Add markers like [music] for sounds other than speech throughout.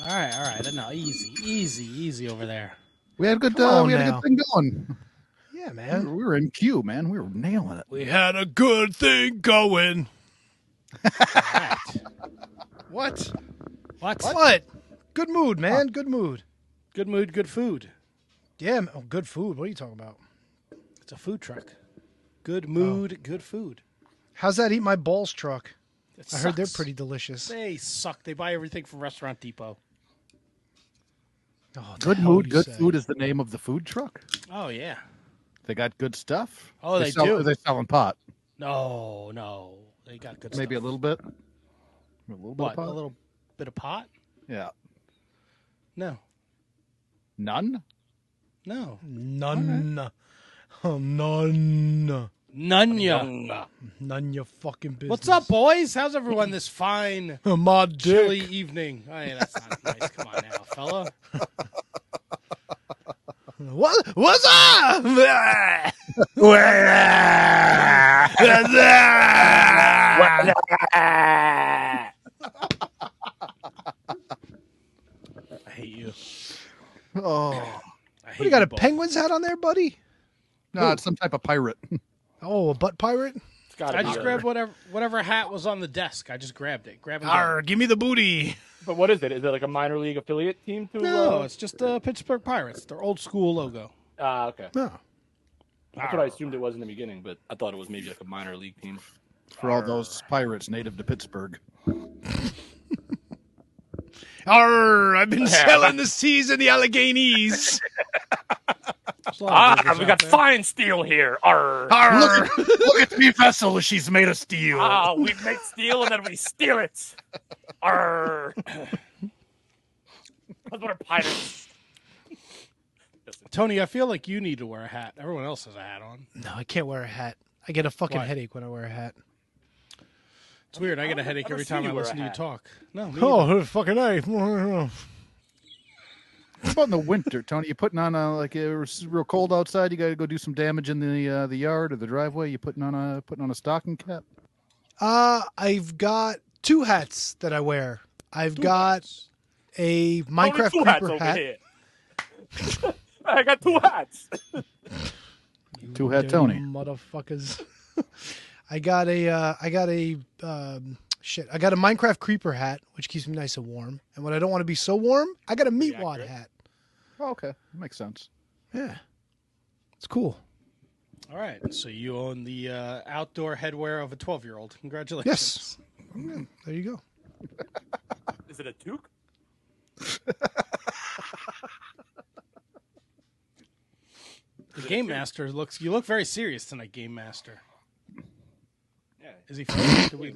All right, all right. No, easy, easy, easy over there. We had a good. Come Uh, on we had now. a good thing going. Yeah, We man. were, we were in queue, man. We were nailing it. We had a good thing going. All right. What? What? What? Good mood, man. Good mood. Good mood, good food. Yeah, man. Oh, good food. What are you talking about? It's a food truck. Good mood, good food. How's that eat my balls truck? It I heard they're sucks. pretty delicious. They suck. They buy everything from Restaurant Depot. Oh, the Good hell mood, you good say. food is the name of the food truck. Oh yeah. They got good stuff. Oh, they sell, do. They're selling pot. No, no. They got good. Maybe a stuff. little bit. A little bit. What? Of pot? A little bit of pot? Yeah. No, None. no. None. [laughs] Oh, none. Nunya. None your fucking business. What's up, boys? How's everyone this fine Uh, My dick. chilly evening? Oh, yeah, that's not [laughs] nice. Come on now, fella. What? What's up? [laughs] What's up? I hate you. Oh, I hate What, you got a both. penguin's hat on there, buddy? no, it's some type of pirate. [laughs] Oh, a butt pirate? I just grabbed whatever whatever hat was on the desk. I just grabbed it. Grab and go. give me the booty. But what is it? Is it like a minor league affiliate team? To No, Uh, it's just the Pittsburgh Pirates. Their old school logo. ah, okay. No. That's what I assumed it was in the beginning, but I thought it was maybe like a minor league team. for all those pirates native to Pittsburgh. Arr, I've [laughs] been selling the seas in the Alleghenies. There's a lot of logos out there. Ah, fine steel here. Arr. Oh. Arr. Look at me vessel, she's made of steel. Ah. Ah, we make steel and then we steal it. Arr. [laughs] That's what a pirate. Tony, I feel like you need to wear a hat. Everyone else has a hat on. No, I can't wear a hat. I get a fucking Why? headache when I wear a hat. It's weird. I get a don't- I headache don't every see time you I wear a listen to you hat. talk. No, me either. Oh, fucking [laughs] A. What about in the winter, Tony? You putting on a like it was real cold outside. You got to go do some damage in the uh, the yard or the driveway. You putting on a putting on a stocking cap. Uh, I've got two hats that I wear. I've got a Minecraft two hats creeper over hat. here. [laughs] I got two hats. Two hat Dirty Tony. motherfuckers. [laughs] I got a, uh, I got a, um, shit. I got a Minecraft creeper hat, which keeps me nice and warm. And when I don't want to be so warm, I got a meat wad accurate. hat. Oh, okay, makes sense. Yeah, it's cool. All right. So you own the uh, outdoor headwear of a 12 year old. Congratulations. Yes. There you go. Is it a toque? The Game Master looks, you look very serious tonight, Game Master. Yeah. Is he funny? Do we,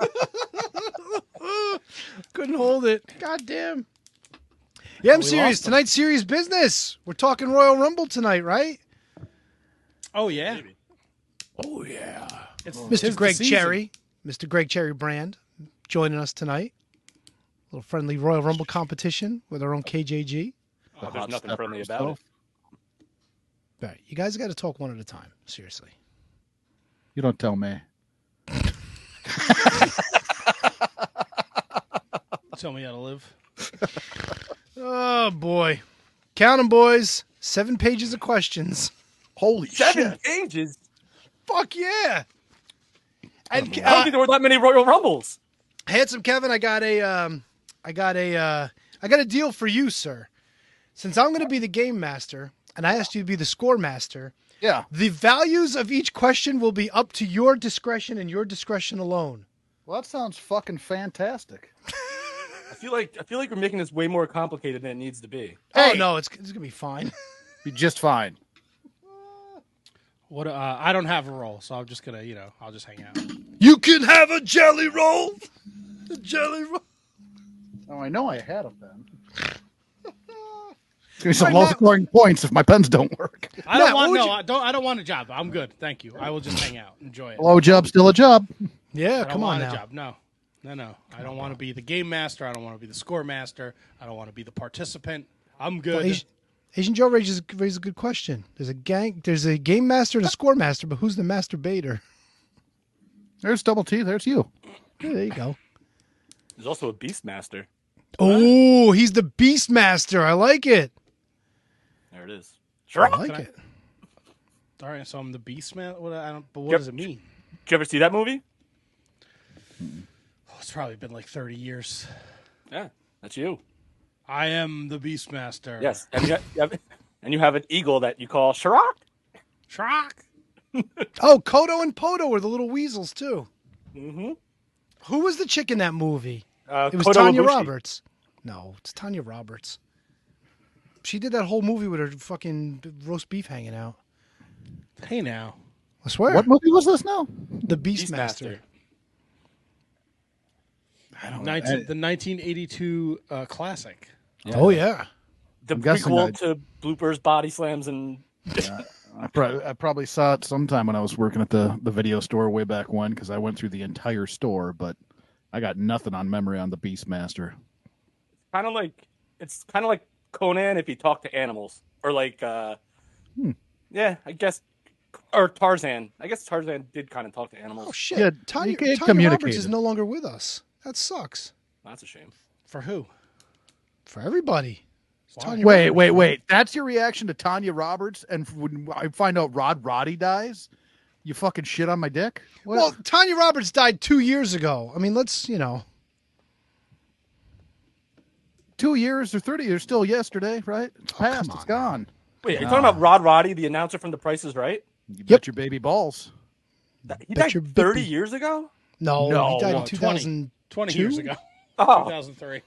oh, [laughs] Couldn't hold it. God damn. Yeah, I'm We serious. lost him. Tonight's serious business. We're talking Royal Rumble tonight, right? oh, yeah. Maybe. Oh yeah. It's, Mr. tis Greg the season. Cherry, Mr. Greg Cherry Brand, joining us tonight. A little friendly Royal Rumble competition with our own KJG. Oh, hot there's nothing stuff friendly himself. about it. All right, you guys got to talk one at a time. Seriously. You don't tell me. Tell me how to live. Oh boy, count 'em, boys. Seven pages of questions. Holy Seven changes. Fuck yeah. And I don't uh, think there were that many Royal Rumbles. handsome Kevin, I got a, um, I got a, uh, I got a deal for you, sir. Since I'm going to be the game master, and I asked you to be the score master, Yeah. The values of each question will be up to your discretion and your discretion alone. Well, that sounds fucking fantastic. I feel like I feel like we're making this way more complicated than it needs to be. Oh no, it's, it's gonna be fine. [laughs] Be just fine. What? Uh, I don't have a roll, so I'm just going to, you know, I'll just hang [laughs] out. You can have a jelly roll. A jelly roll. Oh, I know I had a [laughs] pen. It's gonna be some Right low now- scoring points if my pens don't work. I don't Matt, what want would no. you- I don't. I don't want a job. I'm good. Thank you. I will just hang out. Enjoy it. Low job, still a job. Yeah, I don't Oh, come on want now. a job. No, no, no. I don't want to be the game master. I don't want to be the score master. I don't want to be the participant. I'm good. Asian, Asian Joe raises raises a good question. There's a gang. There's a game master and a score master, but who's the masturbator? [laughs] There's double T. There's you. Yeah, there you go. There's also a Beastmaster. Oh, he's the Beastmaster. I like it. There it is. I Shrek. like I- it. All right, so I'm the beast man. What I don't, but what Yep. does it mean? Did you ever see that movie? Oh, it's probably been like 30 years. Yeah, that's you. I am the Beastmaster. Yes, and you have, you have- and you have an eagle that you call Shrek. Shrock. Oh, Kodo and Podo were the little weasels too. Mm-hmm. Who was the chick in that movie? Uh, It was Kodo Tanya Ibushi. Roberts. No, it's Tanya Roberts. She did that whole movie with her fucking roast beef hanging out. Hey now. I swear. What movie was this now? The Beastmaster. Beastmaster. I don't 19, the 1982 uh, classic. Oh yeah. The I'm guessing prequel I- to bloopers, body slams, and I, prob- I probably saw it sometime when I was working at the, the video store way back when because I went through the entire store, but I got nothing on memory on the Beastmaster. kind of like it's kind of like Conan if you talk to animals, or like, uh, Hmm. yeah, I guess, or Tarzan. I guess Tarzan did kind of talk to animals. Oh shit. Yeah, Tanya, you can't Tanya communicate Roberts is it. no longer with us. That sucks That's a shame. For who? for everybody. It's Wow. Tanya Wait, Roberts. wait, wait. That's your reaction to Tanya Roberts? And when I find out Rod Roddy dies, you fucking shit on my dick? What? Well, Tanya Roberts died two years ago. I mean, let's you know. two years or 30 years still yesterday, right? It's Oh, past, it's gone. Wait, are you talking about Rod Roddy, the announcer from The Price Is Right? You Yep. bet your baby balls. That- He Bet died your 30 bippy. years ago? No, No, he died no, in 20. 2000. 20 Two? years ago. [laughs] Oh, 2003.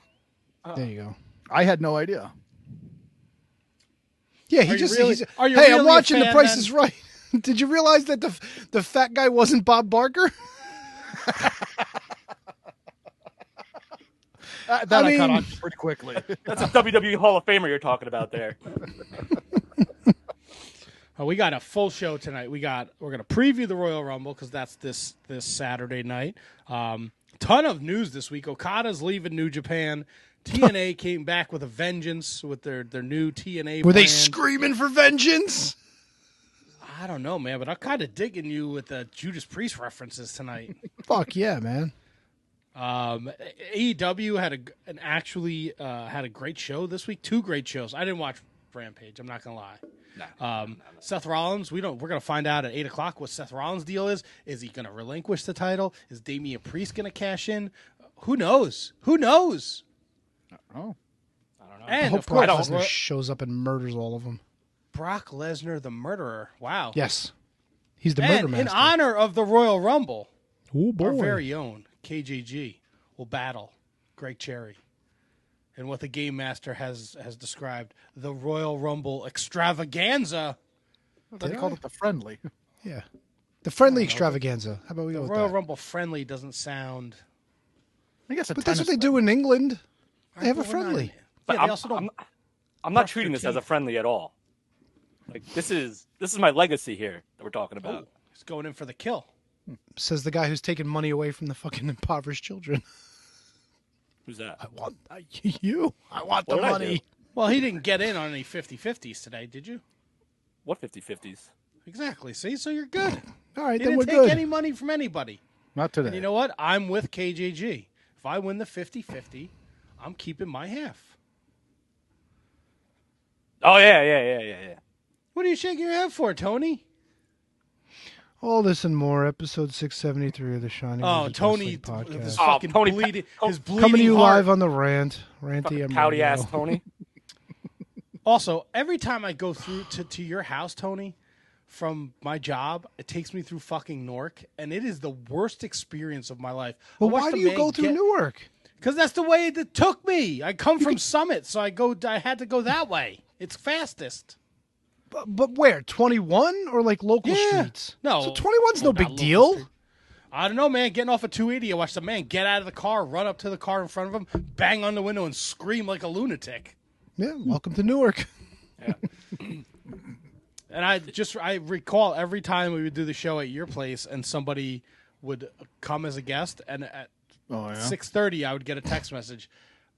There you go. I had no idea. Yeah, he you just. really- he's- are you hey, really I'm a watching The fan Price then? Is Right. [laughs] Did you realize that the the fat guy wasn't Bob Barker? Uh, that I, I caught mean- on to pretty [laughs] quickly. that's a WWE Hall of Famer you're talking about there. Oh, we got a full show tonight. We got we're gonna preview the Royal Rumble because that's this this Saturday night. Um, ton of news this week. Okada's leaving New [laughs] Japan. TNA came back with a vengeance with their their new TNA. [laughs] Were they brand. screaming for vengeance? I don't know, man, but I'm kind of digging you with the Judas Priest references tonight. Fuck yeah, man. Um, AEW had a g- an actually uh, had a great show this week. Two great shows. I didn't watch Rampage. I'm not gonna lie. Um, Seth Rollins. We don't. We're gonna find out at eight o'clock what Seth Rollins' deal is. Is he gonna relinquish the title? Is Damian Priest gonna cash in? Who knows? Who knows? oh, I don't know. I And hope of course, Brock Lesnar Ro- shows up and murders all of them. Brock Lesnar, the murderer. Wow. Yes, he's the And murder in master. honor of the Royal Rumble, oh our boy. very own KJG will battle Greg Cherry and what the game master has has described the Royal Rumble extravaganza. they called it the friendly. yeah, the friendly extravaganza. How about we go The with Royal that? Rumble friendly doesn't sound. I guess a But that's what tennis they do in England. They have a But we're not- friendly. Yeah, But they I'm, also don't. I'm, I'm not brush your treating this as a teeth. friendly at all. Like this is this is my legacy here that we're talking about. Oh, he's going in for the kill. Says the guy who's taking money away from the fucking [laughs] impoverished children. Who's that? I want I, [laughs] [laughs] you. I want the What did I money. do? Well, he didn't get in on any 50-50s today, did you? What 50-50s? Exactly. See, so you're good. All right, He didn't then we're take good. any money from anybody. Not today. And you know what? I'm with KJG. If I win the 50-50, I'm keeping my half. Oh yeah, yeah, yeah, yeah, yeah. What are you shaking your head for, Tony? All this and more. Episode six seventy three of the Shining. Oh, Wizard Tony, Wrestling with his podcast. Oh, fucking Tony, bleeding, oh, his bleeding Coming to you heart. live on the rant, ranty and Howdy ass [laughs] Tony. Also, every time I go through to, to your house, Tony, from my job, it takes me through fucking Newark, and it is the worst experience of my life. Well, why do you go through Newark? Because that's the way it took me. I come from Summit, so I go. I had to go that way. It's fastest. But, but where? Twenty one or like local Yeah. streets? No. so twenty one's no Well, not big local deal. street. I don't know, man. Getting off a 280, I watched a man get out of the car, run up to the car in front of him, bang on the window, and scream like a lunatic. Yeah, welcome to Newark. [laughs] And I just I recall every time we would do the show at your place, and somebody would come as a guest, and at oh, yeah. six thirty, I would get a text message.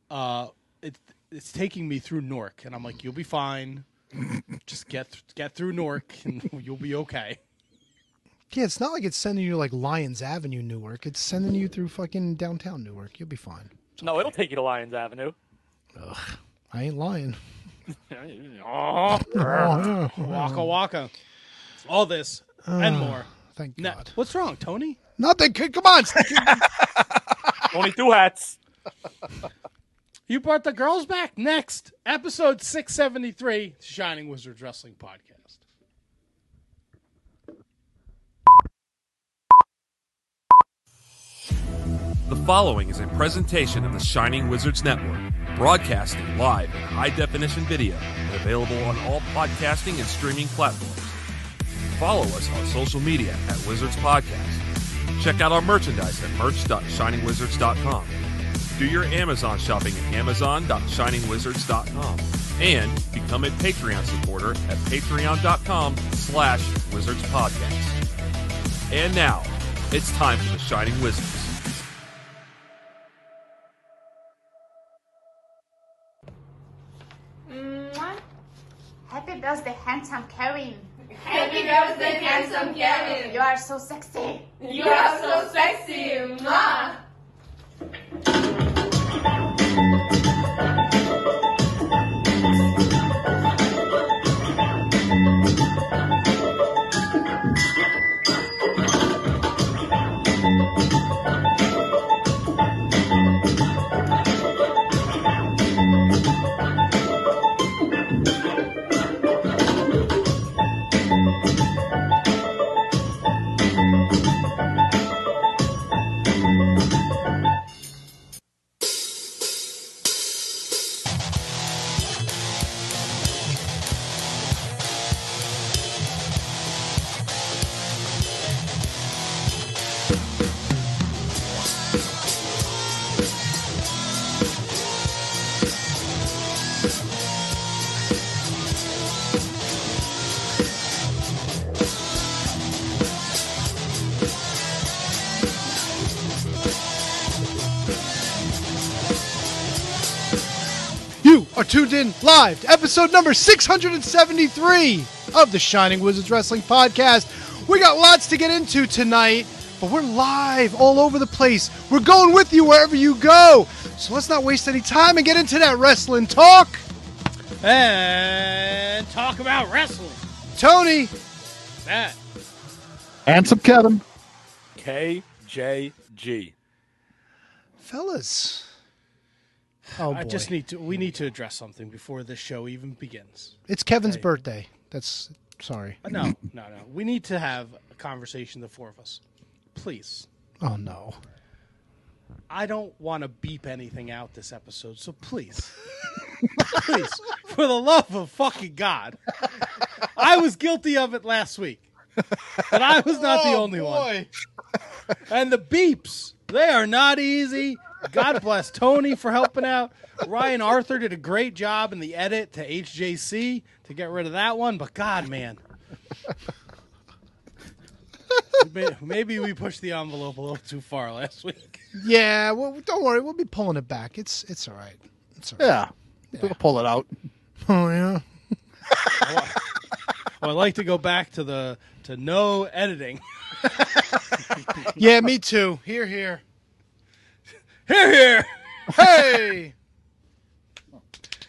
Uh, it, it's taking me through Newark, and I'm like, "You'll be [laughs] fine. Just get th- get through Newark, and [laughs] you'll be okay." Yeah, it's not like it's sending you like Lions Avenue, Newark. It's sending you through fucking downtown Newark. You'll be fine. No, it'll take you to Lions Avenue. I [laughs] ain't lying. Oh, Waka waka. All this and more. [laughs] Oh, Thank No, God. what's wrong, Tony? Nothing. c- Come on. only two hats. You brought the girls back. Next episode six seventy three, Shining Wizards Wrestling Podcast. The following is a presentation of the Shining Wizards Network, broadcasting live in high definition video and available on all podcasting and streaming platforms. Follow us on social media at Wizards Podcast. Check out our merchandise at merch.shiningwizards.com. Do your Amazon shopping at amazon.shiningwizards.com. And become a Patreon supporter at patreon.com slash wizards podcast. And now, it's time for the Shining Wizards. Mwah. Happy birthday, handsome Kevin. Happy birthday, handsome Kevin. You are so sexy. You are so sexy. Mwah. You are tuned in live to episode number 673 of the Shining Wizards Wrestling Podcast. We got lots to get into tonight, but we're live all over the place. We're going with you wherever you go. So let's not waste any time and get into that wrestling talk. And talk about wrestling. Tony, That And some Kevin. KJG. fellas. Oh, boy. I just need to we need to address something before this show even begins. it's Kevin's birthday. That's sorry. Uh, No, [clears throat] no, no. We need to have a conversation, the four of us. Please. Oh, no. I don't want to beep anything out this episode, so please. [laughs] please, for the love of fucking God. I was guilty of it last week. But I was not the only one. And the beeps, they are not easy. God bless Tony for helping out. Ryan Arthur did a great job in the edit to HJC to get rid of that one, but God, man. May- Maybe we pushed the envelope a little too far last week. Yeah, well, don't worry. We'll be pulling it back. It's it's all right. It's all right. Yeah. We'll pull it out. [laughs] Oh, yeah. Well, I'd like to go back to the to no editing. Yeah, me too. Here, here. Here, here. Hey!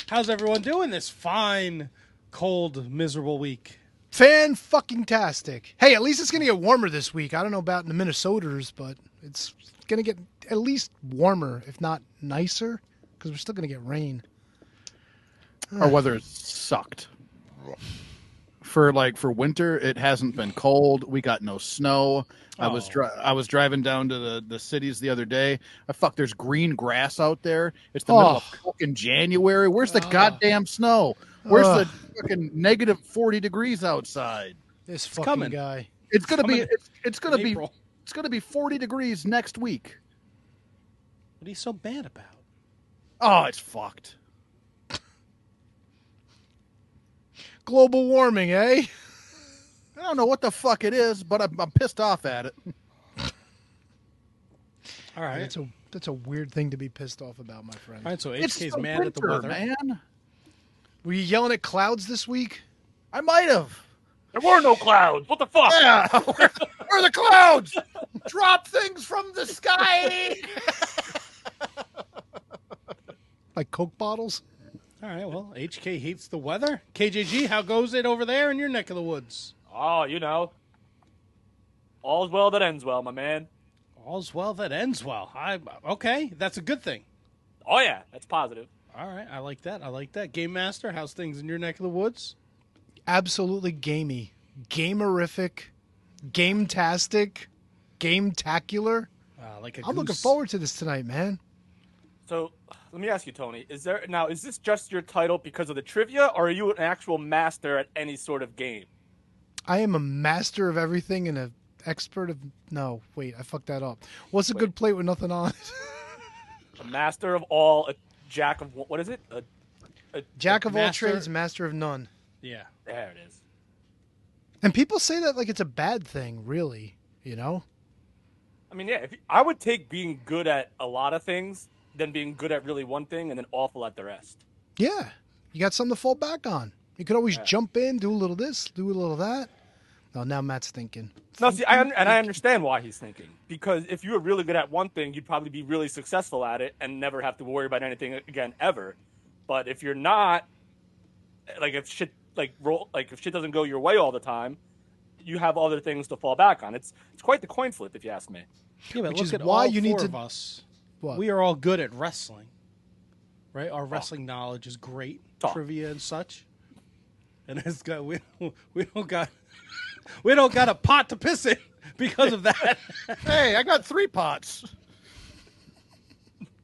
How's everyone doing this fine, cold, miserable week? Fan fucking tastic. Hey, at least it's gonna get warmer this week. I don't know about the Minnesoters, but it's gonna get at least warmer, if not nicer, because we're still gonna get rain. Our weather has sucked. For like for winter, it hasn't been cold. We got no snow. I was Oh. dri- I was driving down to the, the cities the other day. I fuck. There's green grass out there. It's the middle of fucking January. Where's the goddamn snow? Where's Ugh. the fucking negative forty degrees outside? This fucking coming. guy. It's gonna be coming it's, it's gonna in be April. it's gonna be forty degrees next week. What are you so mad about? Oh, it's fucked. Global warming, eh? I don't know what the fuck it is, but I'm, I'm pissed off at it. All right, That's a that's a weird thing to be pissed off about, my friend. all right. So It's HK's the mad at the weather. winter, man. Were you yelling at clouds this week? I might have. There were no clouds. What the fuck? Yeah, [laughs] where, where are the clouds? Drop things from the sky. like Coke bottles. All right, well, HK hates the weather. KJG, how goes it over there in your neck of the woods? Oh, you know, all's well that ends well, my man. All's well that ends well. I okay, that's a good thing. Oh yeah, that's positive. All right, I like that. I like that. Game Master, how's things in your neck of the woods? Absolutely gamey, gamerific, game-tastic, game-tacular. Uh, like a I'm looking goose. forward to this tonight, man. So let me ask you, Tony, is there now is this just your title because of the trivia, or are you an actual master at any sort of game? I am a master of everything and a expert of no. Wait, I fucked that up. What's a good plate with nothing on it? A master of all, a jack of what is it? Uh, A, a, [laughs] Jack of all Master- trades, master of none. Yeah. there it is. And people say that like it's a bad thing, really. You know? I mean, yeah, if, I would take being good at a lot of things than being good at really one thing and then awful at the rest. Yeah, you got something to fall back on. You could always jump in, do a little this, do a little that. No, now Matt's thinking. No, see, I un- and I understand why he's thinking because if you were really good at one thing, you'd probably be really successful at it and never have to worry about anything again ever. But if you're not, like if shit like roll like if shit doesn't go your way all the time, you have other things to fall back on. It's it's quite the coin flip, if you ask me. Yeah, but Which look is at why all you need four to- of us. What? We are all good at wrestling, right? Our wrestling knowledge is great, Talk. trivia and such. And it's got we [laughs] we don't got [laughs] we don't got a pot to piss in [laughs] because of that. [laughs] [laughs] Hey, I got three pots.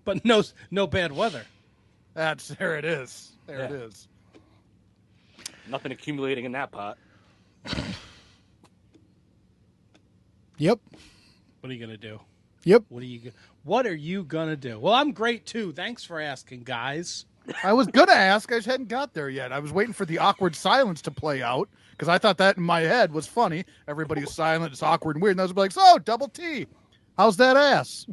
but no no bad weather. That's there. It is. There it Yeah. is. Nothing accumulating in that pot. Yep, What are you gonna do? yep. What are you go- What are you gonna do? Well, I'm great too. Thanks for asking, guys. I was gonna ask. I just hadn't got there yet. I was waiting for the awkward silence to play out because I thought that in my head was funny. Everybody was silent. It's awkward and weird. And I was like, "So, double T, how's that ass?"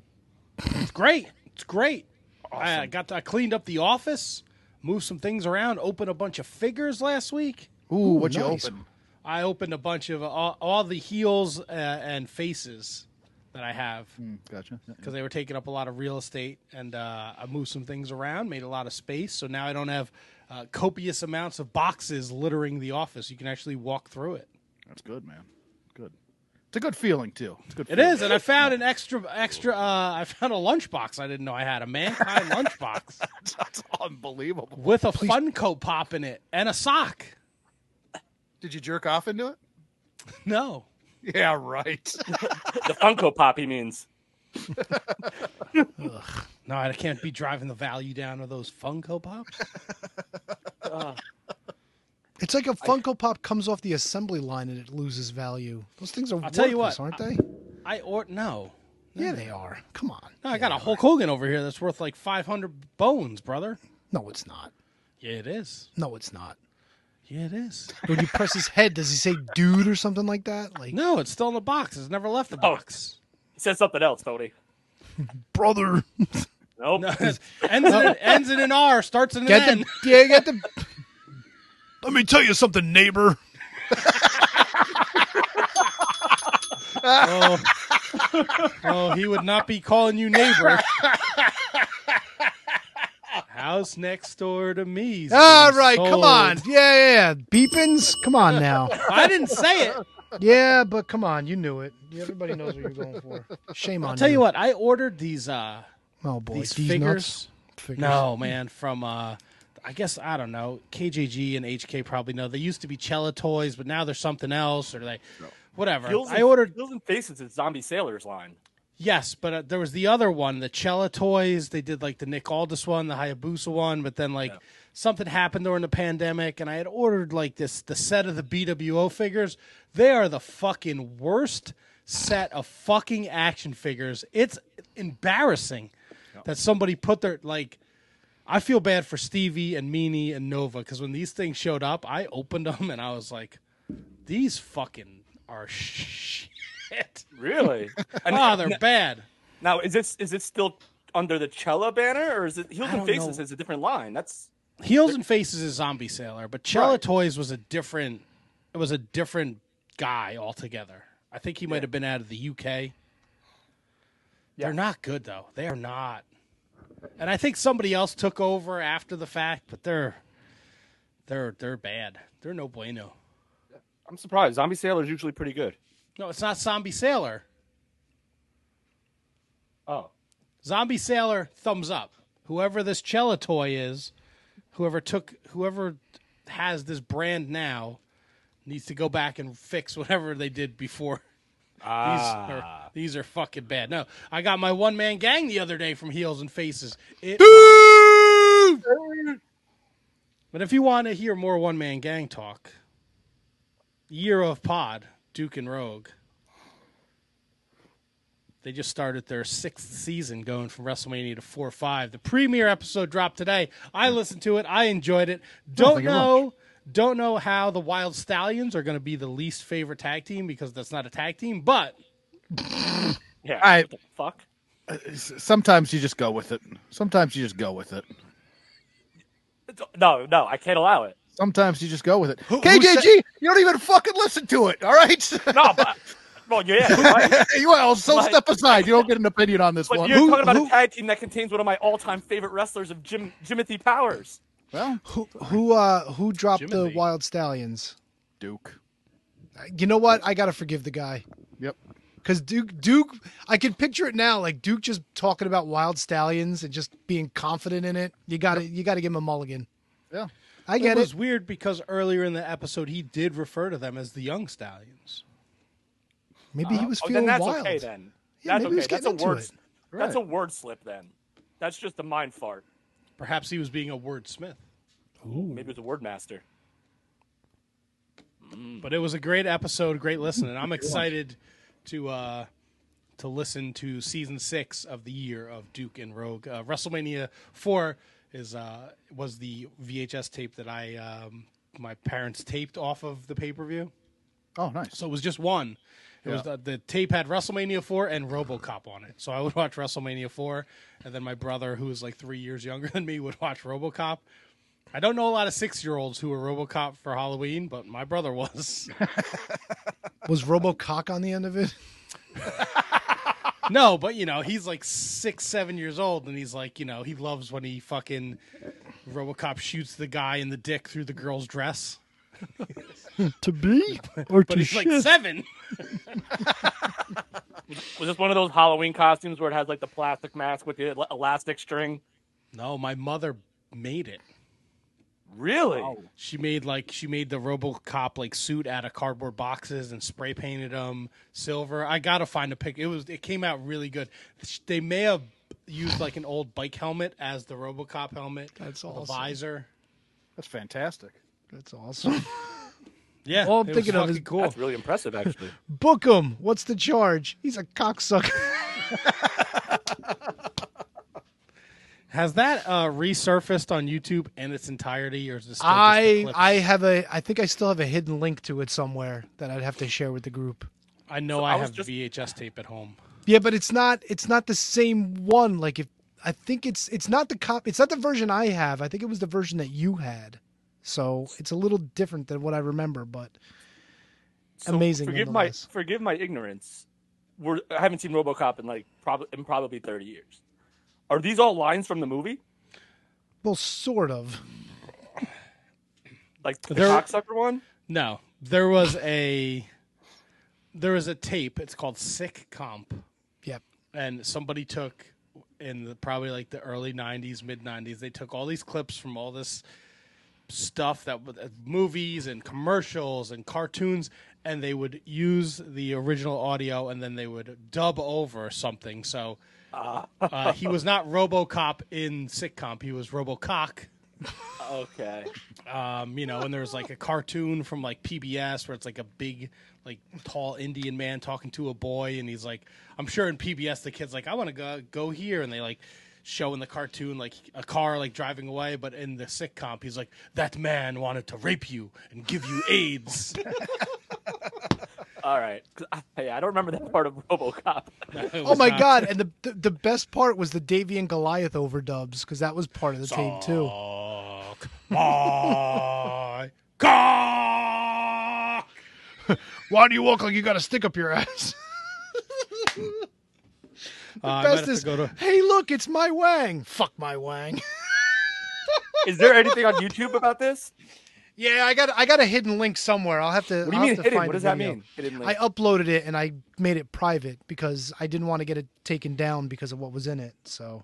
It's great. It's great. I got to, I cleaned up the office, moved some things around, opened a bunch of figures last week. Ooh, what you nice. open? I opened a bunch of uh, all, all the heels uh, and faces that I have Hmm. Gotcha. because they were taking up a lot of real estate, and uh, I moved some things around, made a lot of space. So now I don't have uh, copious amounts of boxes littering the office. You can actually walk through it. That's good, man. Good. It's a good feeling too. It's a good. It feeling. is, and I found an extra extra. Uh, I found a lunchbox. I didn't know I had a [laughs] mankind lunchbox [laughs] That's unbelievable. with a Funko Pop in it and a sock. Did you jerk off into it? [laughs] No, Yeah, right. [laughs] The Funko Pop, he means. no, I can't be driving the value down of those Funko Pops. It's like a Funko Pop comes off the assembly line and it loses value. Those things are I'll tell you worthless, what, aren't they? I or no. yeah, they are. Come on. No, I got a Hulk Hogan over here that's worth like 500 bones, brother. No, it's not. Yeah, it is. No, it's not. Yeah, it is. When you press his head, does he say "dude" or something like that? Like No, it's still in the box. It's never left Oh. the box. [laughs] He said something else, Tony. brother. Nope. No, it's- ends, in an, ends in an R, starts in an [laughs] Get N. the yeah, get [laughs] the. Let me tell you something, neighbor. Oh. oh, he would not be calling you neighbor. House next door to me. All right, come on. Yeah, yeah, yeah. Beepins, come on now. I didn't say it. Yeah, but come on, you knew it. Everybody knows what you're going for. Shame on I'll tell you what, I ordered these uh Oh boy, these, these, figures. nuts. Figures. No, man, from uh I guess I don't know. KJG and HK probably know. They used to be Cella toys, but now they're something else or they whatever. Heels and- I ordered Heels and Faces is Zombie Sailor's line. yes, but uh, there was the other one, the Cella toys. They did like the Nick Aldis one, the Hayabusa one, but then like something happened during the pandemic and I had ordered like this the set of the BWO figures. They are the fucking worst set of fucking action figures. It's embarrassing that somebody put their like I feel bad for Stevie and Meanie and Nova because when these things showed up, I opened them and I was like, these fucking are shit. [laughs] Really? and Ah, they're bad. Now, is this is it still under the Cella banner, or is it Heels and don't know. Faces is a different line? That's Heels and Faces is Zombie Sailor, but Cella Right. Toys was a different. It was a different guy altogether. I think he might have been out of the UK. They're not good though. They are not. and I think somebody else took over after the fact, but they're they're they're bad. They're no bueno. I'm surprised. Zombie Sailor's usually pretty good. No, it's not Zombie Sailor. Oh. Zombie Sailor, thumbs up. Whoever this Chelatoy is, whoever took, whoever has this brand now, needs to go back and fix whatever they did before. These are these are fucking bad. No, I got my one man gang the other day from Heels and Faces. It- but if you want to hear more one man gang talk, Year of Pod, Duke and Rogue. They just started their sixth season going from WrestleMania to 4 5. The premiere episode dropped today. Hmm. I listened to it. I enjoyed it. Don't thank you know. Don't know how the Wild Stallions are going to be the least favorite tag team because that's not a tag team, but Yeah. I- What the fuck. Sometimes you just go with it. Sometimes you just go with it. No, no, I can't allow it. Sometimes you just go with it. Who- who KJG, said- you don't even fucking listen to it. All right. [laughs] No, but [laughs] well, yeah, right? well, so Like- step aside. You don't get an opinion on this But one. you're Who- talking about who- a tag team that contains one of my all-time favorite wrestlers of Jim Jimothy Powers. well, Who who uh who dropped the Jimothy. Wild Stallions? Duke. You know what? I gotta forgive the guy. Yep. Cause Duke, Duke, I can picture it now. Like Duke just talking about wild stallions and just being confident in it. You got to, you got to give him a mulligan. Yeah. I it get was it. weird because earlier in the episode he did refer to them as the Young Stallions. Maybe he was Oh, feeling then that's wild. okay. Then Yeah, that's maybe he's okay. That's getting a into word. it. That's a Right. word slip. Then that's just a mind fart. Perhaps he was being a wordsmith. Maybe it was a word master. But it was a great episode, great listen, and I'm excited to uh, to listen to season six of the year of Duke and Rogue. Uh, WrestleMania four is uh, was the VHS tape that I um, my parents taped off of the pay per view, Oh, nice. so it was just one. It was Yeah. the, the tape had WrestleMania four and RoboCop on it, so I would watch WrestleMania four, and then my brother, who was like three years younger [laughs] than me, would watch RoboCop. I don't know a lot of six year olds who were RoboCop for Halloween, but my brother was. Was Robocock on the end of it? No, but you know, he's like six, seven years old, and he's like, you know, he loves when he fucking Robocop shoots the guy in the dick through the girl's dress. to be [laughs] or But he's like seven. Was this one of those Halloween costumes where it has like the plastic mask with the el- elastic string? No, my mother made it. Really? She made like she made the RoboCop like suit out of cardboard boxes and spray painted them silver. I gotta find a pic. It was it came out really good. Sh- They may have used like an old bike helmet as the RoboCop helmet. That's with awesome. A visor. That's fantastic. That's awesome. Yeah, All I'm it was thinking of is- fucking cool. That's really impressive, actually. Book him. What's the charge? He's a [laughs] cocksucker. Has that uh, resurfaced on YouTube in its entirety, or is this still just the I clips? I have a I think I still have a hidden link to it somewhere that I'd have to share with the group. I know So I, I was have just- VHS tape at home. Yeah, but it's not it's not the same one. Like if I think it's it's not the cop it's not the version I have. I think it was the version that you had. So it's a little different than what I remember, but So Amazing Forgive my nonetheless. forgive my ignorance. We're, I haven't seen RoboCop in like probably in probably thirty years. Are these all lines from the movie? well sort of. Like the They're- cocksucker one? No, there was a there was a tape. It's called Sick Comp, Yep. and somebody took in the, probably like the early '90s, mid '90s. They took all these clips from all this stuff that w- uh, movies and commercials and cartoons, and they would use the original audio and then they would dub over something. So. Uh, he was not RoboCop in sitcom. He was RoboCock. Okay. Um, you know, and there was like a cartoon from like PBS where it's like a big, like tall Indian man talking to a boy, and he's like, I'm sure in PBS the kid's like, I want to go go here, and they like show in the cartoon like a car like driving away, but in the sitcom he's like, that man wanted to rape you and give you [laughs] AIDS. All right. 'Cause I, hey, I don't remember that part of [laughs] RoboCop. Oh my god, and the, the the best part was the Davy and Goliath overdubs cuz that was part of the tape too. my cock. [laughs] [laughs] Why do you walk like you got a stick up your ass? Uh, I might Best have to is, go to- hey, look, it's my Wang. Fuck my Wang. Is there anything on YouTube about this? yeah, I got I got a hidden link somewhere. I'll have to. What do I'll have you mean to hidden? find What a does that video. mean? Hidden I link. uploaded it and I made it private because I didn't want to get it taken down because of what was in it. So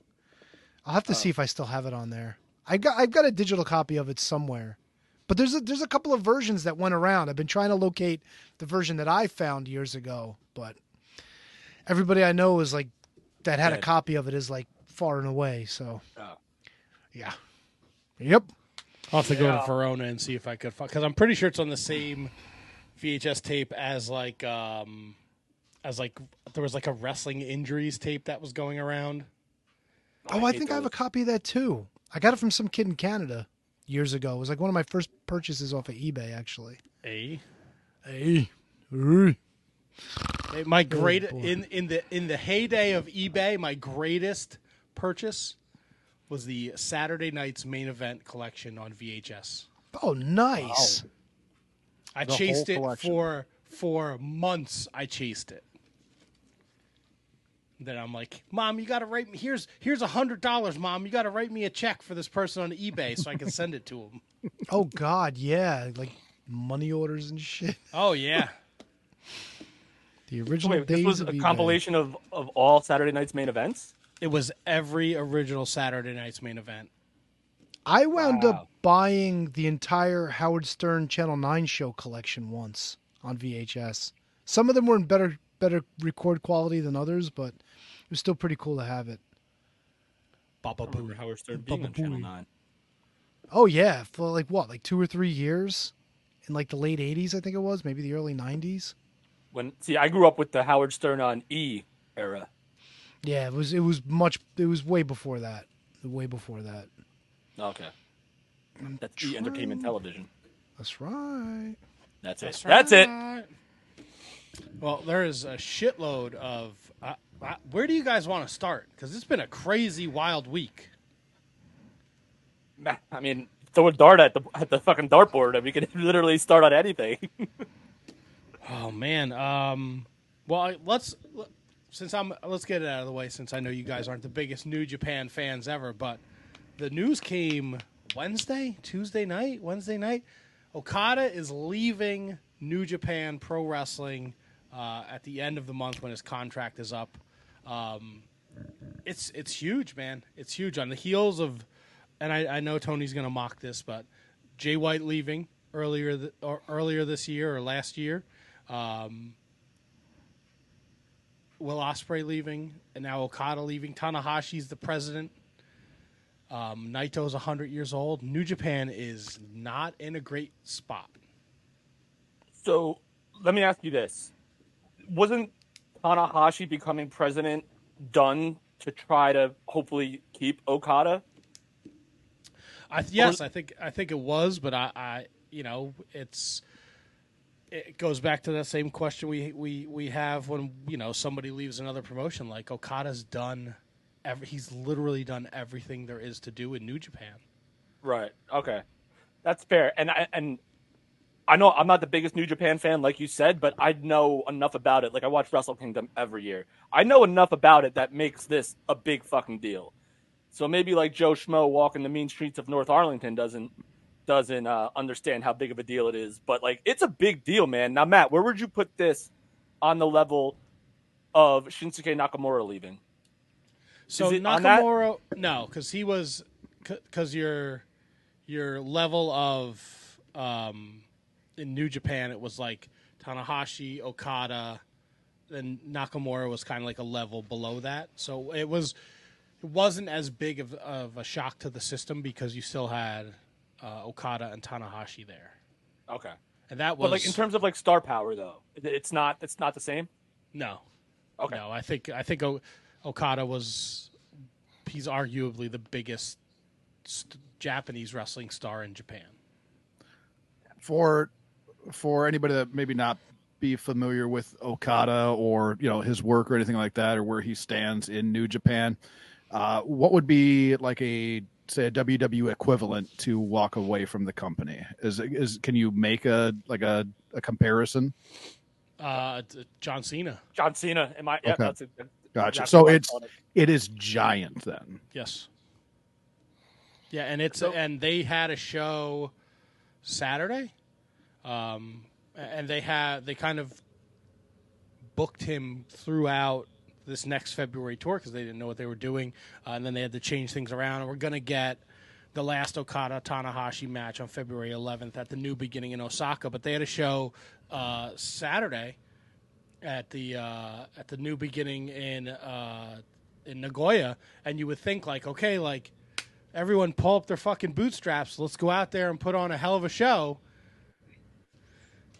I'll Oh. have to see if I still have it on there. I've got I've got a digital copy of it somewhere. But there's a, there's a couple of versions that went around. I've been trying to locate the version that I found years ago, but everybody I know is like that had a Dead. copy of it is like far and away. So Oh. yeah, yep. I'll have to go Yeah. to Verona and see if I could because I'm pretty sure it's on the same VHS tape as like um as like there was like a wrestling injuries tape that was going around. Oh, I, hate think I have a those. copy of that too. I got it from some kid in Canada years ago. It was like one of my first purchases off of eBay, actually. A Hey. They- my great boy. in in the in the heyday of eBay, my greatest purchase was the Saturday night's main event collection on VHS. Oh, [laughs] nice. I The chased whole it collection. for for months. I chased it. Then I'm like, Mom, you gotta write me. Here's here's a hundred dollars, Mom. You gotta write me a check for this person on eBay so I can send it to [laughs] him. Oh, God. Yeah. Like money orders and shit. Oh yeah, The original Wait, days this was of a eBay. compilation of, of all Saturday night's main events. it was every original Saturday night's main event. I wound Wow. up buying the entire Howard Stern Channel 9 show collection once on VHS. Some of them were in better better record quality than others, but it was still pretty cool to have it. Baba Boo. Howard Stern being on Channel Nine. Oh yeah, for like what, like two or three years, in like the late '80s, I think it was, maybe the early '90s. When see, I grew up with the Howard Stern on E era. Yeah, it was. It was much. It was way before that. Way before that. Okay, that's E Entertainment Television. That's right. That's, it. That's it. Well, there is a shitload of. Uh, uh, where do you guys want to start? Because it's been a crazy, wild week. Ma- I mean, throw a dart at the at the fucking dartboard, and we can [laughs] literally start on anything. [laughs] Oh man. Um. Well, I- let's l- since I'm let's get it out of the way since I know you guys aren't the biggest New Japan fans ever, but the news came Wednesday, Tuesday night, Wednesday night. Okada is leaving New Japan Pro Wrestling uh, at the end of the month when his contract is up. Um, it's it's huge, man. It's huge on the heels of, and I, I know Tony's gonna mock this, but Jay White leaving earlier th- or earlier this year or last year, um, Will Osprey leaving, and now Okada leaving. Tanahashi's the president. Um, Naito's hundred years old. New Japan is not in a great spot. So let me ask you this: Wasn't Tanahashi becoming president done to try to hopefully keep Okada? I th- yes, I think I think it was, but I, I you know it's it goes back to that same question we we we have when you know somebody leaves another promotion like Okada's done. Every, he's literally done everything there is to do in New Japan. Right. Okay, that's fair. And I and I know I'm not the biggest New Japan fan, like you said, but I know enough about it. Like I watch Wrestle Kingdom every year. I know enough about it that makes this a big fucking deal. So maybe like Joe Schmo walking the mean streets of North Arlington doesn't doesn't uh, understand how big of a deal it is, but like it's a big deal, man. Now, Matt, where would you put this on the level of Shinsuke Nakamura leaving? So it on that? Nakamura, no, because he was because your your level of um, in New Japan it was like Tanahashi, Okada, then Nakamura was kind of like a level below that. So it was it wasn't as big of, of a shock to the system because you still had uh, Okada and Tanahashi there, Okay, and that was but like in terms of like star power, though, it- it's not it's not the same. no, Okay. no. I think I think o- Okada was he's arguably the biggest st- Japanese wrestling star in Japan. for for anybody that maybe not be familiar with Okada or you know his work or anything like that or where he stands in New Japan, uh, what would be like a say a WWE equivalent to walk away from the company? Is is can you make a like a, a comparison? Uh, t- John Cena. John Cena. Am I? Yeah, Okay. that's a, uh, Gotcha. That's so what I it's called it. it is giant then. Yes. Yeah, and it's and they had a show Saturday, um, and they had they kind of booked him throughout this next February tour because they didn't know what they were doing, uh, and then they had to change things around. And we're gonna get the last Okada Tanahashi match on February 11th at the New Beginning in Osaka, but they had a show uh, Saturday at the uh, at the new beginning in uh, in Nagoya, and you would think like, okay, like everyone pull up their fucking bootstraps, let's go out there and put on a hell of a show.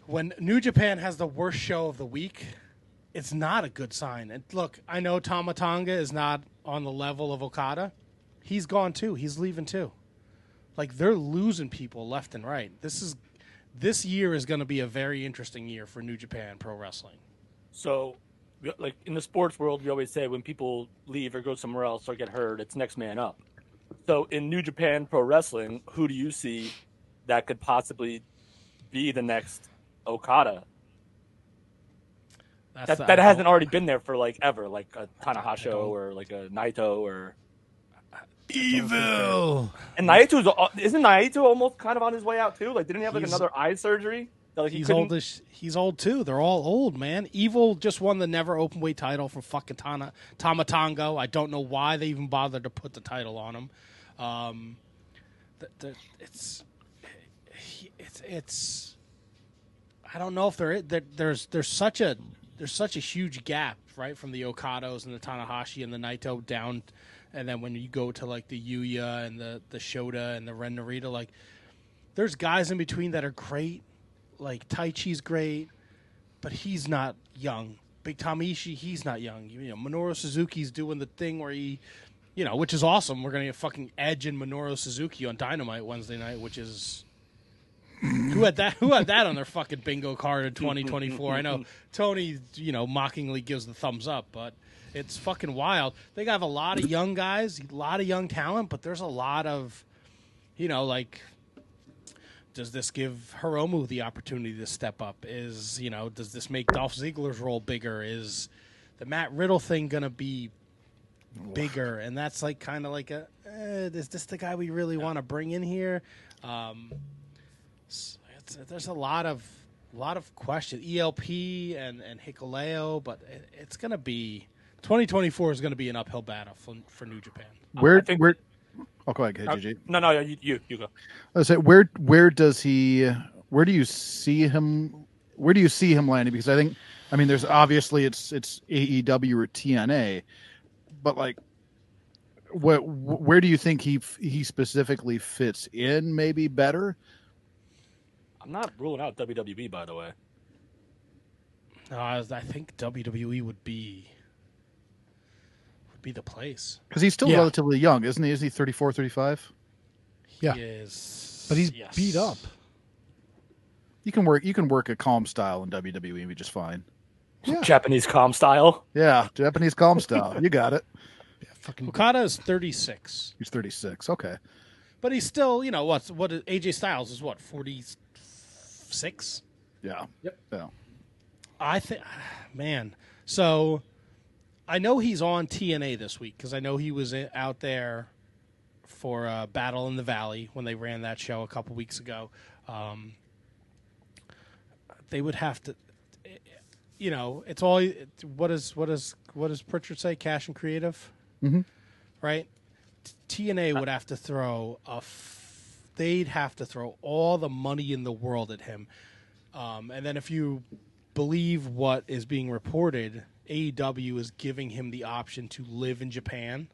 When New Japan has the worst show of the week, it's not a good sign. And look, I know Tamatanga is not on the level of Okada. He's gone too. He's leaving too. Like they're losing people left and right. This is this year is going to be a very interesting year for New Japan Pro Wrestling. So, we- like in the sports world, we always say when people leave or go somewhere else or get hurt, it's next man up. So, in New Japan Pro Wrestling, who do you see that could possibly be the next Okada? That's That, the- that I hasn't don't- already been there for like ever, like a Tanahashi or like a Naito or Evil. and Naito's al- isn't Naito almost kind of on his way out too? Like, didn't he have like He's- another eye surgery? That, like, he He's couldn't- old. As, he's old too. They're all old, man. Evil just won the never open weight title from fucking Tana Tamatango. I don't know why they even bothered to put the title on him. Um, th- th- it's he- it's it's. I don't know if there, there there's there's such a there's such a huge gap right from the Okados and the Tanahashi and the Naito down, and then when you go to like the Yuya and the the Shota and the Ren Narita, like there's guys in between that are great like Tai Chi's great, but he's not young. Big Tom Ishii, he's not young. You know, Minoru Suzuki's doing the thing where he, you know, which is awesome. We're gonna get fucking Edge and Minoru Suzuki on Dynamite Wednesday night, which is who had that? Who had that on their fucking bingo card in 2024? I know Tony, you know, mockingly gives the thumbs up, but it's fucking wild. They have a lot of young guys, a lot of young talent, but there's a lot of, you know, like does this give Hiromu the opportunity to step up? Is you know, does this make Dolph Ziggler's role bigger? Is the Matt Riddle thing gonna be bigger? And that's like kind of like a eh, is this the guy we really want to bring in here? Um, s- it's, there's a lot of lot of questions. ELP and and Hikuleo, but it, it's gonna be 2024 is gonna be an uphill battle for, for New Japan. Where think- where? Oh, go ahead, KGG. No, no, you, you, you go. I say where where does he where do you see him where do you see him landing? Because I think I mean there's obviously it's it's AEW or TNA, but like what where do you think he he specifically fits in maybe better? I'm not ruling out WWE, by the way. No, Uh, I, I think WWE would be would be the place. Because he's still Yeah. relatively young, isn't he? Isn't he 34, 35? Yeah. He is- But he's yes. beat up. You can work you can work a calm style in WWE and be just fine. Japanese calm style. Yeah, Japanese calm style. You got it. Fucking Okada is 36, He's 36. Okay. but he's still, you know, what's what is- AJ Styles is what 46. Yeah. Yep. Yeah. I think, [sighs] man. So I know he's on TNA this week because I know he was i- out there for uh, Battle in the Valley when they ran that show a couple weeks ago. Um, they would have to, eh, you know, it's all what is what is what does Pritchard say? Cash and creative, mm-hmm. right? T- TNA would have to throw a. F- they'd have to throw all the money in the world at him um, and then if you believe what is being reported, AEW is giving him the option to live in Japan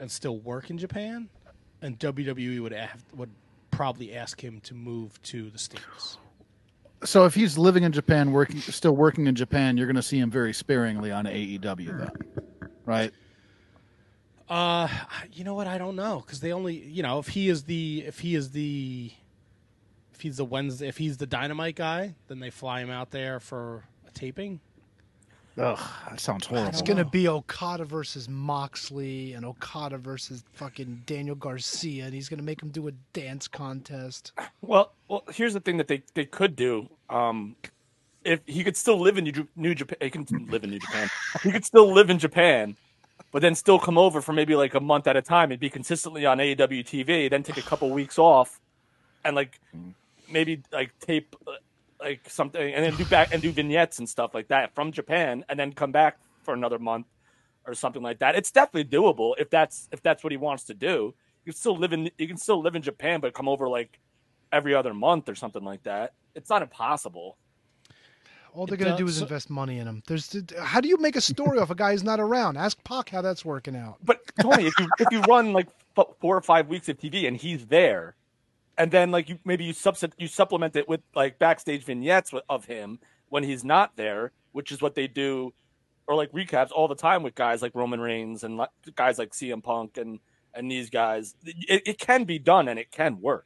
and still work in Japan, and WWE would have, would probably ask him to move to the states. So if he's living in Japan, working still working in Japan, you're going to see him very sparingly on AEW, though, right? Uh, you know what? I don't know because they only, you know, if he is the if he is the if he's the Wednesday if he's the Dynamite guy, then they fly him out there for a taping. Ugh, that sounds horrible. It's gonna be Okada versus Moxley and Okada versus fucking Daniel Garcia, and he's gonna make him do a dance contest. Well, well, here's the thing that they, they could do. Um, if he could still live in New, Ju- New Japan, he can live in New Japan. He could still live in Japan, but then still come over for maybe like a month at a time and be consistently on E AEW TV. Then take a couple weeks off, and like maybe like tape uh, like something, and then do back and do vignettes and stuff like that from Japan, and then come back for another month or something like that. It's definitely doable if that's if that's what he wants to do. You can still live in you can still live in Japan, but come over like every other month or something like that. It's not impossible. All It they're going to does- do is so- invest money in him. There's how do you make a story off a guy who's not around? Ask Pac how that's working out. But Tony, if you if you run like f- four or five weeks of TV and he's there, and then like you maybe you subset you supplement it with like backstage vignettes with, of him when he's not there, which is what they do, or like recaps all the time with guys like Roman Reigns and like, guys like CM Punk and and these guys. It, it can be done and it can work.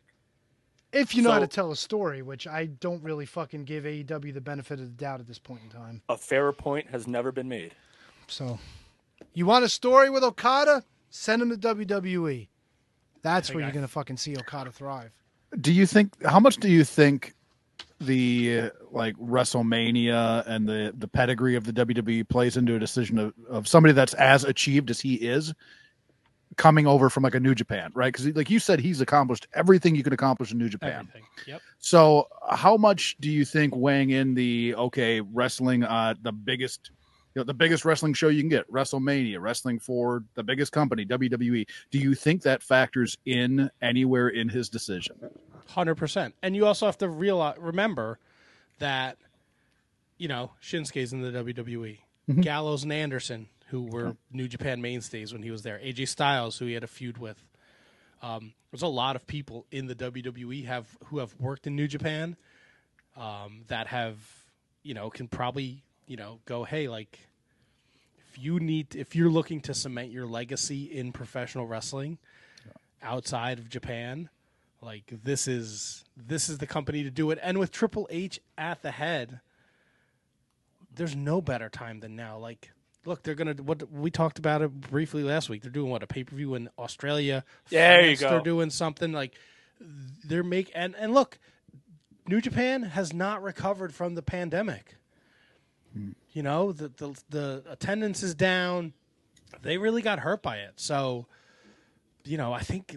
If you know how So- to tell a story, which I don't really fucking give AEW the benefit of the doubt at this point in time. A fairer point has never been made. So, you want a story with Okada? Send him to WWE. That's where you're going to fucking see Okada thrive. do you think how much do you think the uh, like WrestleMania and the the pedigree of the WWE plays into a decision of, of somebody that's as achieved as he is coming over from like a New Japan, right? Because like you said, he's accomplished everything you can accomplish in New Japan. Everything. Yep. So, how much do you think weighing in the okay wrestling, uh, the biggest, you know, the biggest wrestling show you can get, WrestleMania, wrestling for the biggest company, WWE? Do you think that factors in anywhere in his decision? Hundred percent. And you also have to realize, remember that, you know, Shinsuke's in the WWE, Gallows and Anderson, who were New Japan mainstays when he was there, AJ Styles, who he had a feud with. Um, there's a lot of people in the WWE have who have worked in New Japan, um, that have, you know, can probably, you know, go, hey, like, if you need, if you're looking to cement your legacy in professional wrestling, outside of Japan, like this is this is the company to do it and with triple h at the head there's no better time than now like look they're gonna what we talked about it briefly last week they're doing what a pay-per-view in australia There you they're go. doing something like they're make and and look new japan has not recovered from the pandemic you know the, the the attendance is down they really got hurt by it so you know i think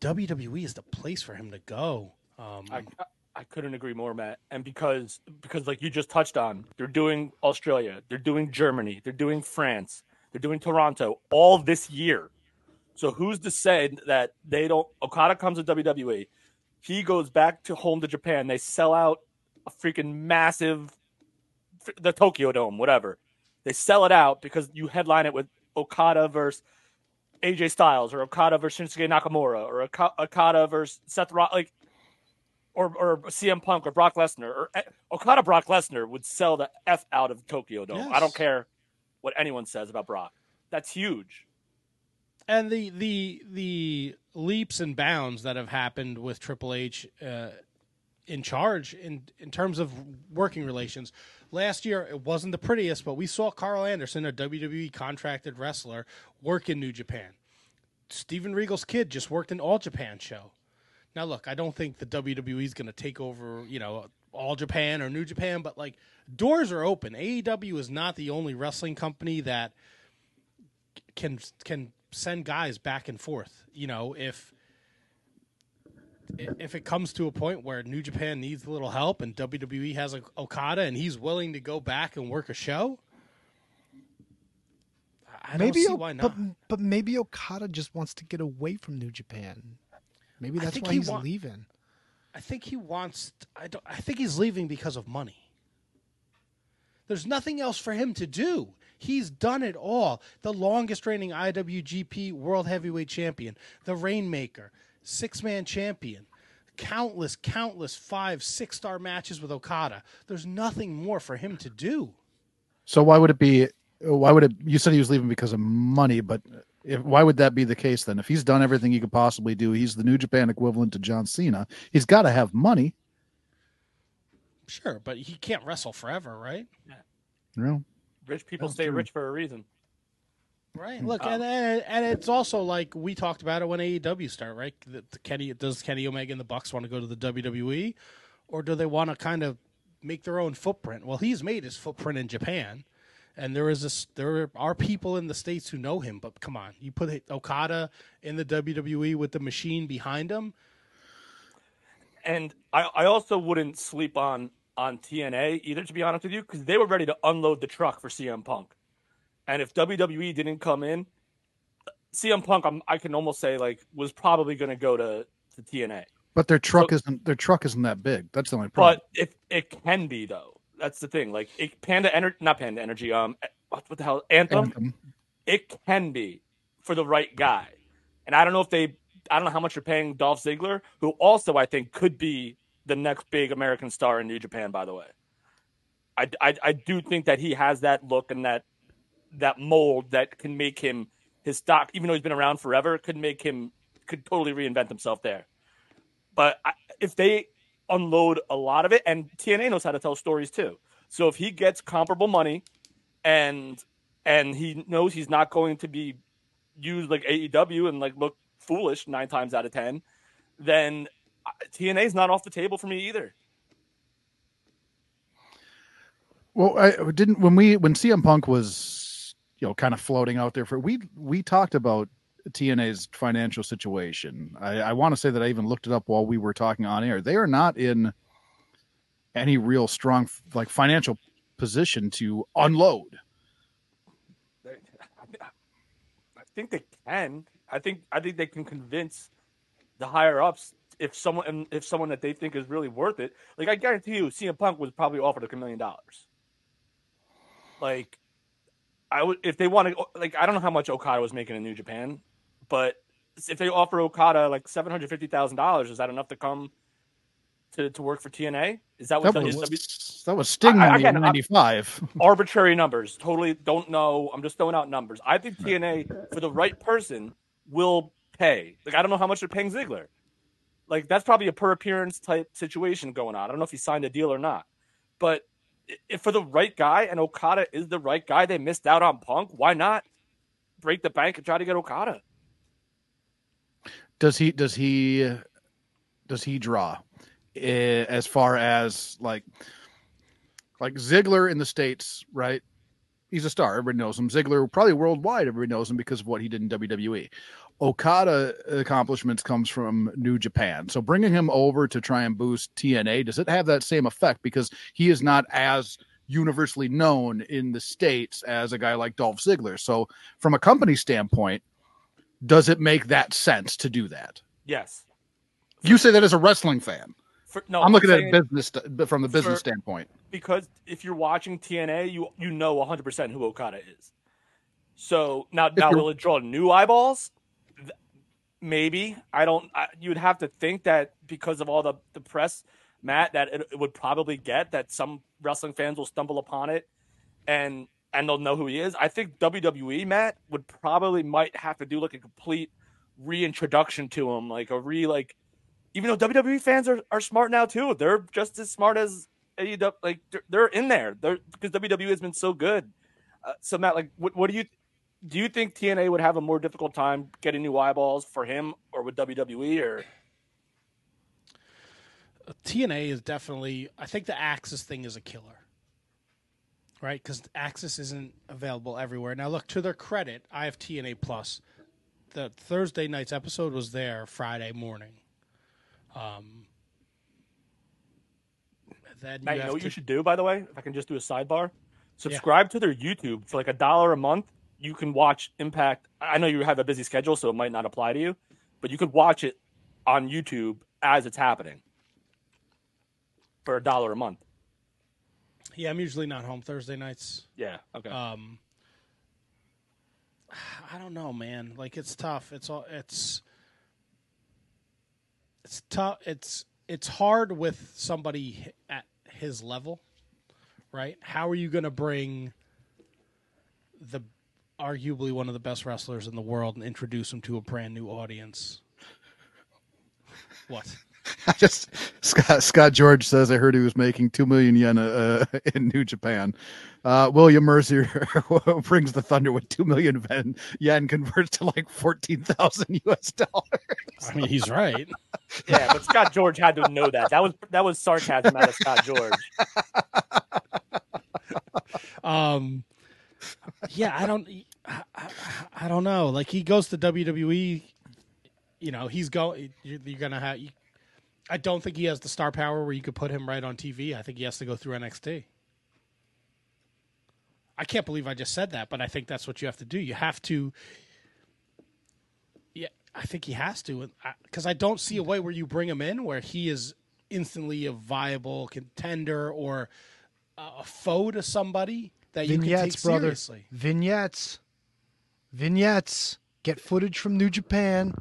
WWE is the place for him to go. Um, I, I couldn't agree more, Matt. And because because like you just touched on, they're doing Australia, they're doing Germany, they're doing France, they're doing Toronto all this year. So who's to say that they don't? Okada comes to WWE, he goes back to home to Japan. They sell out a freaking massive, the Tokyo Dome, whatever. They sell it out because you headline it with Okada versus AJ Styles or Okada versus Shinsuke Nakamura or Oka- Okada versus Seth Rollins. Like or or CM Punk or Brock Lesnar or eh, Okada Brock Lesnar would sell the f out of Tokyo Dome. I Yes. don't care what anyone says about Brock. That's huge. and the the the leaps and bounds that have happened with Triple H uh, in charge in in terms of working relations. Last year, it wasn't the prettiest, but we saw Carl Anderson, a WWE contracted wrestler, work in New Japan. Steven Regal's kid just worked an All Japan show. Now, look, I don't think the WWE is going to take over, you know, All Japan or New Japan, but like doors are open. AEW is not the only wrestling company that can can send guys back and forth. You know, if if it comes to a point where New Japan needs a little help and WWE has a Okada and he's willing to go back and work a show, I I don't see O- why not. but, but maybe Okada just wants to get away from New Japan. Maybe I that's think why he he's wa- leaving. I think he wants. I don't. I think he's leaving because of money. There's nothing else for him to do. He's done it all. The longest reigning IWGP World Heavyweight Champion, the Rainmaker, six man champion, countless, countless five, six star matches with Okada. There's nothing more for him to do. So why would it be? Why would it? You said he was leaving because of money, but if, why would that be the case then? If he's done everything he could possibly do, he's the New Japan equivalent to John Cena. He's got to have money. Sure, but he can't wrestle forever, right? You know, Rich people That's stay true. rich for a reason. Right. Look, and, and and it's also like we talked about it when AEW started, right? E? The, the Kenny does Kenny Omega and the Bucks want to go to the WWE, or do they want to kind of make their own footprint. Well, he's made his footprint in Japan, and there is this. There are people in the states who know him. But come on, you put Okada in the WWE with the machine behind him. And I, I also wouldn't sleep on on TNA either, to be honest with you, because they were ready to unload the truck for CM Punk. And if WWE didn't come in, CM Punk, I'm, I can almost say like was probably going to go to to TNA. But their truck isn't their truck isn't that big. That's the only problem. But if it can be though, that's the thing. Like it, Panda Energy, not Panda Energy. Um, what, what the hell? Anthem? Anthem. It can be for the right guy. And I don't know if they. I don't know how much you're paying Dolph Ziggler, who also I think could be the next big American star in New Japan. By the way, I, I, I do think that he has that look and that that mold that can make him his stock, even though he's been around forever, could make him could totally reinvent himself there. But I, if they unload a lot of it, and TNA knows how to tell stories too, so if he gets comparable money, and and he knows he's not going to be used like AEW and like look foolish nine times out of ten, then uh, TNA's not off the table for me either. Well, I didn't when we when CM Punk was you know kind of floating out there for we we talked about TNA's financial situation. I, I want to say that I even looked it up while we were talking on air. They are not in any real strong like financial position to unload. [laughs] I think they can. I think I think they can convince the higher ups if someone if someone that they think is really worth it. Like I guarantee you, CM Punk was probably offered like a million dollars. Like I would if they want to like I don't know how much Okada was making in New Japan, but if they offer Okada like seven hundred fifty thousand dollars, is that enough to come to, to work for TNA? Is that what That the- is was, that was Sting I- I money in can- I- '95. arbitrary numbers. Totally don't know. I'm just throwing out numbers. I think TNA for the right person will pay. Like I don't know how much they're paying Ziggler. Like that's probably a per appearance type situation going on. I don't know if he signed a deal or not, but i- if for the right guy and Okada is the right guy, they missed out on Punk. Why not break the bank and try to get Okada? Does he? Does he? Does he draw? Eh, As far as like, like Ziggler in the states, right? He's a star. Everybody knows him. Ziggler probably worldwide. Everybody knows him because of what he did in WWE. Okada accomplishments comes from New Japan. So bringing him over to try and boost TNA does it have that same effect because he is not as universally known in the states as a guy like Dolph Ziggler. So from a company standpoint, does it make that sense to do that? Yes. You say that as a wrestling fan. For, no, I'm looking at saying- it business st- from the business For- standpoint. because if you're watching TNA, you you know 100% who Okada is. So now now you're- will it draw new eyeballs? Th- Maybe I don't. I, you'd have to think that because of all the the press, Matt, that it, it would probably get that some wrestling fans will stumble upon it, and and they'll know who he is. I think WWE Matt would probably might have to do like a complete reintroduction to him, like a re like. Even though WWE fans are, are smart now too, they're just as smart as AEW, E like they're, they're in there. They're because WWE E has been so good. Uh, so Matt, like, what, what do you do? You think TNA would have a more difficult time getting new eyeballs for him, or with WWE, or TNA is definitely. I think the Axis thing is a killer, right? Because Axis isn't available everywhere. Now, look to their credit, I have TNA Plus. The Thursday night's episode was there Friday morning. Um, then Matt, you, have know what you to- should do? By the way, if I can just do a sidebar, subscribe to their YouTube for like a dollar a month. You can watch Impact. I I know you have a busy schedule, so it might not apply to you, but you could watch it on YouTube as it's happening for a dollar a month. Yeah, I'm usually not home Thursday nights. Yeah. Okay. Um, I don't know, man. Like it's tough. It's all it's it's tough. It's it's hard with somebody h- at his level, right? How are you going to bring the arguably one of the best wrestlers in the world and introduce him to a brand new audience? What? [laughs] I just Scott Scott George says I heard he was making two million yen uh, [laughs] uh, in New Japan. Uh, William Mercier [laughs] brings the Thunder with two million ven- yen converts to like fourteen thousand U.S. [laughs] dollars. I mean, he's right. Yeah, but Scott George had to know that. That was that was sarcasm out of Scott George. Um, yeah, I don't, I, I, I don't know. Like he goes to WWE, you know, he's going. You're, you're gonna have. You, I don't think he has the star power where you could put him right on TV. I think he has to go through NXT. I can't believe I just said that, but I think that's what you have to do. You have to. Yeah, I think he has to, because I, don't see a way where you bring him in where he is instantly a viable contender or a foe to somebody that you vignettes, can take brother. seriously. Vignettes, vignettes. Get footage from New Japan.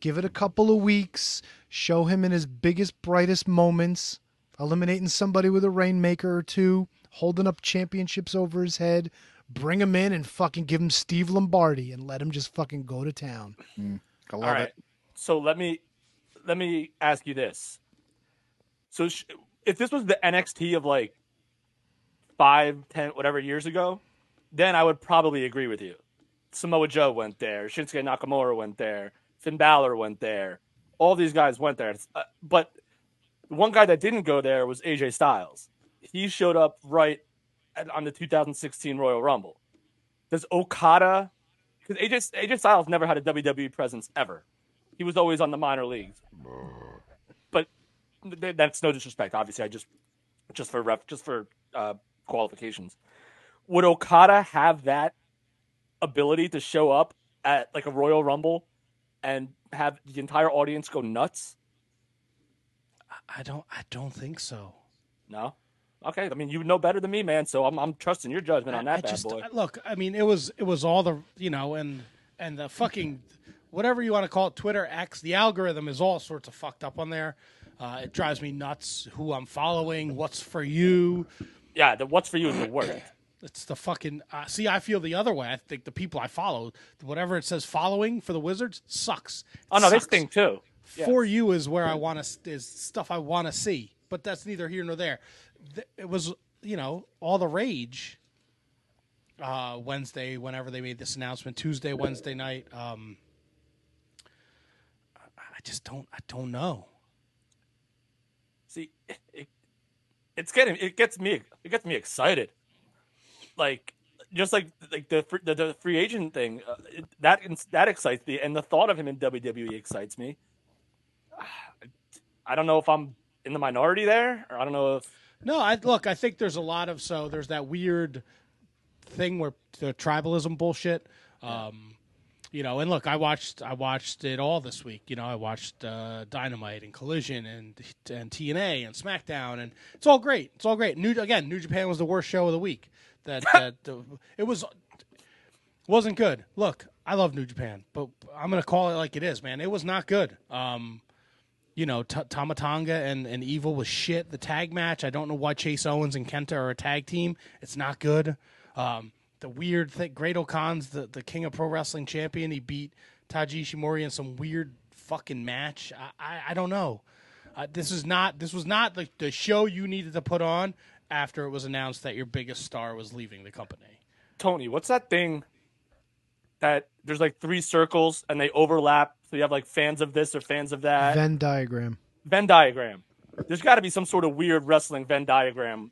Give it a couple of weeks. Show him in his biggest, brightest moments. Eliminating somebody with a rainmaker or two. Holding up championships over his head. Bring him in and fucking give him Steve Lombardi and let him just fucking go to town. I love All right. it. So let me let me ask you this. So sh- if this was the NXT of like five, ten, whatever years ago, then I would probably agree with you. Samoa Joe went there. Shinsuke Nakamura went there. Finn Balor went there. All these guys went there. Uh, but one guy that didn't go there was AJ Styles. He showed up right at, on the 2016 Royal Rumble. Does Okada? Because AJ, AJ Styles never had a WWE presence ever. He was always on the minor leagues. But th- that's no disrespect. Obviously, I just just for ref, just for uh, qualifications. Would Okada have that ability to show up at like a Royal Rumble and have the entire audience go nuts? I- I don't. I don't think so. No. Okay, I mean you know better than me, man. So I'm I'm trusting your judgment on that I bad just, boy. I- Look, I mean, it was it was all the you know, and and the fucking whatever you want to call it, Twitter X, the algorithm is all sorts of fucked up on there. Uh, it drives me nuts. Who I'm following, what's for you? yeah, the what's for you is the [clears throat] worst. It's the fucking. Uh, see, I feel the other way. I think the people I follow, whatever it says, following for the Wizards sucks. It Oh no, this sucks. thing too. Yeah. for you is where I want to is stuff I want to see, but that's neither here nor there. Th- It was you know all the rage uh, Wednesday whenever they made this announcement Tuesday Wednesday night. Um, I- I just don't I don't know. See, it, it's getting it gets me it gets me excited. Like just like like the fr- the, the free agent thing uh, it, that that excites me, and the thought of him in WWE excites me. I don't know if I'm in the minority there, or I don't know if No, I look. I think there's a lot of so there's that weird thing where the tribalism bullshit. Um, you know, and look, I watched I watched it all this week. You know, I watched uh, Dynamite and Collision and and TNA and SmackDown, and it's all great. It's all great. New again, New Japan was the worst show of the week. That that uh, it was wasn't good. Look, I love New Japan, but I'm gonna call it like it is, man. It was not good. Um, you know, t- Tamatanga and, and Evil was shit. The tag match, I don't know why Chase Owens and Kenta are a tag team. It's not good. Um, the weird thing, Great Okan's the, the king of pro wrestling champion. He beat Taji Ishimori in some weird fucking match. I, I, I don't know. Uh, this is not this was not the, the show you needed to put on after it was announced that your biggest star was leaving the company. Tony, what's that thing that there's like three circles and they overlap? So you have like fans of this or fans of that. Venn diagram. Venn diagram. There's got to be some sort of weird wrestling Venn diagram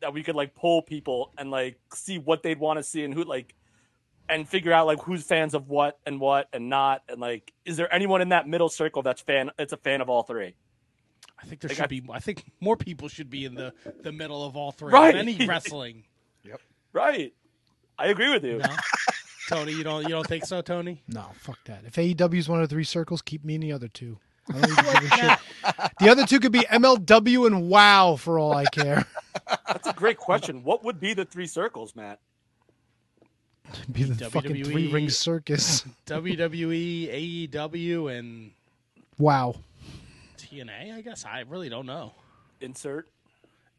that we could like pull people and like see what they'd want to see and who like and figure out like who's fans of what and what and not and like is there anyone in that middle circle that's fan it's a fan of all three I think there Like, should I- be I think more people should be in the, the middle of all three Right. of any wrestling. right i agree with you No? Tony, you don't you don't think so, Tony? No, fuck that. If AEW's one of the three circles, keep me in the other two. I don't even [laughs] give a shit. The other two could be MLW and WoW for all I care. that's a great question what would be the three circles matt be the fucking WWE. three ring circus. [laughs] WWE, AEW, E and Wow. TNA. I guess I really don't know. insert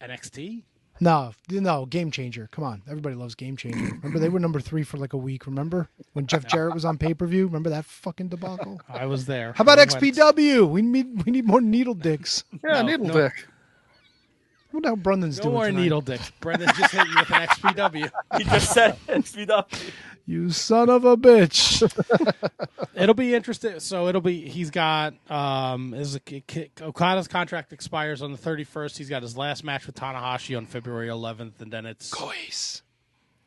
NXT. No, no, Game Changer. Come on, everybody loves Game Changer. Remember they were number three for like a week. Remember when Jeff Jarrett was on pay per view? Remember that fucking [laughs] debacle? I was there. How about I went. XPW? We need we need more needle dicks. I [laughs] Yeah, No, needle no. dick. wonder how Brendan's No doing. more tonight. needle dicks. Brendan just hit you with an XPW. He just said [laughs] speed up. You son of [laughs] a bitch. [laughs] It'll be interesting. So it'll be. He's got um. Is a, ki- ki- Okada's contract expires on the thirty first. He's got his last match with Tanahashi on February eleventh, and then it's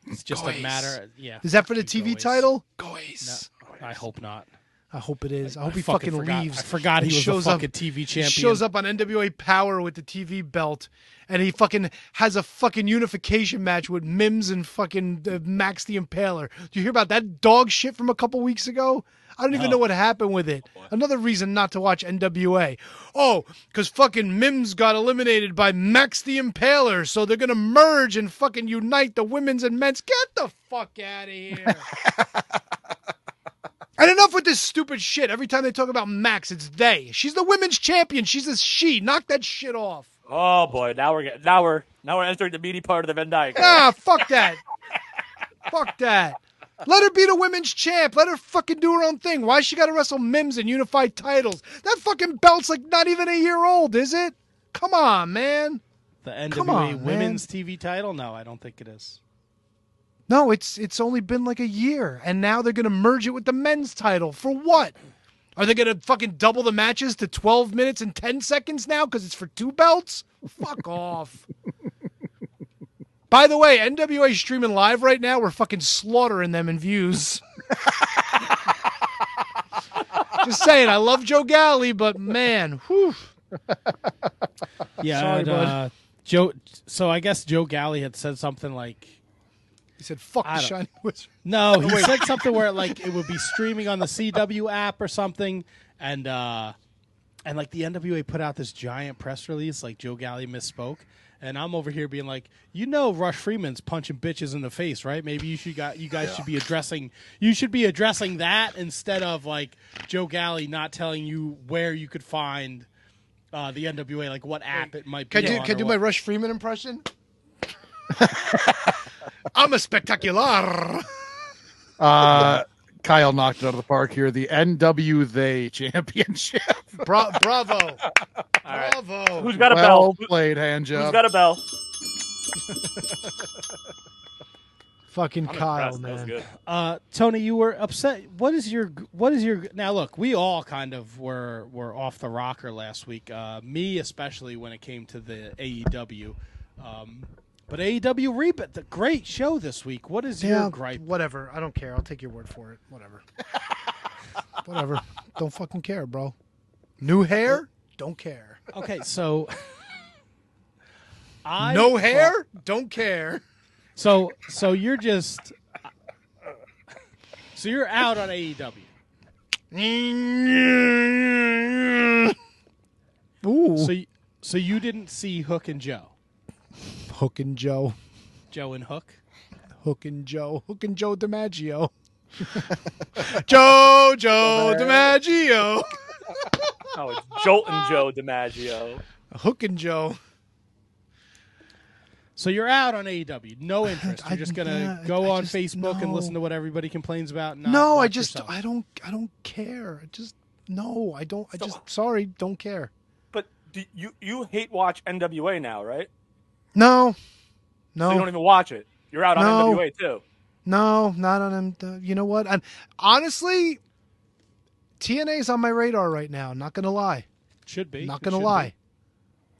it's just a matter. Yeah. Is that for the TV Goies. title? I hope not. I hope it is. I hope I he fucking, forgot. leaves. I forgot he and was shows a up- fucking TV He champion. shows up on NWA Power with the TV belt, and he fucking has a fucking unification match with Mims and fucking uh, Max the Impaler. Do you hear about that dog shit from a couple weeks ago? I don't even know what happened with it. Oh, Another reason not to watch NWA. Oh, because fucking Mims got eliminated by Max the Impaler, so they're gonna merge and fucking unite the women's and men's. Get the fuck out [laughs] of here. And enough with this stupid shit. Every time they talk about Max, it's they. She's the women's champion. She's a she. Knock that shit off. Oh boy, now we're getting, now we're now we're entering the meaty part of the Venn diagram. Ah, fuck that. fuck that. Let her be the women's champ. Let her fucking do her own thing. Why she got to wrestle Mims and unified titles? That fucking belt's like not even a year old, is it? Come on, man. the NWA Come on, Women's TV title. No, I don't think it is. No, it's it's only been like a year, and now they're gonna merge it with the men's title for what? Are they gonna fucking double the matches to twelve minutes and ten seconds now because it's for two belts? Fuck [laughs] off. By the way, NWA streaming live right now. We're fucking slaughtering them in views. [laughs] Just saying, I love Joe Galley, but man, whew. Yeah, Sorry, and, bud. uh, Joe. So I guess Joe Galley had said something like, he said, "Fuck I the don't- shiny wizard." "No, he said something where like it would be streaming on the CW app or something," and uh, and like the NWA put out this giant press release, like Joe Galley misspoke, and I'm over here being like, "You know, Rush Freeman's punching bitches in the face, right? Maybe you should got you guys should be addressing you should be addressing that instead of like Joe Galley not telling you where you could find." Uh, the NWA, like what app it might be. Can I do, on can I or do what- my Rush Freeman impression? [laughs] I'm a spectacular. Uh, [laughs] Kyle knocked it out of the park here. The NW They Championship. Bra- bravo. right. Bravo. Who's got a well bell? played, hand Who's job. got a bell? Fucking Kyle, That was man. good. Uh, Tony, you were upset. What is your what is your now? Look, we all kind of were were off the rocker last week. Uh, me especially when it came to the AEW. Um, but AEW Rebut, the great show this week. What is your gripe? whatever. I don't care. I'll take your word for it. [laughs] Whatever. whatever. Don't fucking care, bro. New hair? Don't care. Okay, so [laughs] I No hair? Don't care. So so you're just so you're out on E AEW. [laughs] Ooh. So you, so you didn't see Hook and Joe, Hookin' Joe. Joe and Hook. Hookin' Joe. Hookin' Joe DiMaggio. [laughs] Joe, Joe DiMaggio. Oh, it's Jolt and Joe DiMaggio. Hookin' Joe. So you're out on AEW, no interest. You're just gonna yeah, go I on just- Facebook and no. listen to what everybody complains about. and not No, I watch just yourself. I don't I don't care. I just no, I don't I just sorry, don't care. But do you you hate watch NWA now, right? No. No. So you don't even watch it. You're out on No. NWA too. no, not on him. Uh, You know what? And honestly, TNA's on my radar right now, not going to lie. should be. Not It going should to be. lie.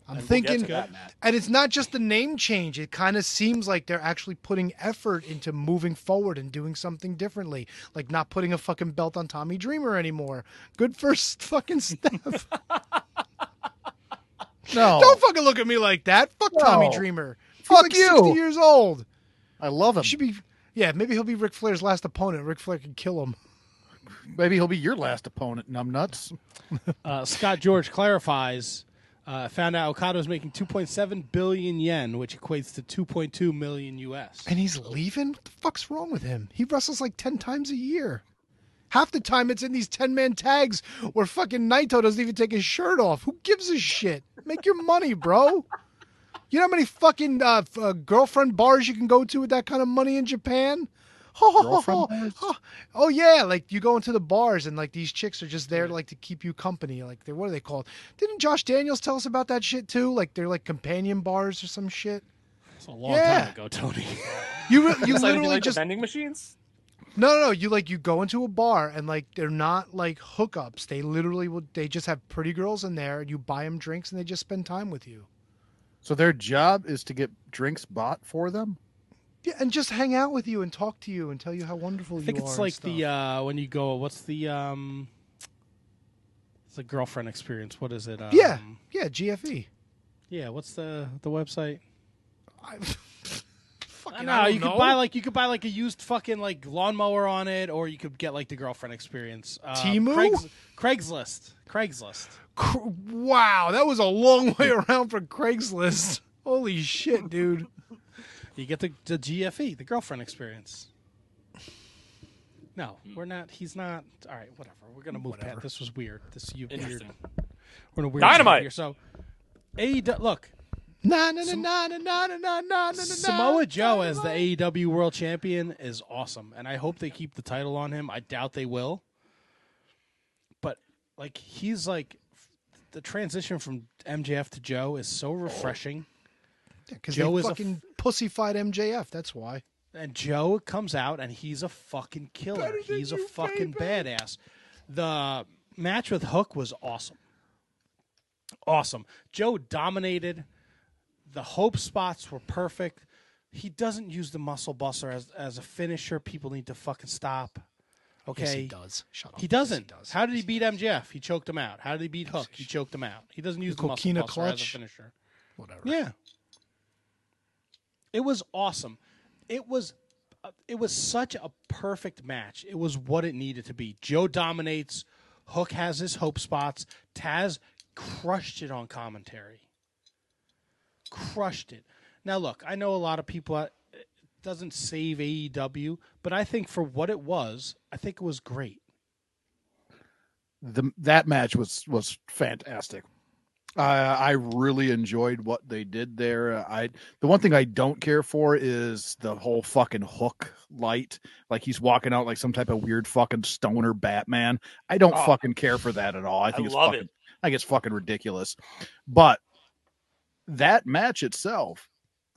I'm And we'll get thinking to that, Matt. and it's not just the name change. It kind of seems like they're actually putting effort into moving forward and doing something differently, like not putting a fucking belt on Tommy Dreamer anymore. Good first [laughs] [laughs] fucking step. No, Don't fucking look at me like that. Fuck Tommy Oh. No. Dreamer. He's Fuck like you. 60 years old. I love him. Should be. Yeah, maybe he'll be Ric Flair's last opponent. Ric Flair can kill him. Maybe he'll be your last opponent, numbnuts. Uh, Scott George clarifies. Uh, found out Okada was making 2.7 billion yen, which equates to 2.2 million US. And he's leaving? What the fuck's wrong with him? He wrestles like 10 times a year. Half the time it's in these 10 man tags where fucking Naito doesn't even take his shirt off. Who gives a shit? Make your money, bro. You know how many fucking uh, f- uh, girlfriend bars you can go to with that kind of money in Japan? [laughs] Ho, ho, ho, ho. Girlfriend Ho. [laughs] Oh yeah, like you go into the bars and like these chicks are just there like to keep you company. Like they what are they called? Didn't Josh Daniels tell us about that shit too? Like they're like companion bars or some shit. It's a long Yeah. time ago, Tony. [laughs] You re- you It's like, literally like the just vending machines. no, no, no. You like you go into a bar and like they're not like hookups. They literally will. They just have pretty girls in there. and You buy them drinks and they just spend time with you. So their job is to get drinks bought for them. Yeah, and just hang out with you and talk to you and tell you how wonderful I think you are. it's and like the stuff. uh, when you go. What's the um? It's a girlfriend experience. What is it? Um, yeah yeah E. GFE. yeah. What's the the website? I, I [laughs] fucking, know I don't you know. could buy like you could buy like a used fucking like lawnmower on it, or you could get like the girlfriend experience. Um, Temu? Craigs- Craigslist. Craigslist. Cr- wow, that was a long way around [laughs] for Craigslist. Holy shit, dude. You get the, the GFE, the girlfriend experience. No, we're not. He's not. All right, whatever. We're gonna move past. This was weird. This you weird. Interesting. We're in a weird Dynamite! zone Here. So, AEW. Look, Na na na na na na na na na na. Samoa Joe as the AEW World Champion is awesome, and I hope they keep the title on him. I doubt they will, but like he's like the transition from MJF to Joe is so refreshing. because Joe they is a fucking pussyfied MJF. That's why. And Joe comes out and he's a fucking killer. He's a fucking badass. The match with Hook was awesome. Awesome. Joe dominated. The hope spots were perfect. He doesn't use the muscle buster as, as a finisher. People need to fucking stop. Okay. Yes, he does. Shut up. He doesn't. Yes, he does. How did he beat MJF? He choked him out. How did he beat Hook? He choked him out. He doesn't use the, muscle coquina buster as a clutch? finisher. Whatever. Yeah. It was awesome. It was uh, it was such a perfect match. It was what it needed to be. Joe dominates, Hook has his hope spots, Taz crushed it on commentary. Crushed it. Now look, I know a lot of people uh, it doesn't save AEW, but I think for what it was, I think it was great. The that match was was fantastic. Uh, I really enjoyed what they did there. Uh, I the one thing I don't care for is the whole fucking hook light. Like he's walking out like some type of weird fucking stoner Batman. I don't Oh. fucking care for that at all. I think it's love fucking, it. I think it's fucking ridiculous. But that match itself,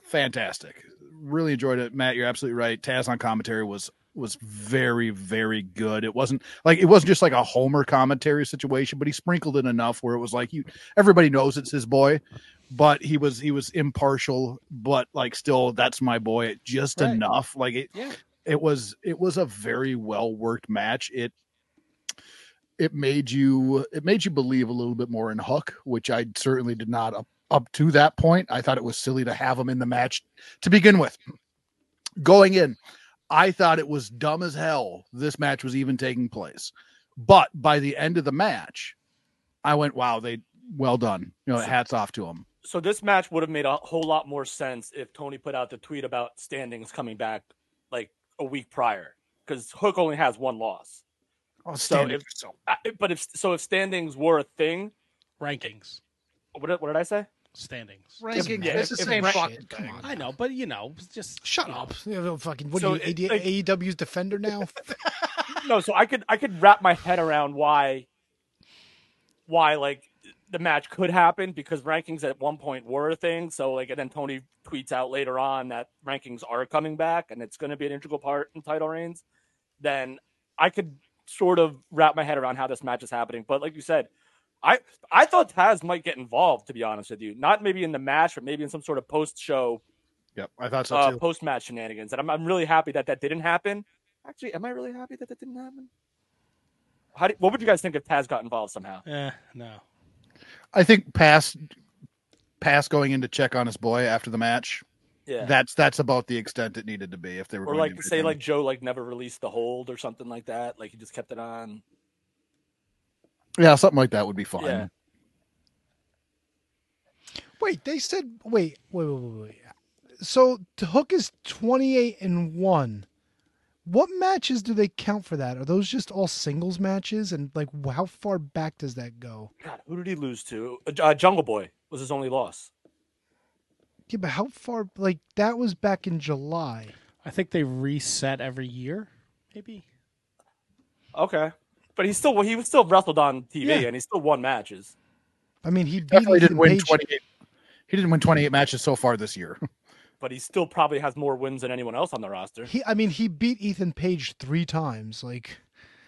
fantastic. Really enjoyed it, Matt. You're absolutely right. Taz on commentary was was very very good. It wasn't like it wasn't just like a Homer commentary situation, but he sprinkled in enough where it was like you everybody knows it's his boy, but he was he was impartial, but like still that's my boy just Right. enough. Like it Yeah. it was it was a very well worked match. It it made you it made you believe a little bit more in Hook, which I certainly did not up, up to that point. I thought it was silly to have him in the match to begin with. Going in, I thought it was dumb as hell this match was even taking place. But by the end of the match, I went, "Wow, they well done." You know, hats off to them. So this match would have made a whole lot more sense if Tony put out the tweet about standings coming back like a week prior, because Hook only has one loss. Oh, So if, I- but if so, if standings were a thing, Rankings, what did, what did I say? standings. Ranking. Yeah, it's the if- same if- fucking shit, thing. Come on. I know, but you know, just Shut you know, up. You know, fucking, what So are you, it- AD, like- AEW's defender now? [laughs] No, so I could I could wrap my head around why why like the match could happen because rankings at one point were a thing. So like and then Tony tweets out later on that rankings are coming back and it's gonna be an integral part in title reigns, then I could sort of wrap my head around how this match is happening. But like you said, I I thought Taz might get involved to be honest with you. Not maybe in the match, but maybe in some sort of post show Yep, I thought so uh, too. post match shenanigans, and I'm, I'm really happy that that didn't happen. Actually, am I really happy that that didn't happen? How do, what would you guys think if Taz got involved somehow? eh, no. I think past past going in to check on his boy after the match. Yeah, That's that's about the extent it needed to be if they were or going like to say like Joe like never released the hold or something like that. Like he just kept it on. yeah something like that would be fine. Yeah. Wait, they said wait, wait, wait, wait, wait. So the Hook is twenty eight and one. What matches do they count for that? Are those just all singles matches? And like, wh- how far back does that go? uh, God, who did he lose to? Uh, Jungle Boy was his only loss. Yeah, but how far? Like that was back in July. I think they reset every year, maybe. Okay, but he still he was still wrestled on TV Yeah. and he still won matches. I mean, he beat Definitely didn't Ethan win Page. twenty eight. He didn't win twenty eight matches so far this [laughs] year. But he still probably has more wins than anyone else on the roster. He, I mean, he beat Ethan Page three times. Like,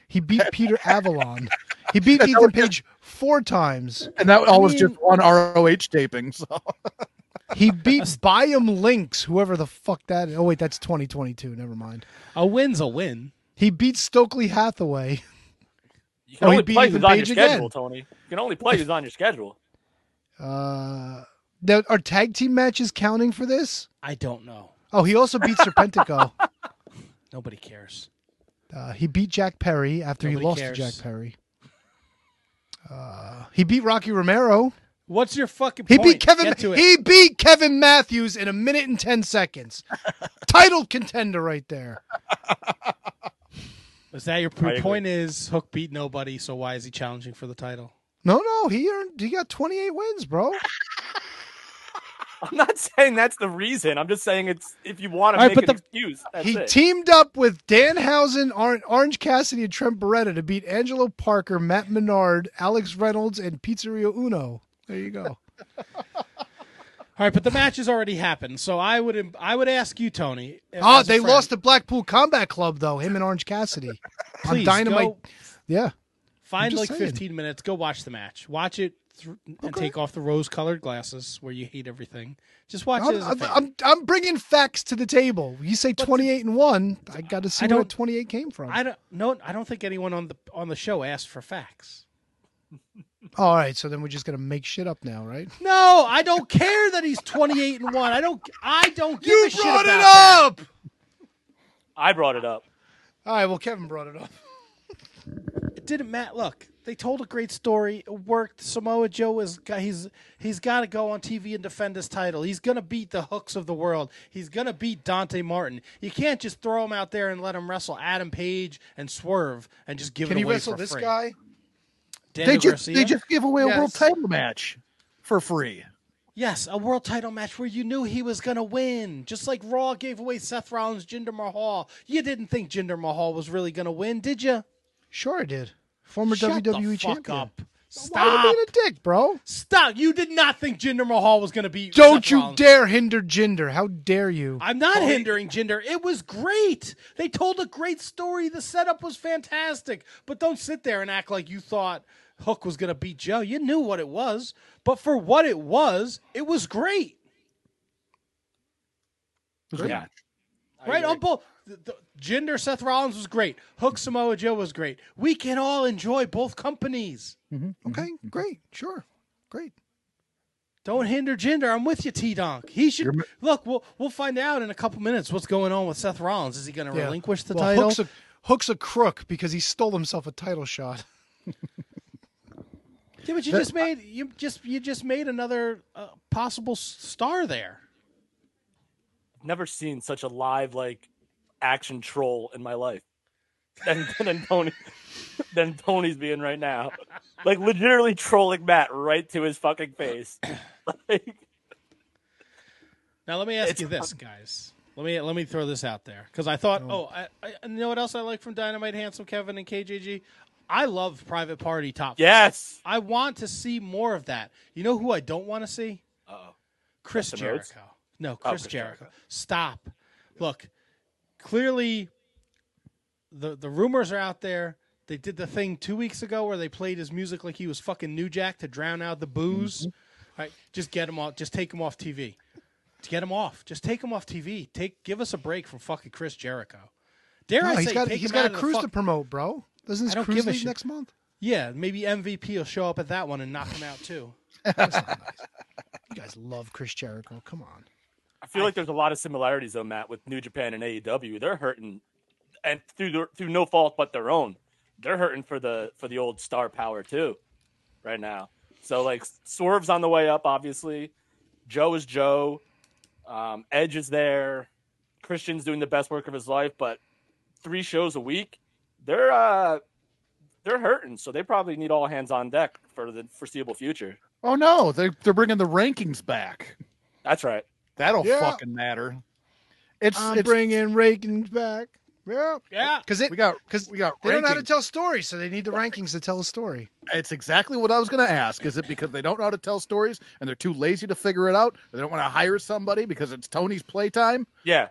he beat Peter Avalon. He beat Ethan Page four times. And that all was mean- just one ROH taping. So He beat [laughs] Byam Links, whoever the fuck that. Oh wait, that's 2022. Never mind. A win's a win. He beat Stokely Hathaway. You can Oh, he only beat play Ethan who's on your Page again. schedule, Tony. You can only play who's on your schedule. Uh, now, are tag team matches counting for this? I don't know. Oh, he also beat Serpentico. Nobody cares. Uh, he beat Jack Perry after he Nobody lost cares. to Jack Perry. Uh, he beat Rocky Romero. What's your fucking He point? beat Kevin. Get to it. He beat Kevin Matthews in a minute and [laughs] ten seconds. Title contender right there. Is that your I agree. your point? Is Hook beat nobody, so why is he challenging for the title? No, no, he earned. He got twenty eight [laughs] wins, bro. I'm not saying that's the reason. I'm just saying it's if you want to All right, make but an the- excuse. That's he it. teamed up with Danhausen, Or- Orange Cassidy, and Trent Beretta to beat Angelo Parker, Matt Menard, Alex Reynolds, and Pizzeria Uno. There you go. All right, but the match has already happened, so I would I would ask you, Tony. if- [laughs] Oh, as a they friend, lost to Blackpool Combat Club though. Him and [laughs] Orange Cassidy on please Dynamite. go Yeah. find just like saying. 15 minutes. Go watch the match. Watch it thr and Okay. take off the rose-colored glasses where you hate everything. Just watch it. I'm, As a I'm, fan. I'm, I'm bringing facts to the table. You say 28 and 1, I got to see I where don't- 28 came from. I don't no. I don't think anyone on the on the show asked for facts. All right, so then we're just going to make shit up now, right? No, I don't care that he's 28 and one. I don't. I don't give a shit about that. up! I brought it up. All right, well, Kevin brought it up. It didn't matter. Look, they told a great story. It worked. Samoa Joe is got- he's he's got to go on TV and defend his title. He's gonna beat the hooks of the world. He's gonna beat Dante Martin. You can't just throw him out there and let him wrestle Adam Page and Swerve and just give Can it he away wrestle for this free. guy? Daniel they just Garcia? they just give away Yes. a world title match for free. Yes, a world title match where you knew he was going to win. Just like Raw gave away Seth Rollins, Jinder Mahal. You didn't think Jinder Mahal was really going to win, did you? Sure, I did. Former Shut WWE the fuck E champion. up. Why are Stop. you being a dick, bro? Stop. You did not think Jinder Mahal was going to be. Don't Seth you Rollins. dare hinder gender. How dare you? I'm not hindering Jinder. It was great. They told a great story. The setup was fantastic. But don't sit there and act like you thought Hook was going to beat Joe. You knew what it was. But for what it was, it was great. Yeah. I right agree. on both. The, the, Jinder Seth Rollins was great. Hook Samoa Joe was great. We can all enjoy both companies. okay, mm-hmm. great. Sure. Great. Don't hinder Jinder. I'm with you, T Donk. He should look. We'll we'll find out in a couple minutes what's going on with Seth Rollins. Is he going to Yeah. relinquish the Well, title? Hook's a, Hook's a crook because he stole himself a title shot. yeah, but you just made you just you just made another uh, possible s- star there. Never seen such a live like action troll in my life. Than [laughs] than Tony than Tony's being right now. Like literally trolling Matt right to his fucking face. Like Now let me ask you this, guys. Let me let me throw this out there because I thought, oh, I, I you know what else I like from Dynamite, Handsome Kevin and KJG. I love Private Party top. yes. I want to see more of that. You know who I don't want to see? Uh-oh. Chris Dustin Rhodes? Jericho. No, Chris, Oh, Chris Jericho. Jericho. Stop. Look, clearly the the rumors are out there. They did the thing two weeks ago where they played his music like he was fucking New Jack to drown out the booze. Mm-hmm. All right, just get him off. Just take him off TV. Just get him off. Just take him off TV. Take give us a break from fucking Chris Jericho. [laughs] Dare No, I he's say, got take he's him got out a of the cruise fuck- to promote, bro. Doesn't I his don't cruise give a leave shit. next month? Yeah, maybe MVP will show up at that one and knock him out too. You guys love Chris Jericho. Come on. I feel like there's a lot of similarities though, Matt, with New Japan and AEW. They're hurting and through their, through no fault but their own. They're hurting for the for the old star power too right now. So like Swerve's on the way up, obviously. Joe is Joe. Um, Edge is there. Christian's doing the best work of his life, but three shows a week, they're uh they're hurting, so they probably need all hands on deck for the foreseeable future. Oh no, they they're bringing the rankings back. That's right. That'll Yeah. Um, fucking matter. It's, Um, I'm it's bringing Rakins back. Yeah, Yeah. because it we got because we got they don't know how to rankings. tell stories, so they need the rankings to tell a story. It's exactly what I was going to ask. Is it because they don't know how to tell stories and they're too lazy to figure it out? Or they don't want to hire somebody because it's Tony's playtime? Yeah.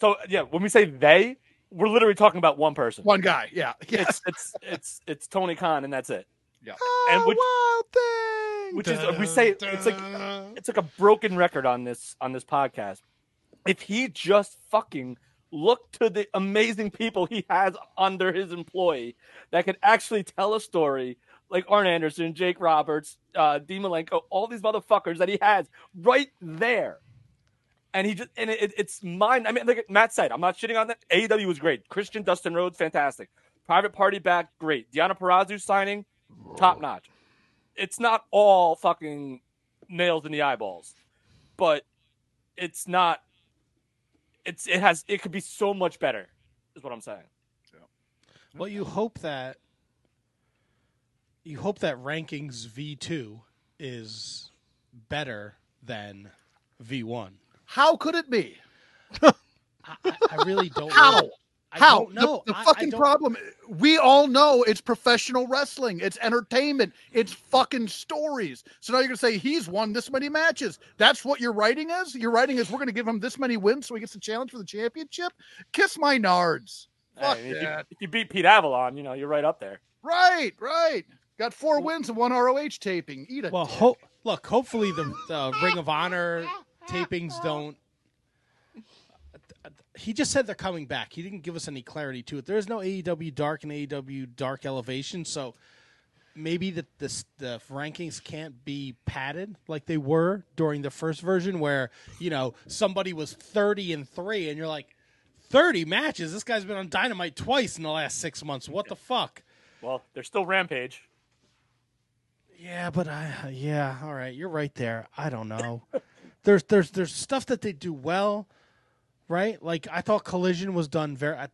So yeah, when we say they, we're literally talking about one person. One guy. Yeah. [laughs] Yes. It's it's it's it's Tony Khan and that's it. Oh, Ah, And which- wild thing. Which is we say it's like uh, it's like a broken record on this on this podcast. If he just fucking looked to the amazing people he has under his employ that could actually tell a story like Arn Anderson, Jake Roberts, uh, D. Malenko, all these motherfuckers that he has right there. And he just and it, it's mine. I mean, like Matt said, I'm not shitting on that. AEW was great. Christian Dustin Rhodes, fantastic. Private Party back, great. Deanna Perazu signing, top notch. It's not all fucking nails in the eyeballs, but it's not. It's it has it could be so much better, is what I'm saying. Well, you hope that you hope that rankings V two is better than V one. How could it be? I really don't. How? Know. I How? don't know. The, the I- I fucking don't- problem. We all know it's professional wrestling. It's entertainment. It's fucking stories. So now you're gonna say he's won this many matches. That's what your writing is. Your writing is we're gonna give him this many wins so he gets a challenge for the championship. Kiss my nards. Fuck Hey, if, you, that. if you beat Pete Avalon, you know you're right up there. Right. Right. Got four wins and one ROH taping. Eat it. Well, ho- look. Hopefully, the, the Ring of Honor tapings don't. He just said they're coming back. He didn't give us any clarity to it. There is no AEW Dark and AEW Dark Elevation, so maybe the, the s- the rankings can't be padded like they were during the first version, where you know somebody was thirty and three, and you're like, thirty matches. This guy's been on Dynamite twice in the last six months. What the fuck? Well, there's still Rampage. Yeah, but I yeah, all right, you're right there. I don't know. [laughs] there's there's there's stuff that they do well, right? Like I thought Collision was done very. I,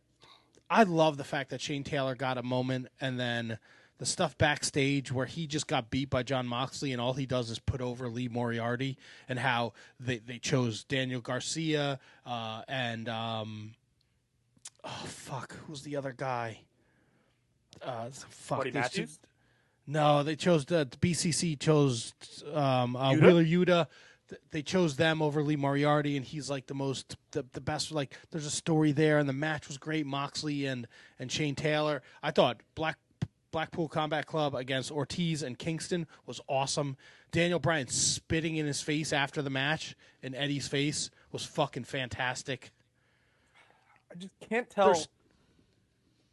I love the fact that Shane Taylor got a moment, and then the stuff backstage where he just got beat by John Moxley, and all he does is put over Lee Moriarty, and how they they chose Daniel Garcia uh, and um, oh fuck, who's the other guy? Uh, fuck, Buddy there's two- Matthews? no, they chose the BCC chose um, uh, Yuta? Wheeler Yuta. Th- They chose them over Lee Moriarty, and he's like the most the, the best. Like there's a story there, and the match was great. Moxley and and Shane Taylor. I thought Black Blackpool Combat Club against Ortiz and Kingston was awesome. Daniel Bryan spitting in his face after the match in Eddie's face was fucking fantastic. I just can't tell. There's-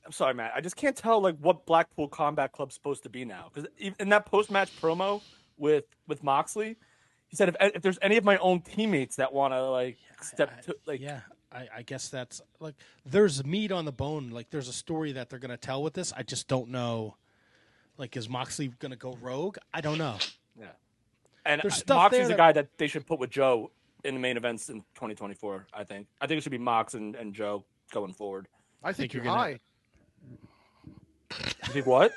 I'm sorry, Matt. I just can't tell like what Blackpool Combat Club's supposed to be now. Because in that post-match promo with with Moxley, he said if if there's any of my own teammates that want to like step to like yeah I, I guess that's like there's meat on the bone like there's a story that they're gonna tell with this i just don't know like is moxley gonna go rogue i don't know and there's I- stuff Moxley's there a that- guy that they should put with Joe in the main events in 2024. I think. I think it should be Mox and, and Joe going forward. I think, you're you're, gonna- high. You think what?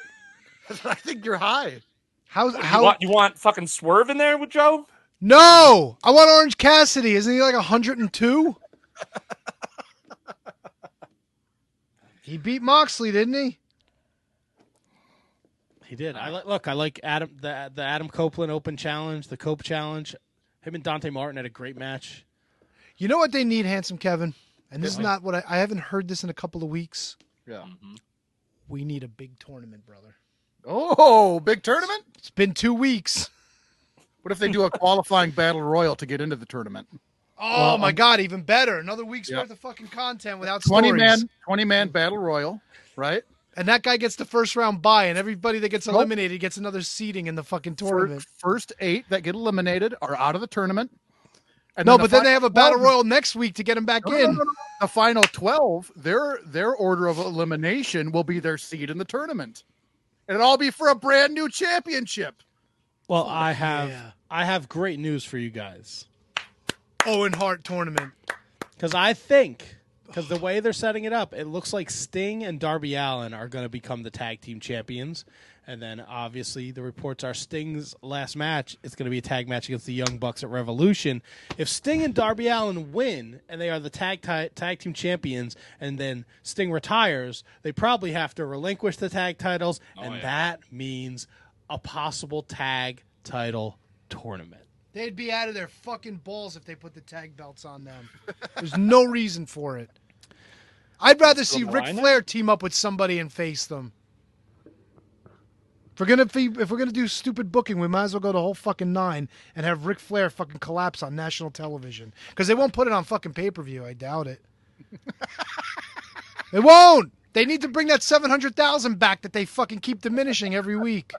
I think you're high. How? How... How? You, want, you want fucking swerve in there with Joe? no, I want Orange Cassidy. Isn't he like 102? he beat Moxley, didn't he? he did i li- look i like adam the, the adam copeland open challenge the cope challenge him and dante martin had a great match You know what they need, handsome Kevin. And this is not what I, I haven't heard this in a couple of weeks. Yeah. Mm-hmm. We need a big tournament, brother. Oh, big tournament. It's been two weeks. What if they do a qualifying battle royal to get into the tournament? Oh my God! Even better, another week's Yeah. worth of fucking content without 20 stories. man 20 man battle royal, right? And that guy gets the first round bye, and everybody that gets Nope. eliminated gets another seeding in the fucking tournament. First, first eight that get eliminated are out of the tournament. And no, the but then they fi- have a battle No, royal next week to get him back no, no, in. no, no, no. The final 12, their their order of elimination will be their seed in the tournament. It'll all be for a brand new championship. well i have yeah. i have great news for you guys Owen Hart tournament. because i think Because the way they're setting it up, it looks like Sting and Darby Allen are going to become the tag team champions. And then obviously the reports are Sting's last match. It's going to be a tag match against the Young Bucks at Revolution. If Sting and Darby Allen win and they are the tag ti- tag team champions, and then Sting retires, they probably have to relinquish the tag titles, and yeah. that means a possible tag title tournament. They'd be out of their fucking balls if they put the tag belts on them. There's no reason for it. I'd rather see Ric lineup? Flair team up with somebody and face them. If we're gonna be, if we're gonna do stupid booking, we might as well go the whole fucking nine and have Ric Flair fucking collapse on national television because they won't put it on fucking pay per view. I doubt it. they won't. They need to bring that seven hundred thousand back that they fucking keep diminishing every week.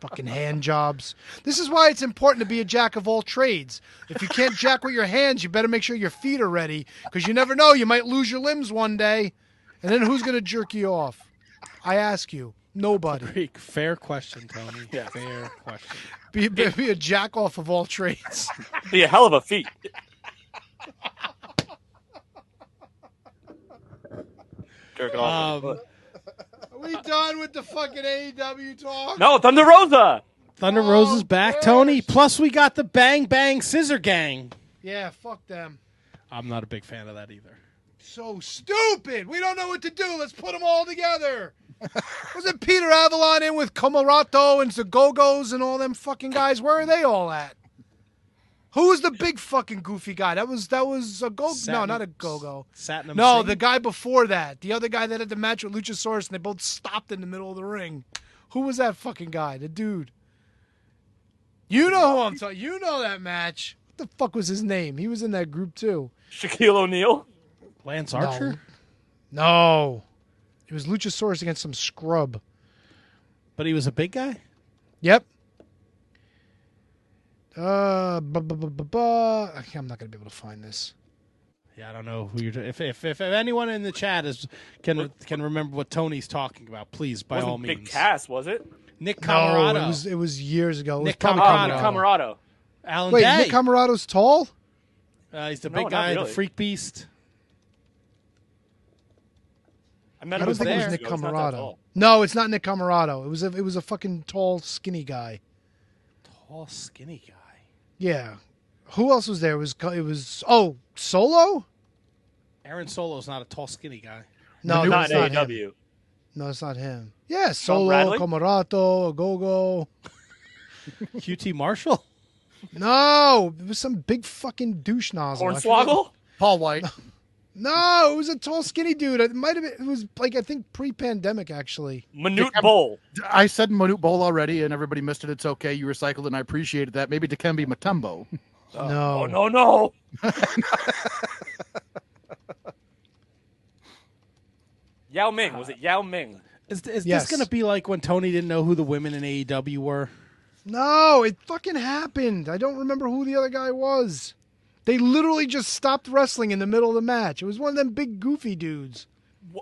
fucking hand jobs. This is why it's important to be a jack of all trades. If you can't jack with your hands, you better make sure your feet are ready because you never know. You might lose your limbs one day, and then who's gonna jerk you off? I ask you. Nobody. Greek, fair question, Tony. Fair question. Be, be, be a jack off of all trades. [laughs] Be a hell of a feat. Jerking off. Um, Are we done with the fucking AEW talk? no, Thunder Rosa. Thunder Oh, Rose is back, yes. Tony. Plus, we got the Bang Bang Scissor Gang. Yeah, fuck them. I'm not a big fan of that either. So stupid. We don't know what to do. Let's put them all together. [laughs] Wasn't Peter Avalon in with Comarato and the Go-Go's and all them fucking guys? Where are they all at? Who was the big fucking goofy guy? That was that was a go. No, Satnam- not a go-go. Satnam No, Singh? the guy before that, the other guy that had the match with Luchasaurus, and they both stopped in the middle of the ring. Who was that fucking guy? The dude. You know who I'm talking. You know that match. What the fuck was his name? He was in that group too. Shaquille O'Neal. Lance Archer. No, it was Luchasaurus against some scrub. But he was a big guy. Yep. Uh, bu- bu- bu- bu- bu- okay, I'm not gonna be able to find this. Yeah, I don't know who you're. If if, if anyone in the chat is can can remember what Tony's talking about, please by Wasn't all Big means. Cass, was it? Nick No, Camarado, it was it was years ago. It was Nick probably Oh, Camarado. Nick Camarado. Camarado. Alan Wait, Day. Nick Camarado's tall. uh, he's the No, big not guy, the really. freak beast. I I met him don't was think it was there. Nick It's not that Camarado. tall. No, it's not Nick Camarado. It was a it was a fucking tall, skinny guy. Tall, skinny guy. Yeah. Who else was there? It was it was oh Solo? Aaron Solo's not a tall, skinny guy. No, Not E that's not him. AEW. No, it's not him. Yeah, Solo, Bradley? Camarato, Gogo. QT Marshall. [laughs] No, it was some big fucking douche nozzle. I forget- Hornswoggle. Paul [laughs] White. No, it was a tall, skinny dude. It might have been. It was like I think pre-pandemic actually. Minute Bowl. I said Manute Bowl already, and everybody missed it. It's okay. You recycled, it and I appreciated that. Maybe Dikembe Mutombo. no. Oh [laughs] no no. Yao Ming was it Yao Ming? Is, is Yes. this going to be like when Tony didn't know who the women in AEW were? No, it fucking happened. I don't remember who the other guy was. They literally just stopped wrestling in the middle of the match. It was one of them big goofy dudes.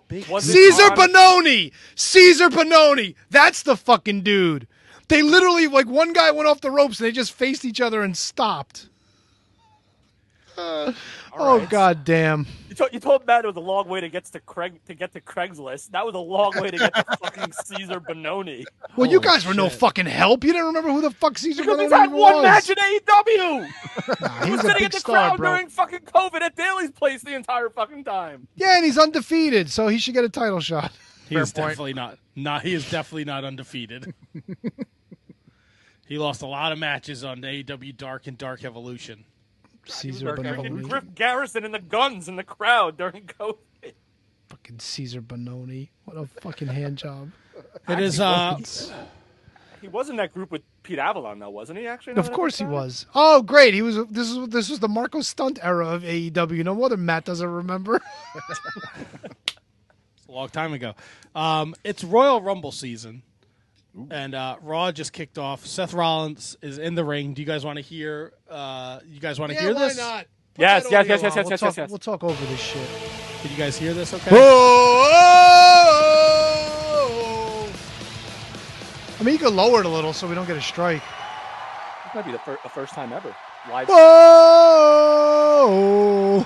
Big Was it Caesar Von- Bononi! Caesar Bononi! That's the fucking dude. They literally, like, one guy went off the ropes and they just faced each other and stopped. Uh, oh, god damn. You told, you told Matt it was a long way to get to Craig to get to Craigslist. That was a long way to [laughs] get to fucking Caesar Benoni. Well, you Holy guys were no shit. fucking help. You didn't remember who the fuck Caesar Because Bononi he's had even one was. match in AEW. Nah, He he was was Ah, a sitting at big the star, crowd bro. during fucking COVID at Daly's place the entire fucking time. Yeah, and he's undefeated, so he should get a title shot. He is definitely not. Not he is definitely not undefeated. he lost a lot of matches on AEW Dark and Dark Evolution. [laughs] Caesar Freaking Bononi. Griff Garrison and the guns in the crowd during [laughs] COVID. Fucking Caesar Bononi. What a fucking hand job. It is uh, He was in that group with Pete Avalon though, wasn't he? Actually, now Of that I course he think about it? was. Oh, great. He was. This is this was the Marco Stunt era of AEW. No wonder Matt doesn't remember. a long time ago. Um, it's Royal Rumble season, and uh, Raw just kicked off. Seth Rollins is in the ring. Do you guys want to hear? Uh, you guys want to hear this? Put [laughs] Yes, that yes, audio on. yes, yes, yes, we'll yes, talk, yes, yes. We'll talk over this shit. Did you guys hear this? Okay. I mean, you can lower it a little so we don't get a strike. This might be the fir- a first time Oh. ever live. Whoa!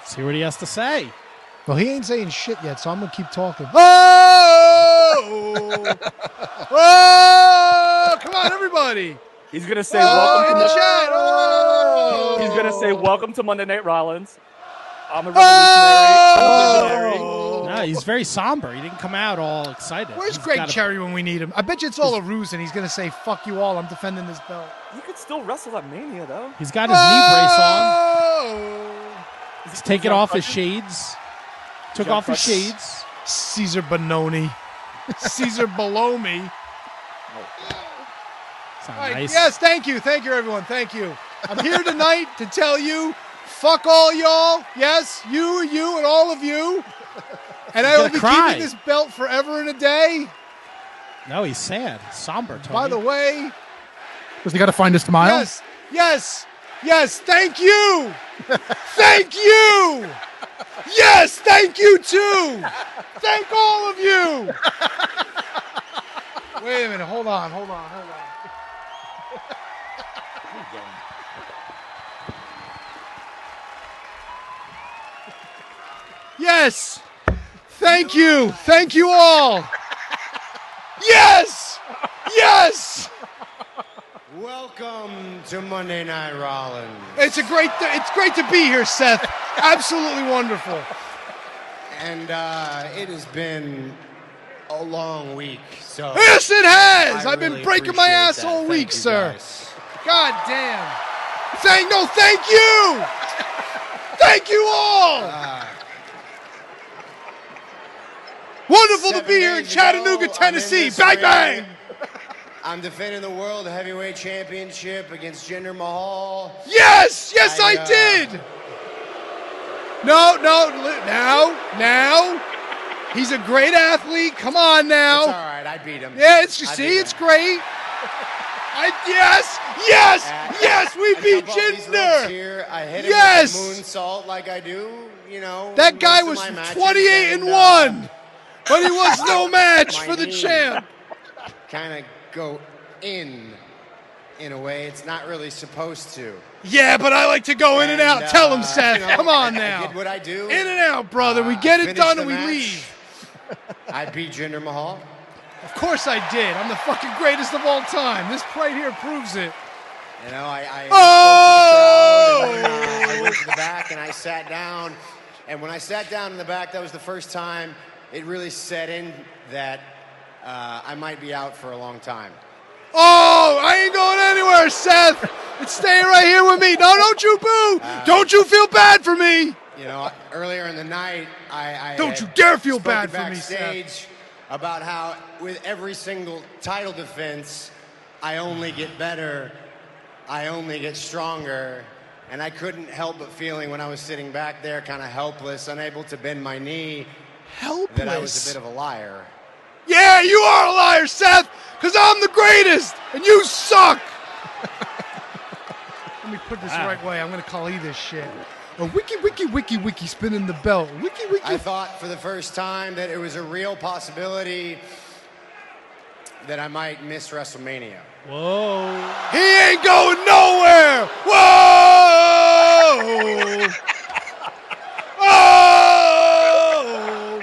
Let's hear what he has to say. Well, he ain't saying shit yet, so I'm gonna keep talking. Oh! oh! Come on, everybody! He's gonna say Oh, in welcome. the To chat! Oh! He's gonna say welcome to Monday Night Rollins. I'm a revolutionary. Oh! I'm a visionary. No, he's very somber. He didn't come out all excited. Where's He's Greg got a- Cherry when we need him? I bet you it's all a ruse, and he's gonna say, "Fuck you all! I'm defending this belt." He could still wrestle at Mania though. He's got his knee brace on. Is He's he taking John off his Crutcher? shades. Took John off his Crutcher. shades. Caesar Bononi, [laughs] Caesar below me. Sound All right, nice. Yes, thank you. Thank you, everyone. Thank you. I'm here tonight to tell you, fuck all y'all. Yes, you, you, and all of you. And I gonna will be cry. keeping this belt forever and a day. No, he's sad. Somber, Tony. By the way, Because you got to find a smile. yes, yes, yes, thank [laughs] you. thank you. Yes, thank you too. Thank all of you. [laughs] Wait a minute. Hold on, hold on, hold on. [laughs] Yes. Thank you. Thank you [laughs] all. Yes. Yes. Welcome to Monday Night Rollins. It's a great. It's great to be here, Seth. Absolutely wonderful. And uh, it has been a long week, so. Yes, it has. I I've been really breaking my appreciate ass that. all Thank week, you sir. guys. God damn. Thank no. Thank you. thank you all. Ah. wonderful to Seven be here in days ago, I'm Chattanooga, in Tennessee. this Bang ring. bang. I'm defending the World Heavyweight Championship against Jinder Mahal. Yes, yes, I, I, uh, did. No, no, li- now, now. He's a great athlete. Come on now. It's all right, I beat him. Yeah, it's you I see, beat it's him. great. [laughs] I yes, yes, Uh, yes, we I beat jump off these ropes Jinder. here, I hit him Yes. with a moonsault like I do, you know. That guy was most of my matches, 28 and and, uh, one, but he was [laughs] no match my for the knee. champ. kind of go in in a way it's not really supposed to. Yeah, but I like to go in and out. uh, Tell him, you Seth. know, Come on I- now. I did what I do. In and out, brother. We Uh, get it finished done the and we match. leave. [laughs] I beat Jinder Mahal. Of course I did. I'm the fucking greatest of all time. This right here proves it. You know, I, I Oh! spoke to the crowd, and then, uh, I went to the back and I sat down. And when I sat down in the back, that was the first time it really set in that uh, I might be out for a long time. Oh, I ain't going anywhere, Seth. It's staying right here with me. No, don't you boo. Ah. Don't you feel bad for me. You know, earlier in the night, I, I Don't had you dare feel bad spoken for me, Seth. backstage about how with every single title defense, I only get better, I only get stronger, and I couldn't help but feeling when I was sitting back there, kind of helpless, unable to bend my knee, Helpless. that I was a bit of a liar. Yeah, you are a liar, Seth, because I'm the greatest and you suck. [laughs] Let me put this the right way. I'm going to call you this shit. A wiki, wiki, wiki, wiki spinning the belt. Wiki, wiki. I thought for the first time that it was a real possibility that I might miss WrestleMania. Whoa. he ain't going nowhere. Whoa. oh.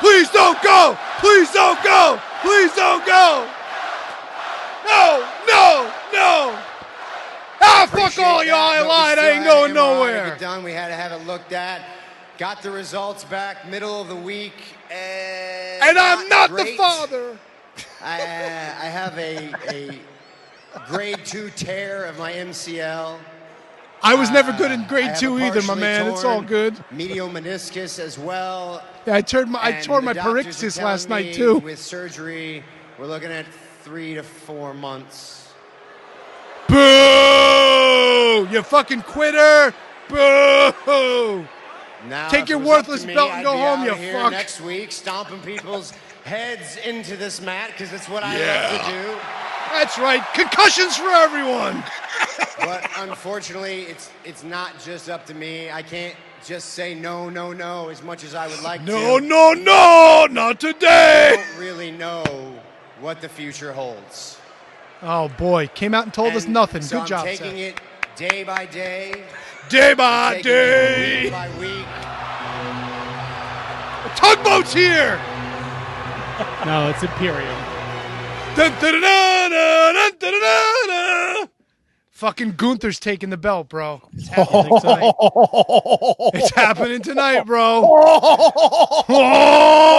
Please don't go. Please don't go. Please don't go. No, no, no. Ah, fuck Appreciate all that, y'all. I but we lied. still I ain't had going an MRI to nowhere. get done. We had to have it looked at. Got the results back middle of the week. And, And I'm not the great. father. [laughs] I, I have a, a grade two tear of my MCL. I was never good in I grade have two a either, my partially man. It's all torn good. Medial meniscus as well. Yeah, I turned my, I And tore the my doctors are pariccus telling last night me too. With surgery, we're looking at three to four months. Boo! You fucking quitter! Boo! Now, Take if your it was up to worthless me, belt and I'd go be home, out you here fuck. Next week, stomping people's heads into this mat because it's what I love to do. That's right, concussions for everyone. But unfortunately, it's it's not just up to me. I can't just say no, no, no as much as I would like No, to. no, no, not I today. don't really know what the future holds. Oh boy, came out and told us And nothing. So good I'm job, taking Seth. it day by day, Day by taking it day. week by week. Tugboat's here. [laughs] No, it's Imperium. Dun, dun, dun, dun, dun, dun, dun, dun, dun. Fucking Gunther's taking the belt, bro. It's happening [laughs] tonight. Oh, It's happening tonight, [laughs] bro. yeah.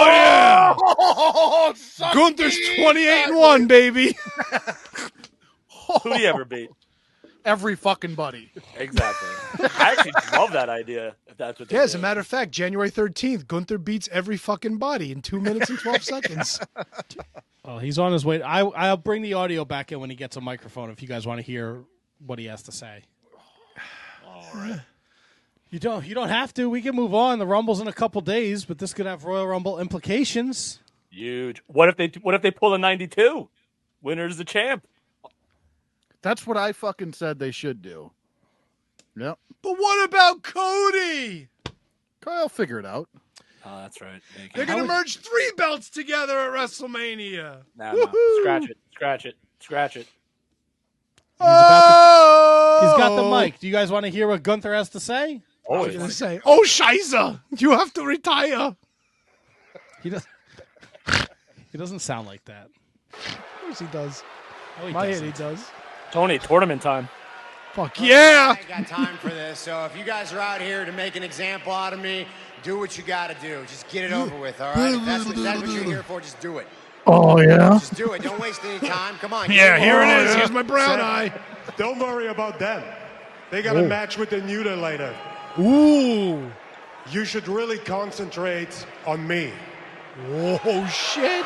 yeah. Oh, [laughs] Gunther's 28 and 1, baby. Who do you ever beat? Every fucking buddy. [laughs] Exactly. I actually love that idea. If that's what. they Yeah, as a do. matter of fact, January 13th, Gunther beats every fucking body in 2 minutes and [laughs] 12 seconds. Well, he's on his way. I I'll bring the audio back in when he gets a microphone if you guys want to hear what he has to say. All right. You don't you don't have to. We can move on. The Rumble's in a couple days, but this could have Royal Rumble implications. Huge. What if they? What if they pull a ninety-two? Winner's the champ. That's what I fucking said they should do. Yep. but what about Cody? Kyle, figure it out. Oh, that's right. They're going to merge three belts together at WrestleMania. Nah, nah. Scratch it. Scratch it. Scratch it. He's, about to, he's got the Oh. mic. Do you guys want to hear what Gunther has to say? I was going to say, oh, Scheiße, you have to retire. He does. [laughs] he doesn't sound like that. Of course he does. Oh, he My head, doesn't. he does. Tony, tournament time. Fuck yeah. I ain't got time for this. So if you guys are out here to make an example out of me, do what you got to do. Just get it over with, all right? If that's what, that's what you're here for, just do it. Oh yeah. Just do it. Don't waste any time. Come on. Yeah, get here over it is. Here's my brown eye. Don't worry about them. They got a match with the New Day later. Ooh. You should really concentrate on me. Oh, shit.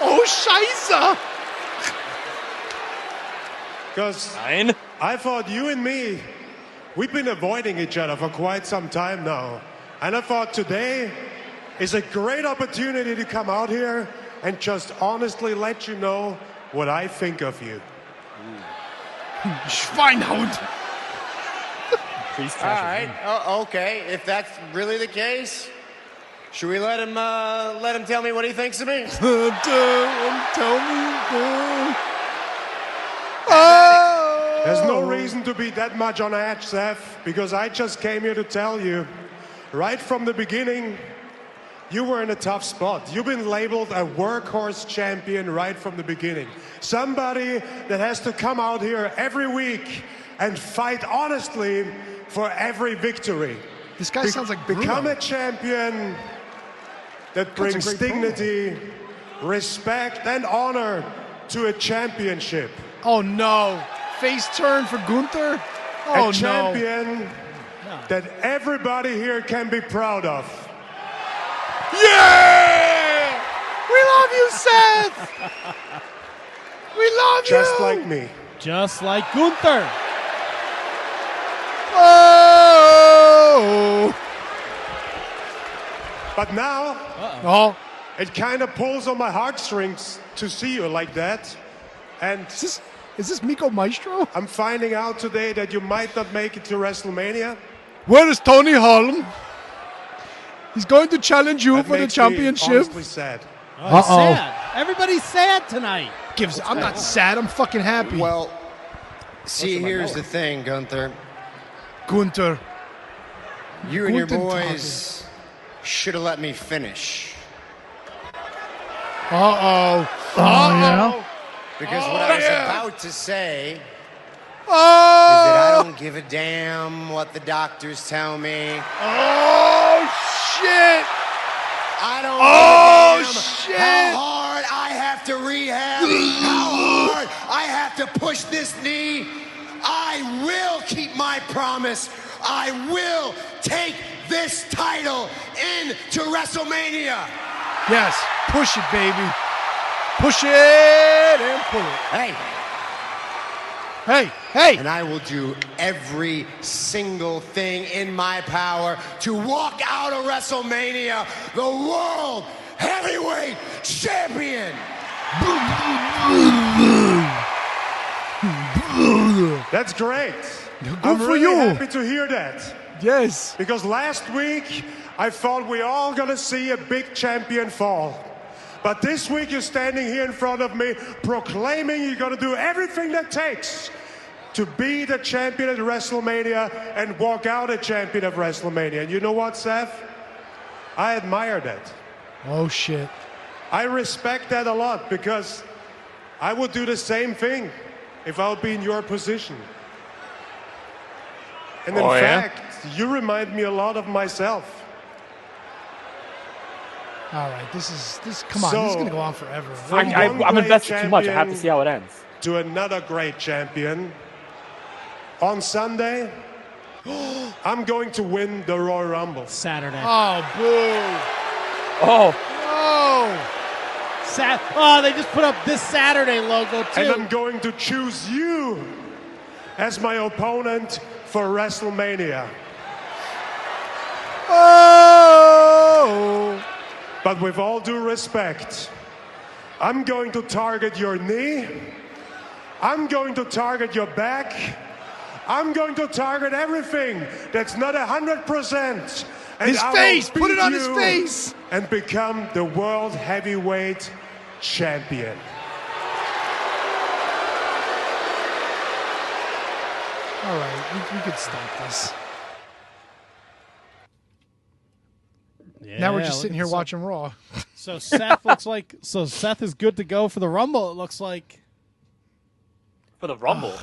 Oh, Scheiße. Because Nine. I thought you and me, we've been avoiding each other for quite some time now. And I thought today is a great opportunity to come out here and just honestly let you know what I think of you. Schweinhound. Priest All right. Oh, okay. If that's really the case, should we let him uh, let him tell me what he thinks of me? Tell me. Oh. There's no reason to be that much on edge, Seth, because I just came here to tell you right from the beginning, you were in a tough spot. You've been labeled a workhorse champion right from the beginning. Somebody that has to come out here every week and fight honestly for every victory. This guy Be- sounds like Bruno. become a champion that brings great Bruno. dignity, respect, and honor to a championship. Oh no! Face turn for Gunther. a Oh no! champion that everybody here can be proud of. Yeah! We love you, Seth. we love you. Just like me. Just like Gunther. Oh. But now Oh. it kind of pulls on my heartstrings to see you like that. And Is this is this Miko Maestro? I'm finding out today that you might not make it to WrestleMania. Where is Tony Holm? He's going to challenge you That for the makes me championship. honestly sad. Oh, he's Uh-oh. sad. Everybody's sad tonight. Gives. I'm not sad. I'm fucking happy. Well, see, here's the thing, Gunther. Gunther. You and your Guten Tag. boys should have let me finish. Uh oh. Oh yeah. Because what I was about to say is that I Oh. don't give a damn what the doctors tell me. Oh shit. I don't Oh, give a damn shit. how hard I have to rehab, how hard I have to push this knee. I will keep my promise. I will take this title into WrestleMania. Yes, push it, baby. Push it and pull it. Hey, Hey, hey. and I will do every single thing in my power to walk out of WrestleMania the world heavyweight champion. That's great. Good I'm for really you. happy to hear that. [laughs] Yes. Because last week, I thought we all gonna see a big champion fall. But this week, you're standing here in front of me proclaiming you're gonna do everything that takes to be the champion at WrestleMania and walk out a champion of WrestleMania. And you know what, Seth? I admire that. Oh shit. I respect that a lot because I would do the same thing if I would be in your position. And in Oh, yeah? fact, you remind me a lot of myself. All right, this is this. Come on, this is So- gonna go on forever. From I, one am great invested too much. I have to champion see how it ends. To another great champion. On Sunday, [gasps] I'm going to win the Royal Rumble. Saturday. Oh boo! Oh, Oh, Sat- oh, they just put up this Saturday logo too. And I'm going to choose you as my opponent for WrestleMania. oh! But with all due respect, I'm going to target your knee. I'm going to target your back. I'm going to target everything that's not 100%. And His I will face! Put it beat on his you face! And become the world heavyweight champion. All right, we, we could stop this. Yeah, now we're just sitting here look at watching Raw. So so Seth looks like so Seth is good to go for the Rumble. It looks like. for the Rumble.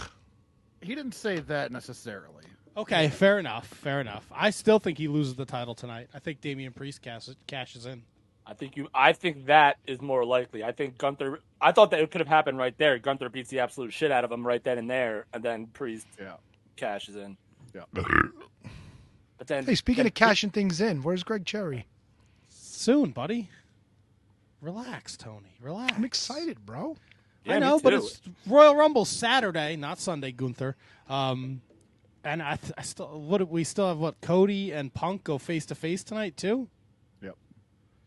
He didn't say that necessarily. Okay, fair enough. Fair enough. I still think he loses the title tonight. I think Damian Priest cash, cashes in. I think you. I think that is more likely. I think Gunther. I thought that it [sighs] could have happened right there. Gunther beats the absolute shit out of him right then and there, and then Priest Yeah. cashes in. Yeah. [laughs] But then, Hey, speaking then of cashing things in, where's Greg Cherry? Soon, buddy. Relax, Tony. Relax. I'm excited, bro. Yeah, I me know, but too. it's Royal Rumble Saturday, not Sunday, Gunther. Um, and I, th- I still what we still have what Cody and Punk go face to face tonight too. Yep.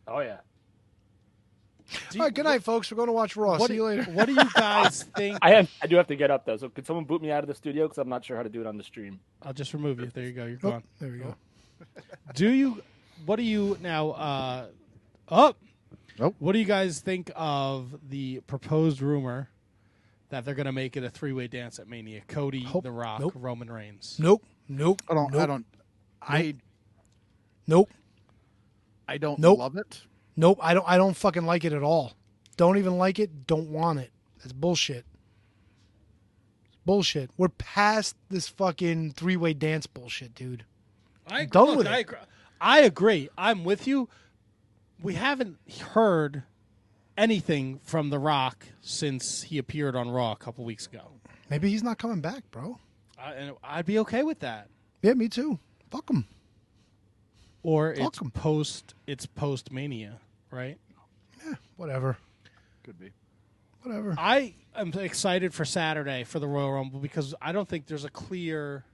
oh yeah, Do All you- right, good night, folks. We're going to watch Raw. What See do- you later. What do [laughs] you guys think? I have. I do have to get up though. So could someone boot me out of the studio because I'm not sure how to do it on the stream. I'll just remove you. There you go. You're Oh, gone. there we go. Do you? What do you now? Uh, up. Nope. What do you guys think of the proposed rumor that they're going to make it a three-way dance at Mania? Cody, Hope- The Rock, nope. Roman Reigns. Nope, nope, I don't. I Nope. don't. I nope, I don't Nope. love it. nope. I don't. I don't fucking like it at all. Don't even like it. Don't want it. That's bullshit. It's bullshit. We're past this fucking three-way dance bullshit, dude. I done with I it. agree. I agree. I'm with you. We haven't heard anything from The Rock since he appeared on Raw a couple weeks ago, Maybe he's not coming back, bro. I, and I'd be okay with that. Yeah, me too. Fuck him. Or it's Fuck 'em. post. It's post Mania, right? Whatever. Could be. Whatever. I am excited for Saturday for the Royal Rumble because I don't think there's a clear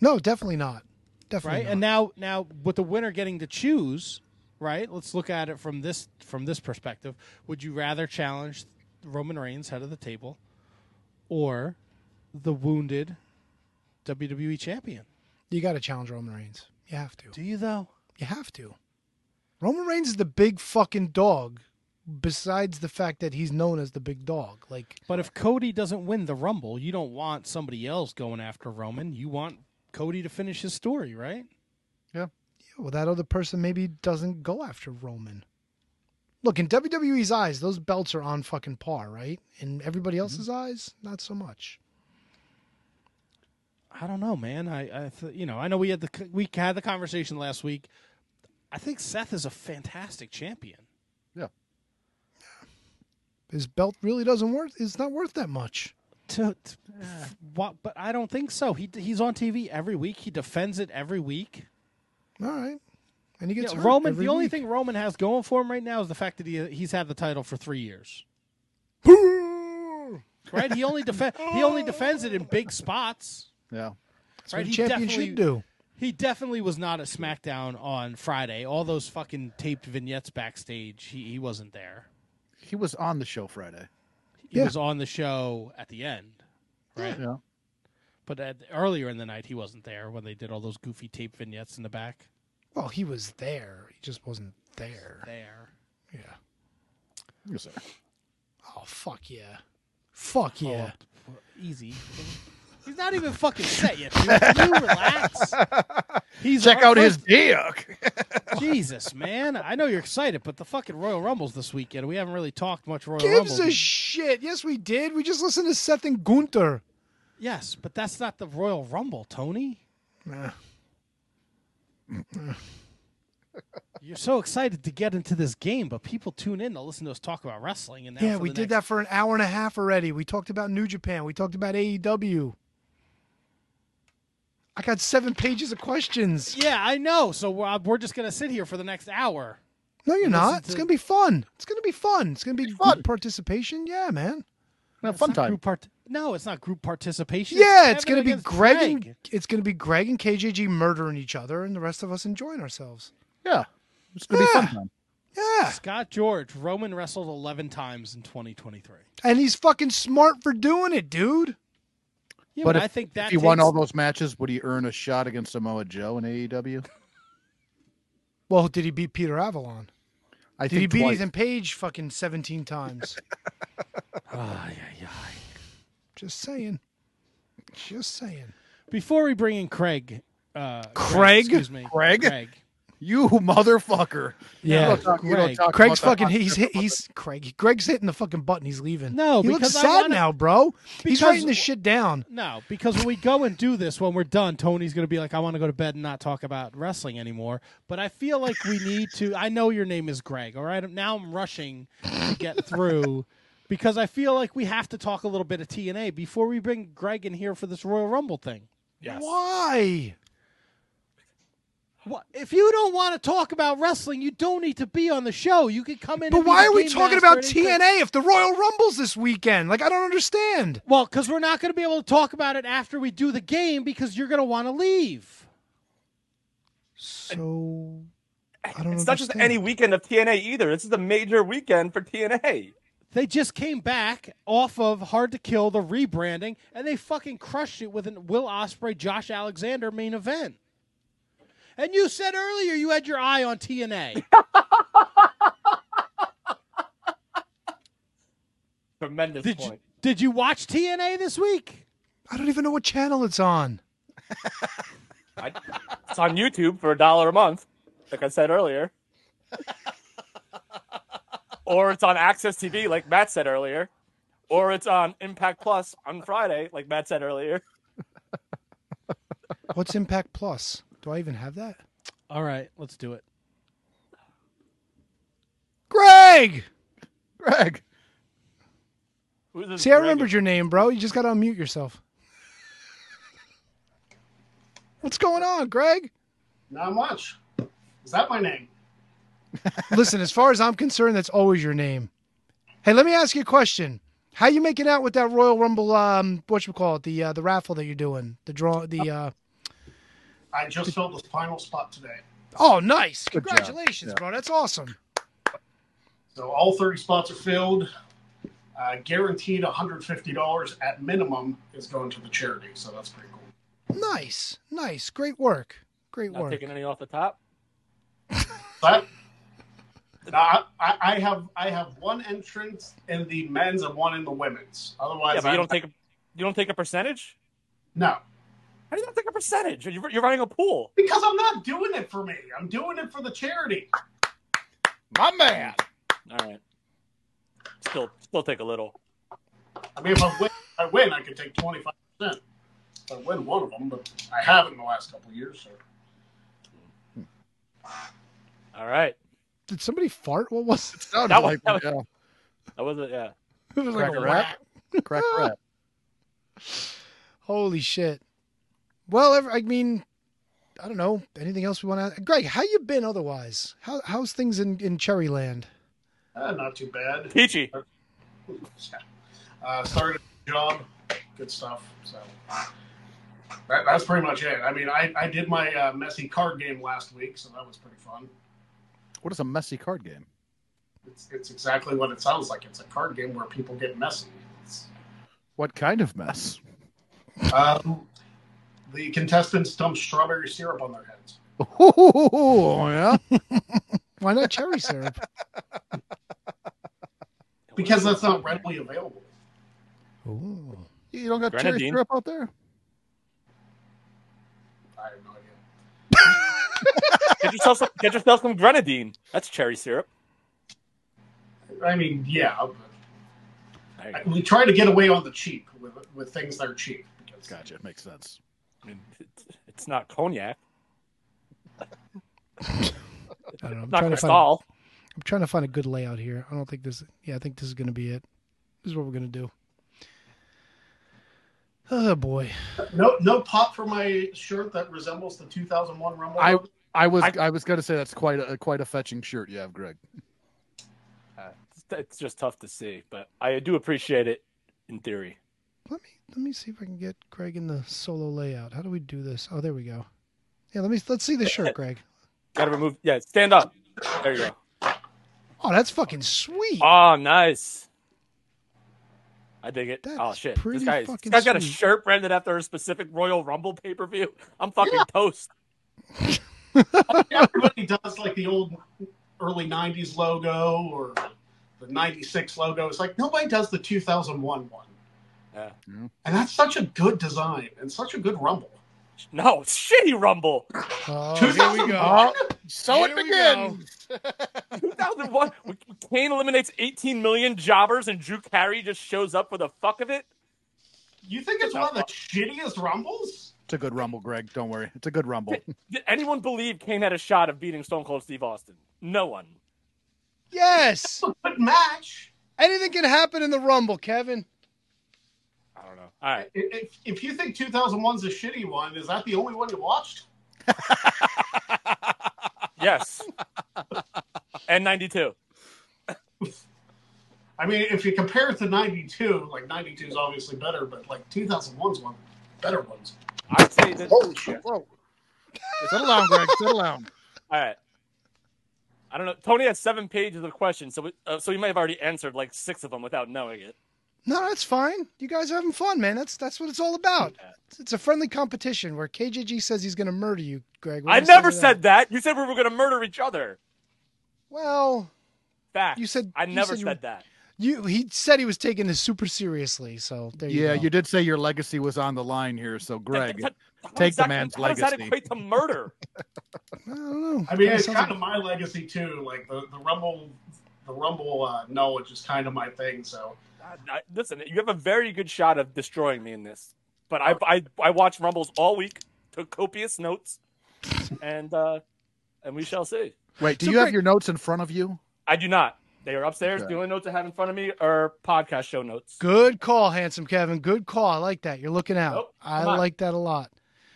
No, definitely not. Definitely right. not. And now, now with the winner getting to choose, right? Let's look at it from this from this perspective. Would you rather challenge Roman Reigns head of the table, or the wounded WWE champion? you got to challenge Roman Reigns. You have to. Do you though? You have to. Roman Reigns is the big fucking dog. Besides the fact that he's known as the big dog, like But if Cody doesn't win the Rumble, you don't want somebody else going after Roman. You want Cody to finish his story, right? yeah, well, that other person maybe doesn't go after Roman. Look in WWE's eyes, those belts are on fucking par, right? In Mm-hmm. everybody else's eyes, not so much. I don't know, man. I, I th- you know, I know we had the c- we had the conversation last week. I think Seth is a fantastic champion. His belt really doesn't worth. It's not worth that much. To, to what? But I don't think so. He he's on TV every week. He defends it every week. All right, and he Yeah, gets hurt Roman. every The only week. thing Roman has going for him right now is the fact that he he's had the title for three [laughs] years. right. He only defend he only defends it in big spots. Yeah. That's what right, a he champion definitely- should do. He definitely was not at SmackDown on Friday. All those fucking taped vignettes backstage. He he wasn't there. He was on the show Friday. he Yeah. was on the show at the end, right? Yeah. But at, earlier in the night, he wasn't there when they did all those goofy tape vignettes in the back. Well, he was there. He just wasn't there. There, Yeah. Yes, sir. Oh fuck yeah. Fuck yeah. Easy. He's not even fucking set yet. dude. Can you [laughs] relax? He's Check on- out his dick. [laughs] Jesus, man. I know you're excited, but the fucking Royal Rumble's this weekend. We haven't really talked much Royal Gives Rumble. a shit. Yes, we did. We just listened to Seth and Gunther. yes, but that's not the Royal Rumble, Tony. [laughs] You're so excited to get into this game, but people tune in to listen to us talk about wrestling. And now yeah, for we the did next- that for an hour and a half already. We talked about New Japan. We talked about AEW. I got seven pages of questions. Yeah, I know. So we're, uh, we're just gonna sit here for the next hour. No, you're Listen not. to- It's gonna be fun. It's gonna be fun. It's gonna be fun participation. Yeah, man. Have fun It's not time. [laughs] Group part- no, it's not group participation. Yeah, it's Kevin gonna be against Greg, and it's gonna be Greg and KJG murdering each other, and the rest of us enjoying ourselves. Yeah, it's gonna be Yeah. fun time. Yeah, Scott George. Roman wrestled eleven times in 2023. and he's fucking smart for doing it, dude. Yeah, But but if, I think that if he won takes- all those matches, would he earn a shot against Samoa Joe in E AEW? Well, did he beat Peter Avalon? I Did he think beat twice. Ethan Page fucking [laughs] seventeen times? Ay, ay, ay. Just saying. Just saying. Before we bring in Craig, uh, Craig? excuse me, Craig? You motherfucker! Yeah. You don't talk- you don't Greg. talk Craig's about fucking. that. He's hit, he's Craig. Greg's hitting the fucking button. He's leaving. No, he looks because I sad wanna- now, bro. he's because- writing this shit down. No, because when we go and do this, when we're done, Tony's going to be like, I want to go to bed and not talk about wrestling anymore. But I feel like we need to. I know your name is Greg, all right? Now I'm rushing to get through because I feel like we have to talk a little bit of TNA before we bring Greg in here for this Royal Rumble thing. Yes. Why? What? If you don't want to talk about wrestling, you don't need to be on the show. You could come in. But and be why the are we game talking master about at any time. TNA if the Royal Rumble's this weekend? Like, I don't understand. Well, because we're not going to be able to talk about it after we do the game because you're going to want to leave. So I don't. It's understand. not just any weekend of TNA either. This is a major weekend for TNA. They just came back off of Hard to Kill, the rebranding, and they fucking crushed it with an Will Osprey, Josh Alexander main event. And you said earlier you had your eye on TNA. Tremendous did, you, point. did you watch TNA this week? I don't even know what channel it's on. I, it's on YouTube for a dollar a month, like I said [laughs] earlier. or it's on Access TV, like Matt said earlier. Or it's on Impact Plus on Friday, like Matt said earlier. What's Impact Plus? Do I even have that? All right, let's do it. Greg. Greg. Who's this See, I Greg? remembered your name, bro. You just got to unmute yourself. What's going on, Greg? Not much. Is that my name? [laughs] Listen, as far as I'm concerned, that's always your name. Hey, let me ask you a question. How you making out with that Royal Rumble? Um, what you call it? The uh, the raffle that you're doing. The draw. The uh, I just filled the final spot today. oh, nice! Good job. Congratulations, Yeah. bro. That's awesome. So all 30 spots are filled. Uh, guaranteed $150 at minimum is going to the charity. So that's pretty cool. Nice, nice, great work, great Not work. taking any off the top. But I, I, I have I have one entrance in the men's and one in the women's. Otherwise, Yeah, but you I'm- don't take a, you don't take a percentage. no How do you not take a percentage? You're, you're running a pool. because I'm not doing it for me. I'm doing it for the charity. My man. All right. Still, still take a little. I mean, if I win, if I win. I can take 25. percent I win one of them, but I haven't in the last couple of years. So. All right. Did somebody fart? What was it? Sounded That was- like that was- yeah. That wasn't. Yeah. [laughs] It was like Crack a a whack. rap. [laughs] Crack a rap. [laughs] Holy shit. Well, ev- I mean, I don't know. Anything else we want to? Greg, how you been otherwise? How how's things in in Cherryland? Uh, not too bad. Peachy. Uh, started a job, good stuff. So that, that's pretty much it. I mean, I, I did my uh, messy card game last week, so that was pretty fun. What is a messy card game? It's, it's exactly what it sounds like. It's a card game where people get messy. It's, What kind of mess? [laughs] um, the contestants dump strawberry syrup on their heads. Ooh, Oh, yeah. Why not [laughs] cherry syrup? because that's not readily available. You don't got cherry Grenadine. syrup out there? I have no idea. Get yourself some, get yourself some grenadine. That's cherry syrup. I mean, yeah. but- There you I- We try to get away on the cheap with, with things that are cheap. Because Gotcha. Makes sense. I mean, it's, it's not cognac. I don't know. I'm Not trying to find. Cristal. I'm trying to find a good layout here. I don't think this. Yeah, I think this is going to be it. This is what we're going to do. Oh boy. no, no pop for my shirt that resembles the 2001 Rumble. I I was I, was gonna say that's quite a quite a fetching shirt you have, Greg. Uh, it's, it's just tough to see, but I do appreciate it in theory. Let me let me see if I can get Greg in the solo layout. How do we do this? Oh, there we go. Yeah, let me let's see the shirt, [laughs] Greg. Gotta remove. Yeah, stand up. There you go. Oh, that's fucking sweet. Oh, nice. I dig it. That's oh shit! This pretty guy, this fucking guy's got a sweet. shirt branded after a specific Royal Rumble pay per view. I'm fucking toast. [laughs] Everybody does like the old early 90s logo or the 96 logo. It's like nobody does the 2001 one. Yeah. Yeah. And that's such a good design and such a good Rumble. No, it's shitty Rumble. Oh, so Here we go. [laughs] 2001. when Kane eliminates 18 million jobbers, and Drew Carey just shows up for the fuck of it. You think it's one of the shittiest Rumbles? It's a good rumble, Greg. Don't worry. It's a good [laughs] rumble. Did anyone believe Kane had a shot of beating Stone Cold Steve Austin? No one. yes. But match. Anything can happen in the Rumble, Kevin. I don't know. All right. If, if you think 2001's a shitty one, is that the only one you watched? [laughs] Yes. and 92. [laughs] I mean, if you compare it to 92, like 92 is obviously better, but like 2001's one of the better ones. I'd say that. All shit. Whoa. Settle down, Greg. Settle down. right. I don't know. Tony has seven pages of questions, so we, uh, so you might have already answered like six of them without knowing it. No, that's fine. You guys are having fun, man. That's that's what it's all about. It's a friendly competition where KJG says he's going to murder you, Greg. We're I gonna see never that. said that. You said we were going to murder each other. Well, Fact. You said- I you never said you- said that. you he said he was taking this super seriously, so there you Yeah, go. you did say your legacy was on the line here, so Greg. That- that- how take does the that- man's how Does that legacy. equate to murder? [laughs] I don't know. I mean, Kinda it's sounds kind like- of my legacy too. Like the, the Rumble, the Rumble uh, knowledge is kind of my thing. So I- I- listen, you have a very good shot of destroying me in this. But I I, I watched Rumbles all week, took copious notes, and uh, and we shall see. Wait, do So, you have Greg- your notes in front of you? I do not. They are upstairs. Okay. The only notes I have in front of me are podcast show notes. Good call, handsome Kevin. Good call. I like that. You're looking out. Nope, I come on. like that a lot.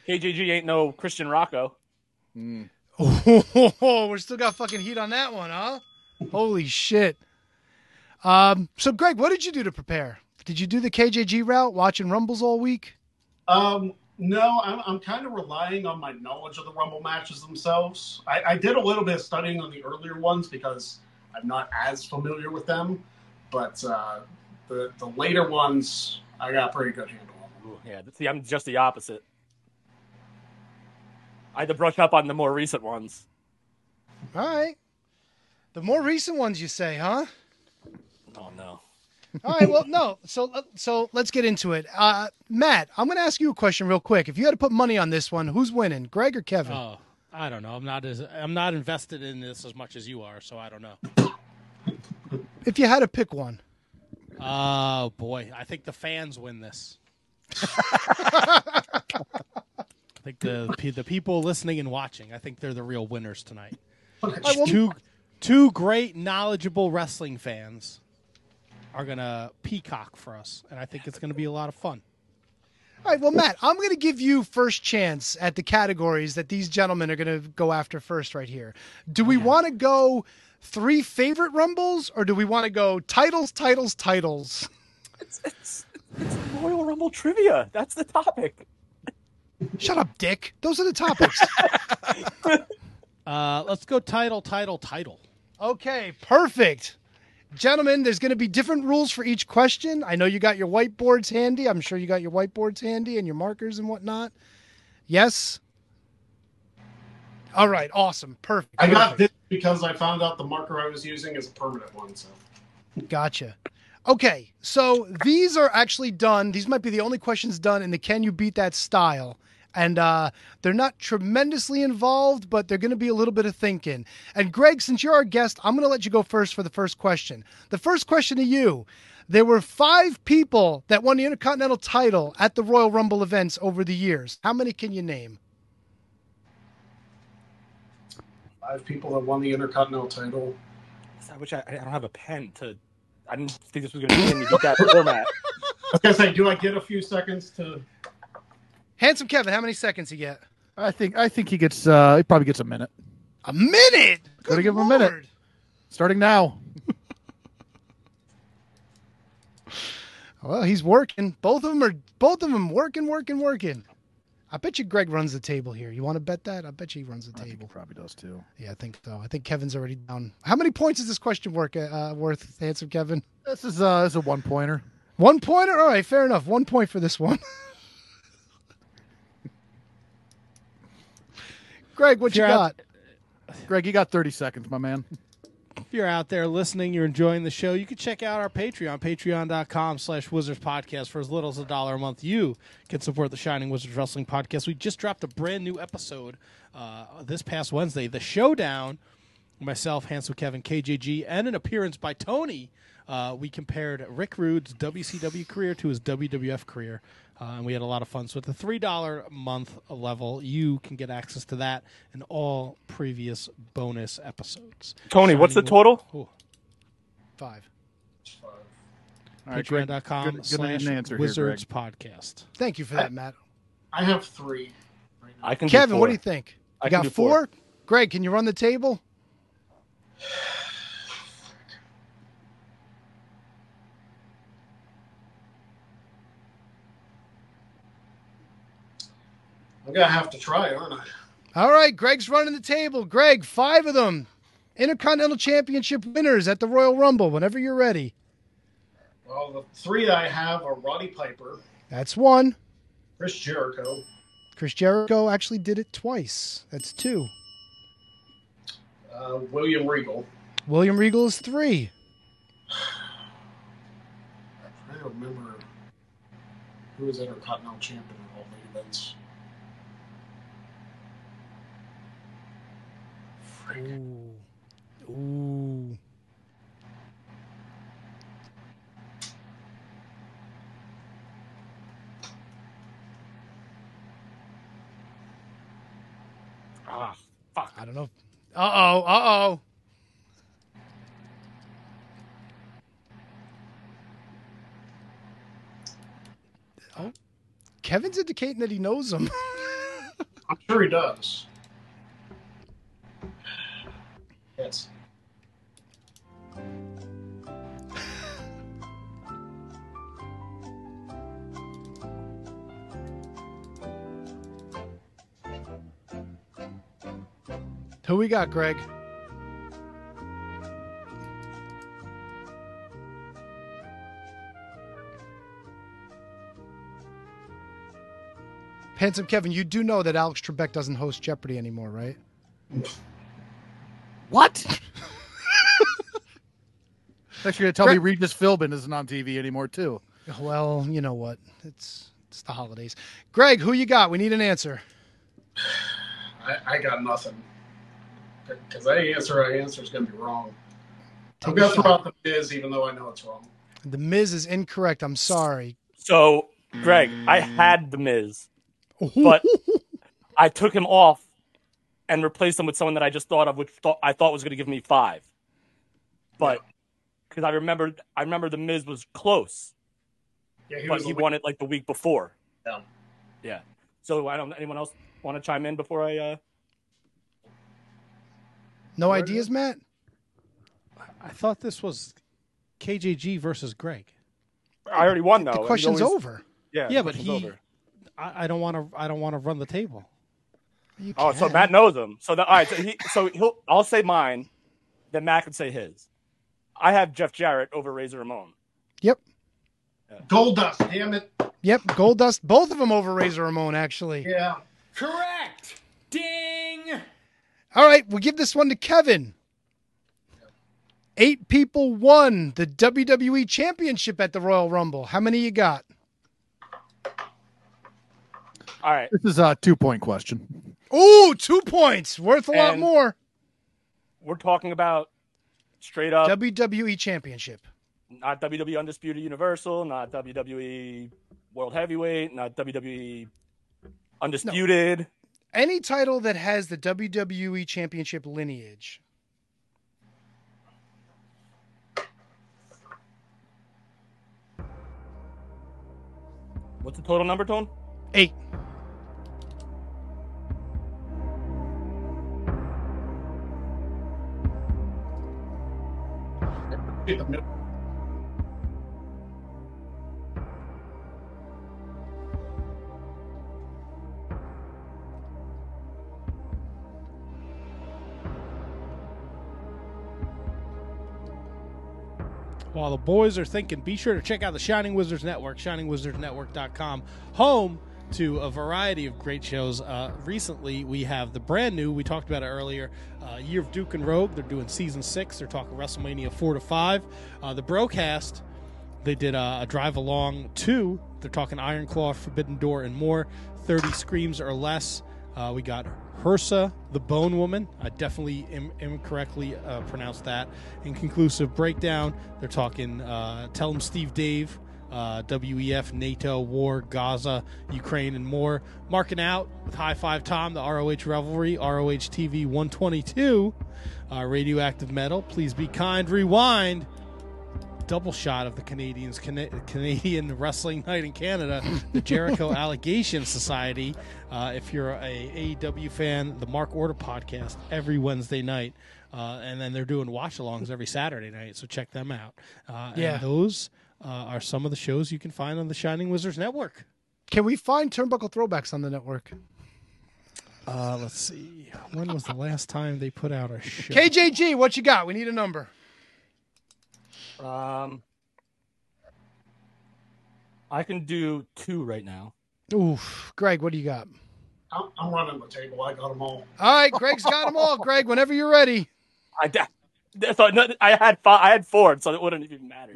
KJG ain't no oh, Christian Rocco. Mm. Oh, [laughs] we're still got fucking heat on that one, huh? Holy shit. Um, so Greg, what did you do to prepare? Did you do the KJG route, watching Rumbles all week? um, no, I'm, I'm kind of relying on my knowledge of the Rumble matches themselves. I, I did a little bit of studying on the earlier ones because I'm not as familiar with them, but uh, the the later ones I got a pretty good handle on. Them. Yeah, see, I'm just the opposite. I had to brush up on the more recent ones. All right. The more recent ones you say, huh? Oh no. All right. Well, no. So uh, so let's get into it. Uh, Matt, I'm going to ask you a question real quick. If you had to put money on this one, who's winning, Greg or Kevin? Uh, Oh, I don't know. I'm not as I'm not invested in this as much as you are, so I don't know. If you had to pick one, Oh boy, I think the fans win this. I think the pe- the people listening and watching, I think they're the real winners tonight. two two great knowledgeable wrestling fans are going to peacock for us, and I think it's going to be a lot of fun. All right, well, Matt, I'm going to give you first chance at the categories that these gentlemen are going to go after first, right here. Do we want to go three favorite Rumbles, or do we want to go titles, titles, titles? It's it's it's Royal Rumble trivia. That's the topic. Shut up, Dick. Those are the topics. Uh, let's go title title title. [laughs] okay, perfect. Gentlemen, there's going to be different rules for each question. I know you got your whiteboards handy. I'm sure you got your whiteboards handy and your markers and whatnot. Yes? All right, awesome. Perfect. I got perfect. this because I found out the marker I was using is a permanent one. So Gotcha. Okay, so these are actually done. These might be the only questions done in the Can You Beat That style. And uh, they're not tremendously involved, but they're going to be a little bit of thinking. And Greg, since you're our guest, I'm going to let you go first for the first question. The first question to you there were five people that won the Intercontinental title at the Royal Rumble events over the years. How many can you name? Five people that won the Intercontinental title. I wish I, I don't have a pen to. I didn't think this was going to be to get that format. I was gonna say, do I get a few seconds to? Handsome Kevin, how many seconds you get? I think I think he gets uh he probably gets a minute. A minute. Gotta give him a minute. Starting now. Well, he's working. Both of them are both of them working, working, working. I bet you Greg runs the table here. You want to bet that? I bet you he runs the table. Probably does too. Yeah, I think so. I think Kevin's already down. How many points is this question work uh, worth, handsome Kevin? This is uh this is a one pointer. One pointer. All right, fair enough. One point for this one. [laughs] Greg, what If you're you out- got? Greg, you got thirty seconds, my man. If you're out there listening, you're enjoying the show, you can check out our Patreon, patreon.com slash wizards podcast for as little as a dollar a month. You can support the Shining Wizards Wrestling Podcast. We just dropped a brand new episode uh, this past Wednesday, The Showdown. Myself, Hansel Kevin, KJG, and an appearance by Tony. Uh, we compared Rick Rude's WCW career to his WWF career, uh, and we had a lot of fun. So at the $3 a month level, you can get access to that and all previous bonus episodes. Tony, what's the Shining- total? Five. All right, Greg, Patreon.com good- good slash an answer here, Wizards Greg. Podcast. Thank you for that, Matt. I have three. I can. Kevin, do what four. do you think? You I can got do four. Greg, can you run the table? [laughs] I'm gonna have to try, aren't I? All right, Greg's running the table. Greg, five of them. Intercontinental Championship winners at the Royal Rumble whenever you're ready. Well, the three that I have are Roddy Piper, That's one. Chris Jericho, Chris Jericho actually did it twice. That's two. uh, William Regal. William Regal is three. I don't remember who was Intercontinental Champion at all the events. Ooh. Ooh. Ah, fuck. I don't know. Uh oh. Uh oh. Oh, Kevin's indicating that he knows him. [laughs] I'm sure he does. Yes. Who we got, Greg? Handsome Kevin, you do know that Alex Trebek doesn't host Jeopardy anymore, right? What? Next, you're gonna tell me Regis Philbin isn't on TV anymore too. Well, you know what? It's it's the holidays. Greg, who you got? We need an answer. I, I got nothing. Because any answer I answer is going to be wrong. I'm going to throw out the Miz, even though I know it's wrong. The Miz is incorrect. I'm sorry. So, Greg, I had the Miz, [laughs] but I took him off and replaced him with someone that I just thought of, which thought, I thought was going to give me five. But because I remember, I remember the Miz was close, Yeah, he but was he the won it like the week before. Yeah. Yeah. So, I don't. Anyone else want to chime in before I? Uh... No ideas, Matt? I thought this was KJG versus Greg. I already won though. the and you question's always- over. Yeah. Yeah, but question's he- over. I, I don't want to. I don't want to run the table. You Oh, so can. Matt knows him. So that all right. So he. So he'll. I'll say mine. Then Matt can say his. I have Jeff Jarrett over Razor Ramon. Yep. Gold dust, damn it. Yep. Gold Dust. Both of them over Razor Ramon, actually. Yeah. Correct. Ding. All right, we'll give this one to Kevin. Eight people won the WWE Championship at the Royal Rumble. How many you got? All right. This is a two point question. Ooh, two points. Worth a lot And- more. We're talking about straight up, WWE E Championship. not WWE Undisputed Universal, not WWE World Heavyweight, not WWE Undisputed. Any title that has the WWE Championship lineage. What's the total number, Tone? Eight. While the boys are thinking, be sure to check out the Shining Wizards Network, shiningwizardsnetwork.com, home to a variety of great shows. Uh, recently, we have the brand new, we talked about it earlier, uh, Year of Duke and Robe. They're doing season six. They're talking WrestleMania 4 to 5. Uh, the broadcast, they did uh, a drive along two. They're talking Iron Claw, Forbidden Door, and more. 30 screams or less. Uh, we got Hersa, the Bone Woman. I definitely Im- incorrectly uh, pronounced that. Inconclusive Breakdown. They're talking uh, Tell 'em Steve Dave, uh, WEF, NATO, War, Gaza, Ukraine, and more. Marking out with High Five Tom, the ROH Revelry, ROH TV 122, uh, Radioactive Metal. Please be kind. Rewind double shot of the Canadians Cana- Canadian [laughs] Wrestling Night in Canada, the [laughs] Jericho Allegation Society. Uh, if you're a AEW fan, the Mark Order podcast every Wednesday night, uh, and then they're doing watch-alongs every Saturday night. So check them out. Uh, Yeah. and those uh, are some of the shows you can find on the Shining Wizards Network. Can we find Turnbuckle Throwbacks on the network? Uh, let's see. When was the last time they put out a show? KJG, what you got? We need a number. Um, I can do two right now. Oof. Greg, what do you got? I'm, I'm running the table. I got them all. All right, Greg's got them all. Greg, whenever you're ready. I da- I thought no, I had five, I had four, so it wouldn't even matter.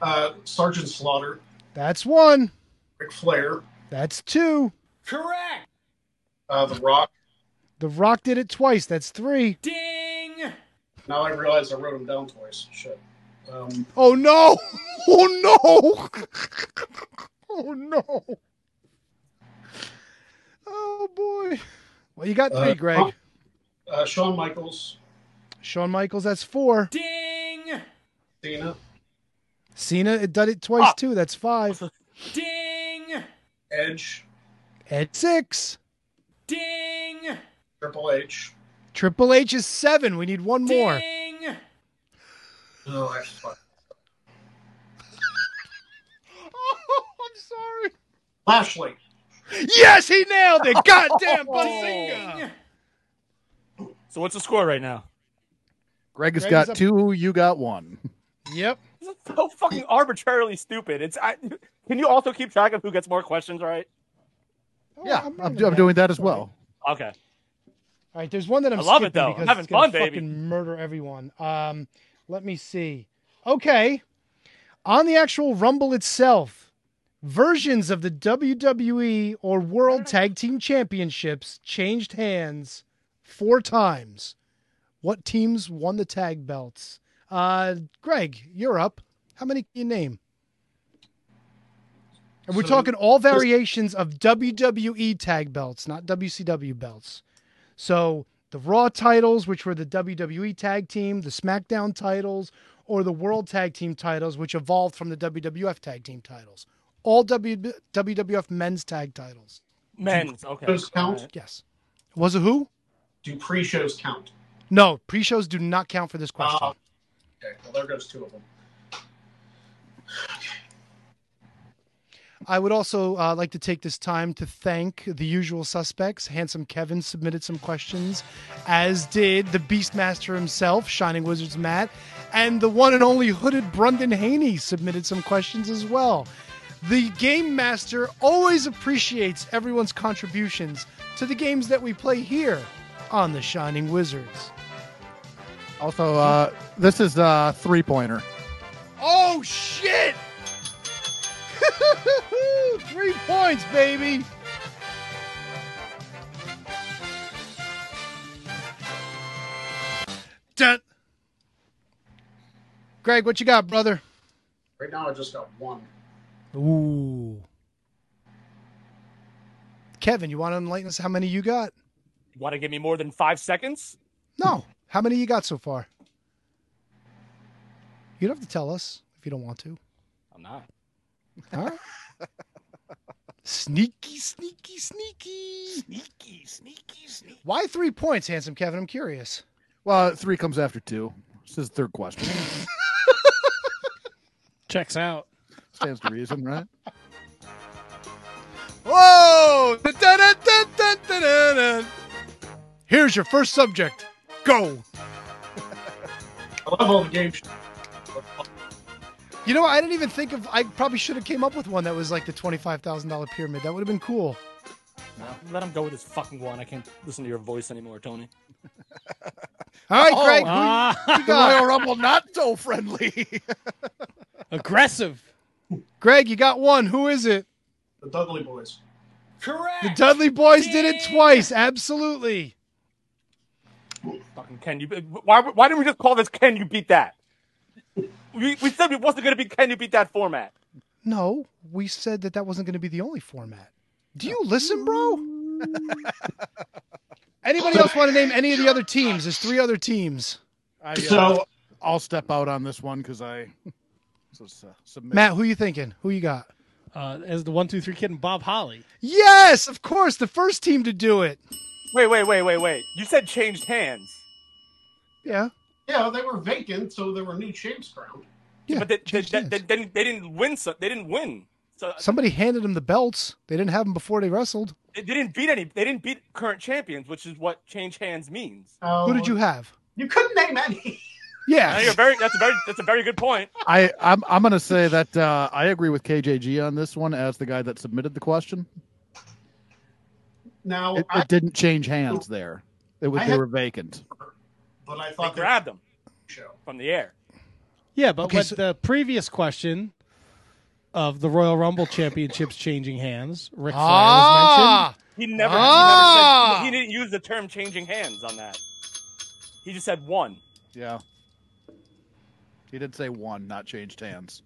Uh, Sergeant Slaughter, That's one. Ric Flair, That's two. Correct. uh, The Rock. The Rock did it twice. That's three. Ding. Now I realize I wrote them down twice. Shit. Um, Oh no! [laughs] Oh no! oh no! Oh boy! Well, you got three, uh, Greg. uh, Shawn Michaels, Shawn Michaels, that's four. Ding. Cena, Cena it did it twice too. That's five. Ding. Edge, At six, Ding. Triple H. Triple H is seven. We need one more. Ding. Oh, I fuck. [laughs] Oh, I'm sorry. Lashley. Yes, he nailed [laughs] it. Goddamn, Bazinga! So what's the score right now? Greg has Greg's got up- two. You got one. Yep. This is so fucking arbitrarily stupid. It's I, can you also keep track of who gets more questions right? Oh, yeah, I'm, I'm, doing that as well. Okay. All right, there's one that I'm I love it, skipping though. I'm because having it's gonna fun, baby. fucking murder everyone. Um, let me see. Okay, on the actual Rumble itself, versions of the WWE or World Tag Team Championships changed hands four times. What teams won the tag belts? Uh, Greg, you're up. How many can you name? And we're So- talking all variations of WWE tag belts, not WCW belts. So the Raw titles, which were the WWE tag team, the SmackDown titles, or the World tag team titles, which evolved from the WWF tag team titles. All w- WWF men's tag titles. Men's. Okay. Does count? Alright. Yes. Was it who? Do pre-shows count? No, pre shows do not count for this question. Uh, okay. Well, there goes two of them. I would also uh, like to take this time to thank the usual suspects. Handsome Kevin submitted some questions, as did the Beastmaster himself, Shining Wizards Matt, and the one and only hooded Brendan Haney submitted some questions as well. The Game Master always appreciates everyone's contributions to the games that we play here on the Shining Wizards. Also, uh, this is a three pointer. Oh shit! [laughs] Three points, baby. Dun. Greg, what you got, brother? Right now, I just got one. Ooh. Kevin, you want to enlighten us how many you got? You want to give me more than five seconds? No. How many you got so far? You don't have to tell us if you don't want to. I'm not. All [laughs] right. sneaky, sneaky, sneaky. Sneaky, sneaky, sneaky. Why three points, handsome Kevin? I'm curious. Well, three comes after two. This is the third question. Checks out. Stands to reason, right? Whoa! Da-da-da-da-da-da-da. Here's your first subject. Go. I love all the game shows. You know, I didn't even think of. I probably should have came up with one that was like the twenty-five thousand dollar pyramid. That would have been cool. Let him go with his fucking one. I can't listen to your voice anymore, Tony. All right, Greg. who- Ah, The got- [laughs] Royal Rumble not so friendly. aggressive. Greg, you got one. Who is it? The Dudley Boys. Correct. The Dudley Boys did it twice. Absolutely. Fucking can you? Why? Why didn't we just call this "Can you beat that"? We, we said it wasn't going to be "Can you beat that" format. No, we said that that wasn't going to be the only format. Do you listen, bro? [laughs] Anybody else want to name any of the other teams? There's three other teams. [laughs] I, uh, So- I'll step out on this one because I. [laughs] So, so, submit. Matt, who you thinking? Who you got? Uh, as the one, two, three kid and Bob Holly. Yes, of course, the first team to do it. Wait, wait, wait, wait, wait. You said changed hands, Yeah. Yeah, they were vacant, so there were new shapes ground. Yeah. but they, they, changed they, hands. they, didn't- they didn't win. So, they didn't win. So Somebody handed them the belts. They didn't have them before they wrestled. they didn't beat any. They didn't beat current champions, which is what change hands means. Oh, Who did you have? You couldn't name any. [laughs] I Yeah. think you're very. That's a very. That's a very good point. I, I'm, I'm going to say that uh, I agree with KJG on this one as the guy that submitted the question. Now, It, I, it didn't change hands there. It was I they had- were vacant. but I They thought they grabbed them show. from the air. Yeah, but Okay, with so- the previous question of the Royal Rumble championships changing hands, Rick Flair was mentioned. Ah, He never. Ah! He, never said, he didn't use the term "changing hands" on that. He just said one. Yeah. He did say one, not changed hands.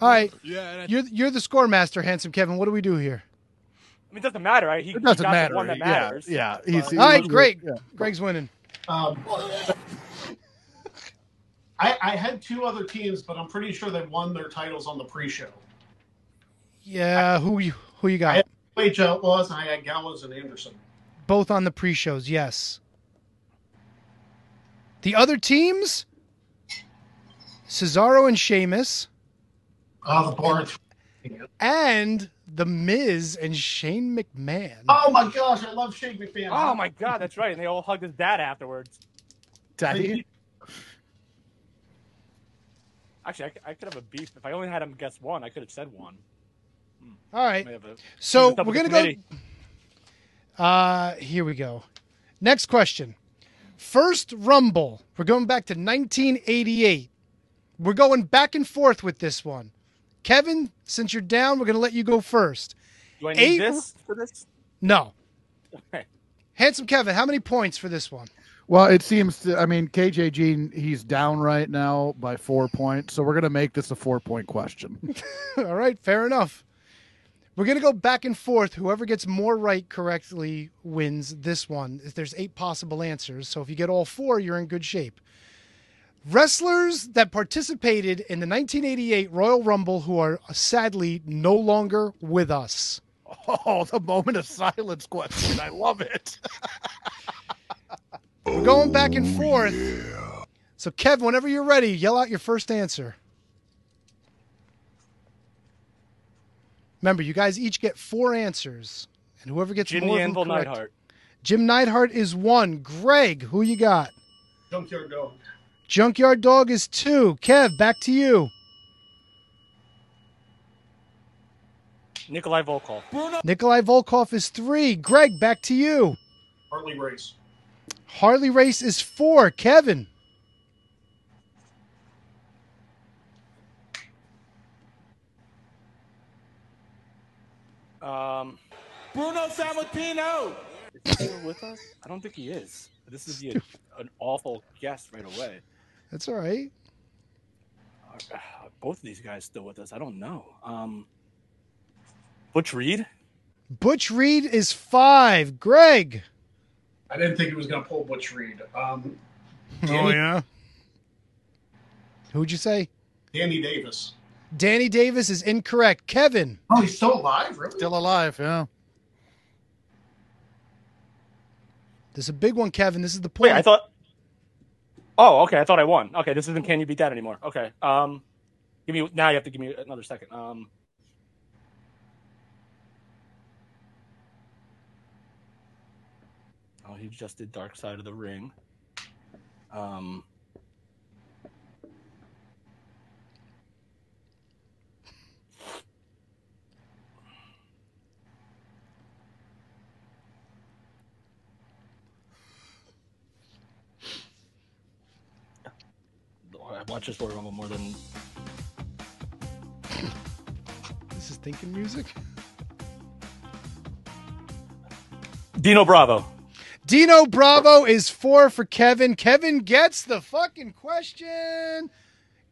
all right. Yeah, and I You're you're the score master, handsome Kevin. What do we do here? I mean, it doesn't matter. Right? He, It doesn't he got matter. The one that Yeah, matters. yeah. He's, All right, he- great. yeah. Greg's winning. Um, I, I had two other teams, but I'm pretty sure they won their titles on the pre-show. Yeah. Who you who you I- got? Wage Outlaws and I had Gallows and Anderson. Both on the pre-shows. Yes. The other teams. Cesaro and Sheamus. Oh, the bar. and The Miz and Shane McMahon. Oh my gosh, I love Shane McMahon. Oh my god, that's right. And they all hugged his dad afterwards. Daddy. Actually, I c- I, could have a beef if I only had him guess one. I could have said one. All right. May have a- So Double we're gonna committee. go. Uh, here we go. Next question. First Rumble. We're going back to 1988. We're going back and forth with this one. Kevin, since you're down, we're gonna let you go first. Do I need Eight- this for this? No. Okay. Handsome Kevin, how many points for this one? [laughs] Well, it seems to, I mean, KJG, he's down right now by four points. So we're going to make this a four point question. All right, fair enough. We're going to go back and forth. Whoever gets more right correctly wins this one. There's eight possible answers. So if you get all four, you're in good shape. Wrestlers that participated in the 1988 Royal Rumble who are sadly no longer with us. [laughs] oh, the moment of silence question. I love it. We're going back and forth. So, Kev, whenever you're ready, yell out your first answer. Remember, you guys each get four answers, and whoever gets Jim more the of them Anvil correct- Neidhart. Jim Neidhart is one. Greg, who you got? Junkyard Dog. Junkyard Dog is two. Kev, back to you. Nikolai Volkov. Nikolai Volkov is three. Greg, back to you. Harley Race. Harley Race is four. Kevin, Um, Bruno Sammartino. Is he still with us? I don't think he is. This would be a, an awful guess right away. That's all right. Are, are Uh, both of these guys still with us? I don't know. Um, Butch Reed. Butch Reed is five. Greg. I didn't think he was going to pull Butch Reed. Um, Oh yeah. Who'd you say? Danny Davis. Danny Davis is incorrect. Kevin. Oh, he's still alive, really? Still alive, [laughs] yeah. This is a big one, Kevin. This is the Wait, point. I thought. Oh, okay. I thought I won. Okay, this isn't Can You Beat That anymore. Okay. Um, give me now. You have to give me another second. Um, oh, he just did Dark Side of the Ring. Um, I watch this Royal Rumble more than This is thinking music. Dino Bravo. Dino Bravo is four for Kevin. Kevin gets the fucking question.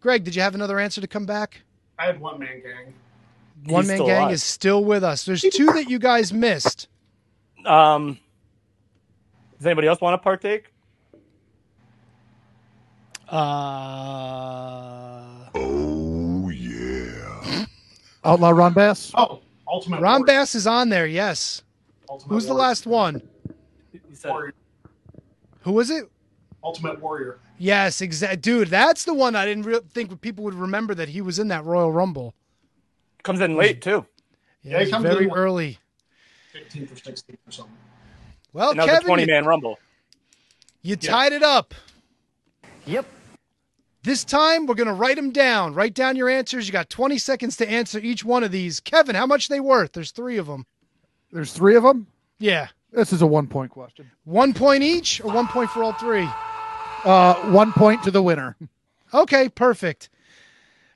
Greg, did you have another answer to come back? I had one man gang. One Man still Gang alive. is still with us. There's two that you guys missed. Um, does anybody else want to partake? Uh, Outlaw Ron Bass. Oh, Ultimate Ron Warrior. Bass is on there, yes. Ultimate Who's the Warrior. last one? You said Warrior. Who was it? Ultimate Warrior. Yes, exact. Dude, that's the one I didn't re- think people would remember that he was in that Royal Rumble. comes in late too. Yeah, Yeah, he it was comes in very with- early. 15th or 16th or something. Well, Another Kevin, twenty you, man rumble. you tied it up. Yep. This time, we're going to write them down. Write down your answers. You got 20 seconds to answer each one of these. Kevin, how much they worth? There's three of them. There's three of them. Yeah. This is a one point question. One point each or one point for all three? Uh, one point to the winner. Okay, perfect.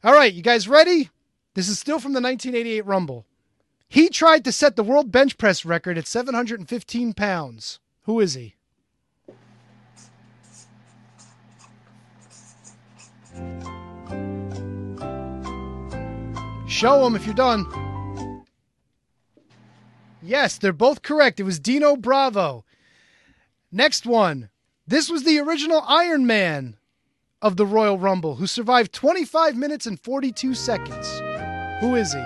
All right, you guys ready? This is still from the 1988 Rumble. He tried to set the world bench press record at 715 pounds. Who is he? Show him if you're done. Yes, they're both correct. It was Dino Bravo. Next one. This was the original Iron Man of the Royal Rumble, who survived 25 minutes and 42 seconds. Who is he?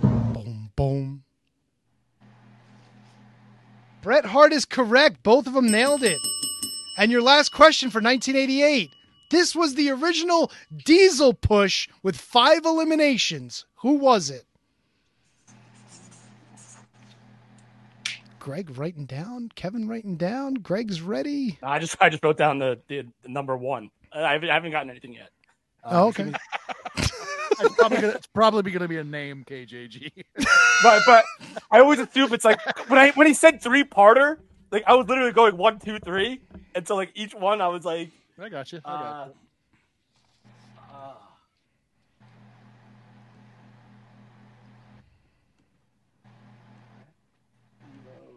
Boom, boom. Bret Hart is correct. Both of them nailed it. And your last question for 1988. This was the original Diesel push with five eliminations. Who was it? Greg writing down, Kevin writing down, Greg's ready. I just I just wrote down the, the, the number one. I haven't, I haven't gotten anything yet. Oh, okay. [laughs] It's probably gonna, it's probably gonna be a name, KJG. [laughs] But but I always assume it's like when I when he said three parter, like I was literally going one two three, and so like each one I was like, I got you. I got uh, you. uh,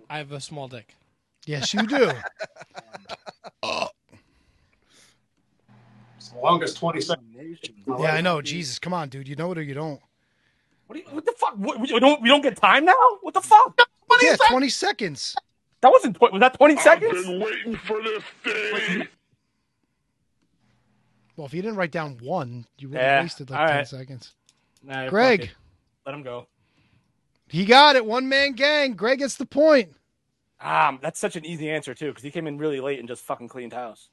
I have a small dick. Yes, you [laughs] do. It's the longest 20 seconds. yeah, I know. Jesus, come on, dude. You know it or you don't. what, do you, what the fuck? What, we don't we don't get time now? What the fuck? yeah, 20 seconds. That wasn't tw- was that twenty seconds? waiting for this day. Well, if you didn't write down one, you would have Yeah, wasted like all 10 right. seconds. Nah, fuck Greg, it. let him go. he got it. One man gang. Greg gets the point. Um, that's such an easy answer too, because he came in really late and just fucking cleaned house.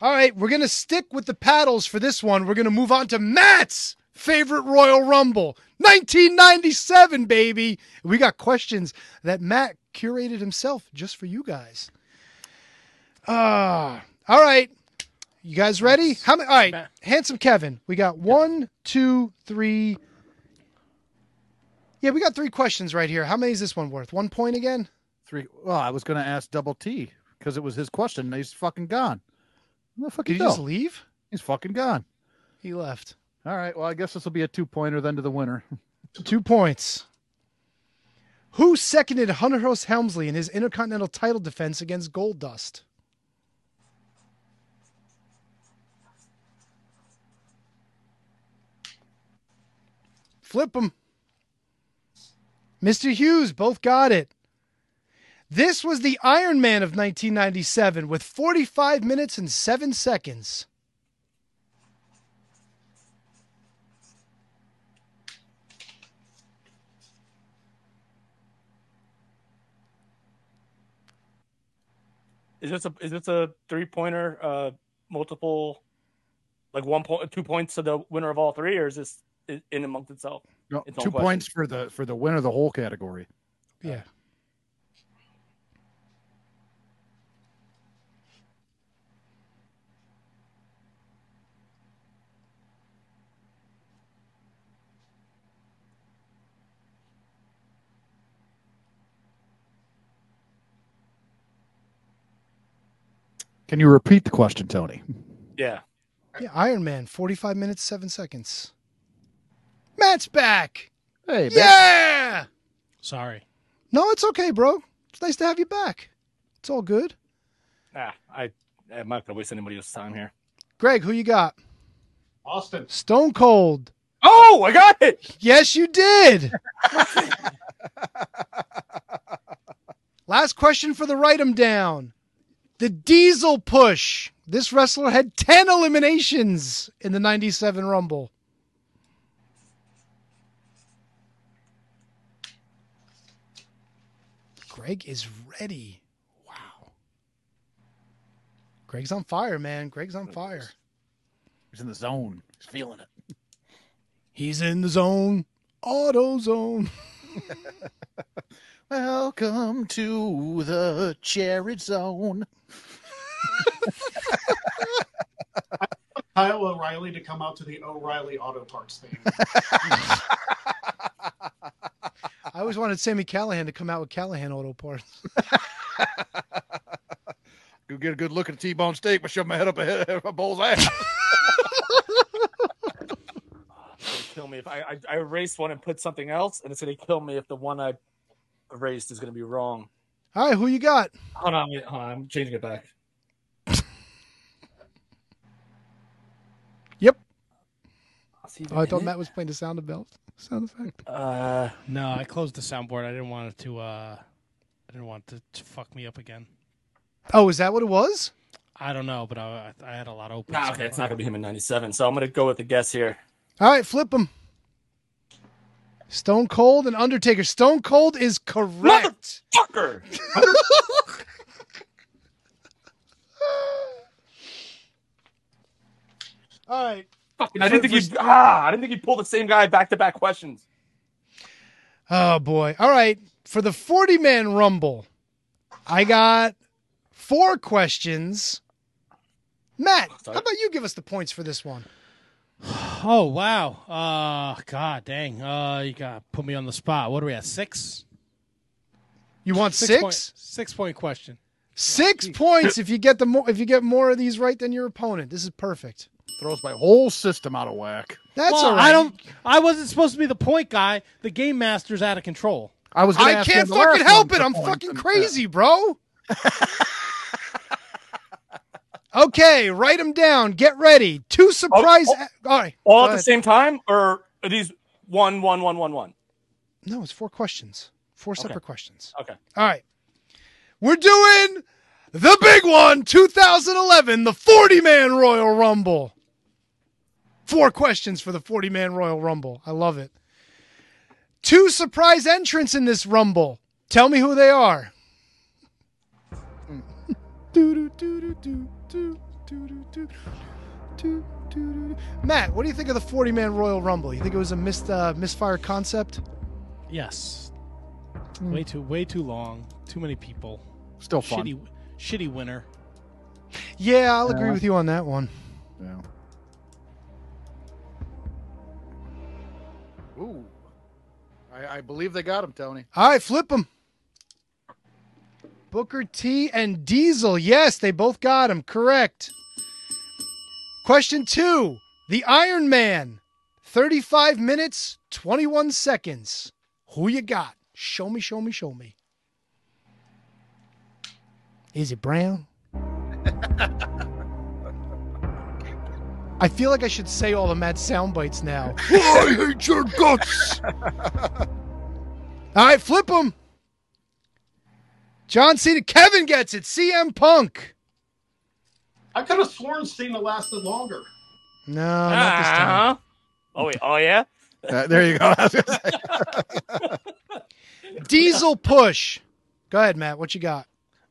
All right, we're going to stick with the paddles for this one. We're going to move on to Matt's favorite Royal Rumble, 1997, baby. We got questions that Matt curated himself just for you guys. Ah, all right. You guys ready? How many? All right, Matt. handsome Kevin. We got one, two, three. Yeah, we got three questions right here. How many is this one worth? One point again? Three. Well, I was gonna ask Double T. because it was his question. And he's fucking gone. Where the fuck Did he go? just leave? He's fucking gone. He left. All right. Well, I guess this will be a two pointer then to the winner. [laughs] Two points. Who seconded Hunter Host Helmsley in his Intercontinental title defense against Gold Dust? Flip them. Mr. Hughes, both got it. This was the Iron Man of 1997 with 45 minutes and 7 seconds. Is this a is this a three pointer? Uh, multiple, like one point, two points to the winner of all three, or is this i- in amongst itself? No, Its own two question. points for the for the winner of the whole category. Yeah. Can you repeat the question, Tony? Yeah. Yeah, Iron Man, 45 minutes, 7 seconds. Matt's back. Hey, Yeah. Sorry. No, it's okay, bro. It's nice to have you back. It's all good. Nah, Ah, I I'm not gonna waste anybody else's time here. Greg, who you got? Austin. Stone Cold. Oh, I got it. Yes, you [laughs] did. Last question for the write 'em down. The Diesel push. This wrestler had 10 eliminations in the 97 Rumble. Greg is ready. Wow. Greg's on fire, man. Greg's on fire. He's in the zone. He's feeling it. He's in the zone. Auto zone. Welcome to the Jared Zone. Kyle O'Reilly to come out to the O'Reilly Auto Parts thing. I always wanted Sammy Callahan to come out with Callahan Auto Parts. [laughs] Go get a good look at a T-bone steak, but shove my head up a, head, up a [laughs] bull's ass. It'll kill me if I, I I erased one and put something else, and it's gonna kill me if the one I erased is gonna be wrong. All right, who you got? Hold on, wait, hold on, I'm changing it back. Yep. See if Oh, I it- thought Matt was playing the sound belt. Sound effect. Uh, no, I closed the soundboard. I didn't want it to. Uh, I didn't want it to, to fuck me up again. Oh, is that what it was? I don't know, but I, I had a lot open. Nah, Ah, okay, it's not gonna be him in '97, so I'm gonna go with the guess here. All right, flip him. Stone Cold and Undertaker. Stone Cold is correct. Fucker. [laughs] All right. Fucking, I didn't think he ah, I didn't think he pulled the same guy back to back questions. Oh boy. All right. For the 40 man rumble, I got four questions. Matt, Oh, how about you give us the points for this one? Oh wow! Uh, God dang! Uh, you got to put me on the spot. What are we at? Six. You want Six point, six? six point question. Six points if you get the more if you get more of these right than your opponent. This is perfect. Throws my whole system out of whack. That's well, all right. I don't. I wasn't supposed to be the point guy. The game master's out of control. I was. Gonna I ask you on can't the last fucking help one it. for I'm points, fucking uh, and- crazy, bro. [laughs] okay, write them down. Get ready. Two surprise. Oh, all right. All go at the ahead. same time, or are these one, one, one, one, one? No, it's four questions. Four separate questions. Okay. All right. We're doing the big one 2011, the 40 man Royal Rumble. Four questions for the 40 man Royal Rumble. I love it. Two surprise entrants in this Rumble. Tell me who they are. Doo, doo, doo, doo, doo, doo, doo, doo, doo, doo, doo. Matt, what do you think of the 40 man Royal Rumble? You think it was a missed, uh, misfire concept? Yes. Hmm. Way too. Way too long. Too many people. Still fun. Shitty. Shitty winner. Yeah, I'll agree Yeah. with you on that one. Yeah. Ooh. I, I believe they got him, Tony. All right, flip them. Booker T and Diesel. Yes, they both got him. Correct. Question two The Iron Man, 35 minutes, 21 seconds. Who you got? Show me, show me, show me. Is it Brown? I feel like I should say all the Matt sound bites now. I hate your [laughs] guts. all right, flip them. John Cena. Kevin gets it. CM Punk. I could have sworn Cena lasted longer. No, not this time. Uh-huh. Oh wait, oh yeah. [laughs] Uh, there you go. [laughs] Diesel push. Go ahead, Matt. What you got?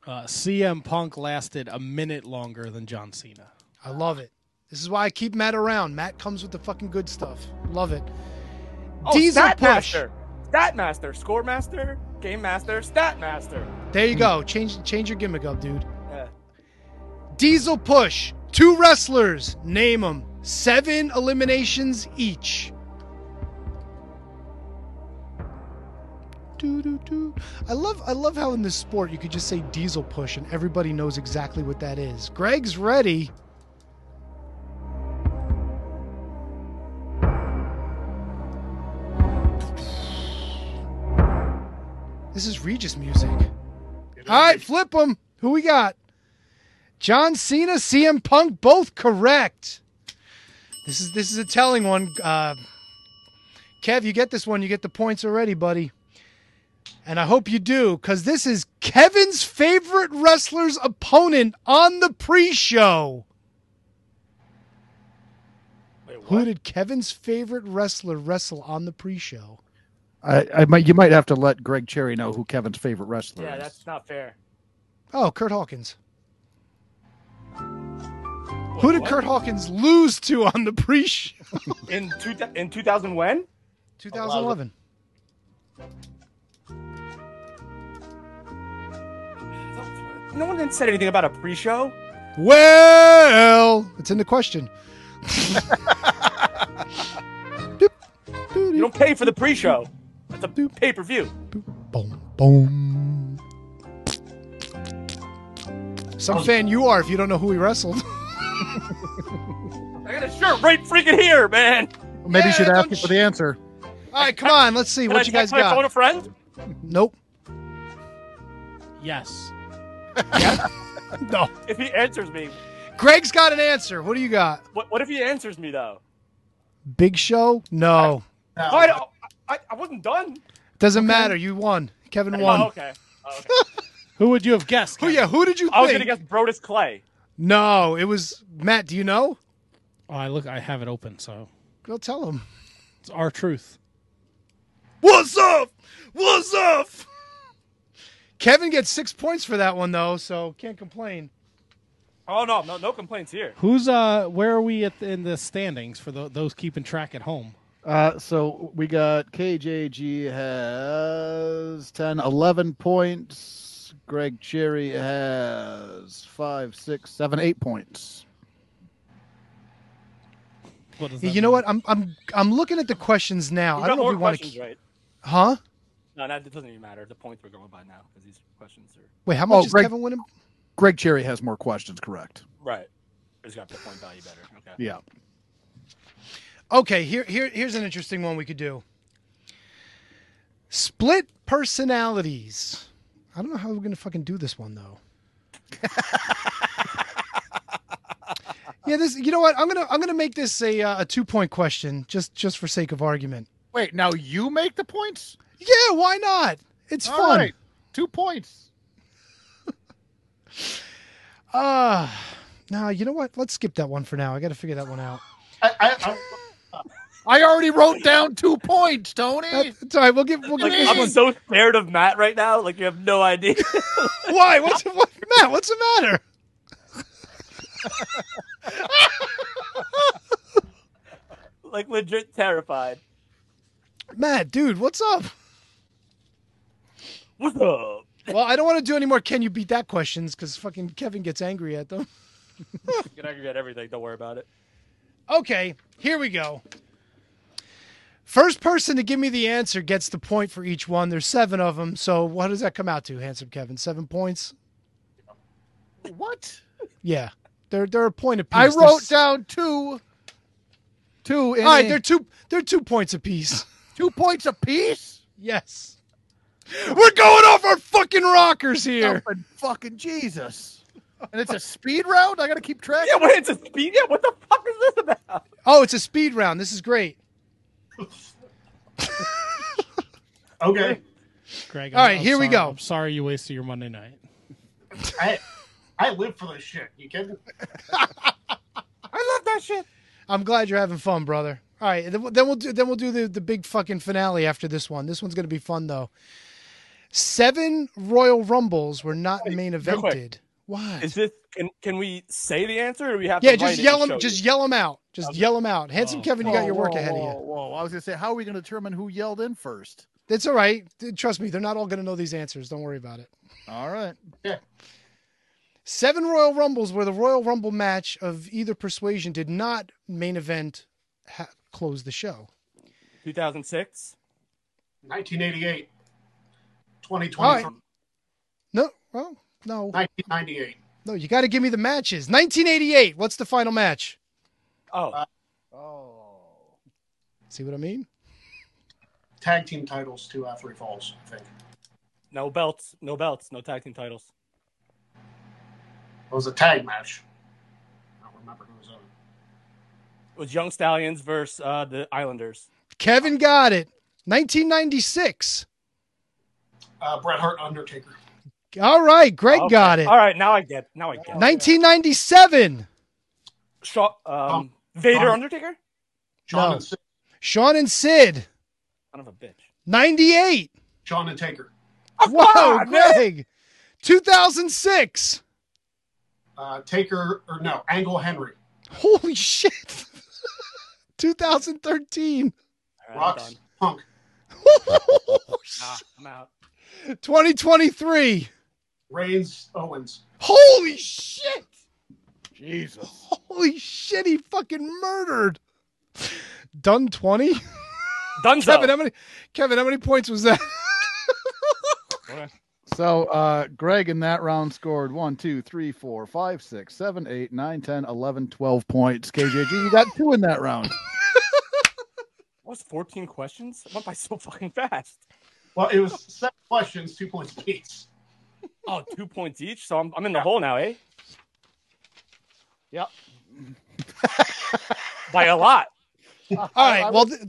Uh, CM Punk lasted a minute longer than John Cena. I love it. This is why I keep Matt around. Matt comes with the fucking good stuff. Love it. Oh, Diesel stat push. master, stat master, score master, game master, stat master. There you go. Change change your gimmick up, dude. Yeah. Diesel push. Two wrestlers. Name them. Seven eliminations each. Doo, doo, doo. I love I love how in this sport you could just say diesel push and everybody knows exactly what that is. Greg's ready. This is Regis music. All right, flip them. Who we got? John Cena, CM Punk, both correct. This is this is a telling one. Uh, Kev, you get this one. You get the points already, buddy. And I hope you do, because this is Kevin's favorite wrestler's opponent on the pre-show. Who did Kevin's favorite wrestler wrestle on the pre-show? I, I might. You might have to let Greg Cherry know who Kevin's favorite wrestler Yeah, is. that's not fair. Oh, Kurt Hawkins. Who did Kurt Hawkins lose to on the pre-show? In two thou- in two thousand when? 2011. No one then said anything about a pre-show. Well, it's in the question. You don't pay for the pre-show. That's a pay-per-view. Boom. Oh. Some fan you are if you don't know who he wrestled. [laughs] I got a shirt right freaking here, man. Well, maybe you should ask him for the answer. All right, come on. Let's see Can I what you guys text my got. phone a friend? Nope. Yes. No. If he answers me, Greg's got an answer. What do you got? what, what if he answers me though? Big Show? No. Oh, I, don't- I, I wasn't done. Doesn't matter. You won. Kevin won. Oh, okay. Oh, okay. Who would you have guessed? Who? Yeah. Who did you I was think? gonna guess Brodus Clay. No, it was Matt. Do you know? Oh, I look. I have it open, so Go tell him. it's our truth. What's up? What's up? Kevin gets six points for that one though, so can't complain. Oh no, no, no complaints here. Who's uh? Where are we at the, in the standings for tho- those keeping track at home? Uh, so we got KJG has 10, 11 points. Greg Cherry has five, six, seven, eight points. What does that You know what? I'm I'm I'm looking at the questions now. We I don't got know more if we want questions, to. right? Huh? No, that doesn't even matter. The points we're going by now because these questions are Wait, how much Oh, is Greg- Kevin winning? Greg Cherry has more questions, correct? right. It's got the point value better. Okay. Yeah. Okay, here here here's an interesting one we could do. Split personalities. I don't know how we're gonna fucking do this one though. [laughs] yeah, this. You know what? I'm gonna I'm gonna make this a uh, a two point question just just for sake of argument. Wait, now you make the points? Yeah, why not? It's All fun. right, Two points. Uh no, you know what? Let's skip that one for now. I got to figure that one out. I, I, I already wrote down two points, Tony. That, it's all right. We'll give. We'll give Like this I'm one. so scared of Matt right now. Like you have [laughs] no idea. Why? What's what, Matt? [laughs] What's the matter? like legit terrified. Matt, dude, what's up? What's up? Well, I don't want to do any more. Can you beat that questions? Because fucking Kevin gets angry at them. You can aggregate everything. Don't worry about it. Okay, here we go. First person to give me the answer gets the point for each one. There's seven of them. So what does that come out to, handsome Kevin? Seven points? What? Yeah. They're they're a point apiece. I wrote There's- down two. Two. All In right, a- they're two they're two points apiece. [laughs] two points apiece. yes. We're going off our fucking rockers here. Up and fucking Jesus. And it's a speed round. I gotta keep track. Yeah, wait, it's a speed. Yeah, what the fuck is this about? Oh, it's a speed round. This is great. Okay. Greg. All right, here we sorry. go. I'm sorry you wasted your Monday night. I I live for this shit. You kidding? I love that shit. I'm glad you're having fun, brother. All right, then we'll- then we'll do then we'll do the, the big fucking finale after this one. This one's gonna be fun though. Seven Royal Rumbles were not main real quick. evented. Why? Is this? Can can we say the answer, or we have Yeah, to? just yell them. Just yell them out. Just yell them out. Handsome Oh. Kevin, you got your work ahead whoa, of you. Whoa, I was gonna say, how are we gonna determine who yelled in first? That's all right. Th- Trust me, they're not all going to know these answers. Don't worry about it. All right. Seven Royal Rumbles where the Royal Rumble match of either persuasion did not main event ha- close the show. 2006. 1988, 2023, All right. No, well, no, 1998. no. You got to give me the matches. 1988. What's the final match? Oh, Oh. See what I mean? Tag team titles to uh, Three Falls, I think. no belts, no belts, no tag team titles. It was a tag match. I don't remember who was on. it. It was Young Stallions versus uh, the Islanders. Kevin got it. 1996. Uh, Bret Hart, Undertaker. All right, Greg Okay. got it. All right, now I get. Now I get. 1997. Shaw, um, Vader, Tom- Undertaker. John No. and Sid- Sean and Sid. Son of a bitch. 98. John and Taker. Whoa, on, man. Greg. 2006. Uh, Taker or no Angle Henry. Holy [laughs] shit. [laughs] 2013. All right, I'm Rocks done. Punk. Nah, I'm out. 2023. Reigns Owens. Holy shit. Jesus. Holy shit. He fucking murdered. Done 20. Dunzo. Kevin, how many Kevin, how many points was that? [laughs] So uh Greg in that round scored one, two, three, four, five, six, seven, eight, nine, ten, eleven, twelve points. KJG, you got two in that [laughs] round. What was 14 questions? It went by so fucking fast. Well, it was seven questions, two points apiece. Oh, two points each, so I'm, I'm in the hole now, eh? Yep. By a lot. All All right. Well, th-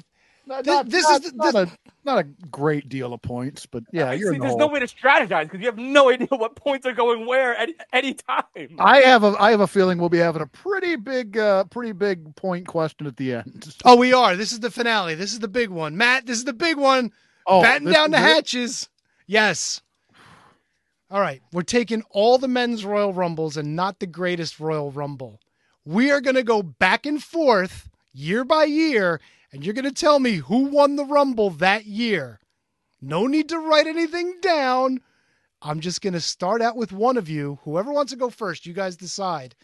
not, thi- not- this not- is the- not, a, not a great deal of points, but [laughs] yeah, you're See, in the there's hole. no way to strategize because you have no [laughs] idea what points are going where at any time. I have a I have a feeling we'll be having a pretty big uh pretty big point question at the end. [laughs] oh, we are. This is the finale. This is the big one. Matt, this is the big one. Oh, Batten this down the is it? hatches. Yes. All right. We're taking all the men's Royal Rumbles and not the greatest Royal Rumble. We are going to go back and forth year by year, and you're going to tell me who won the Rumble that year. No need to write anything down. I'm just going to start out with one of you. Whoever wants to go first, you guys decide.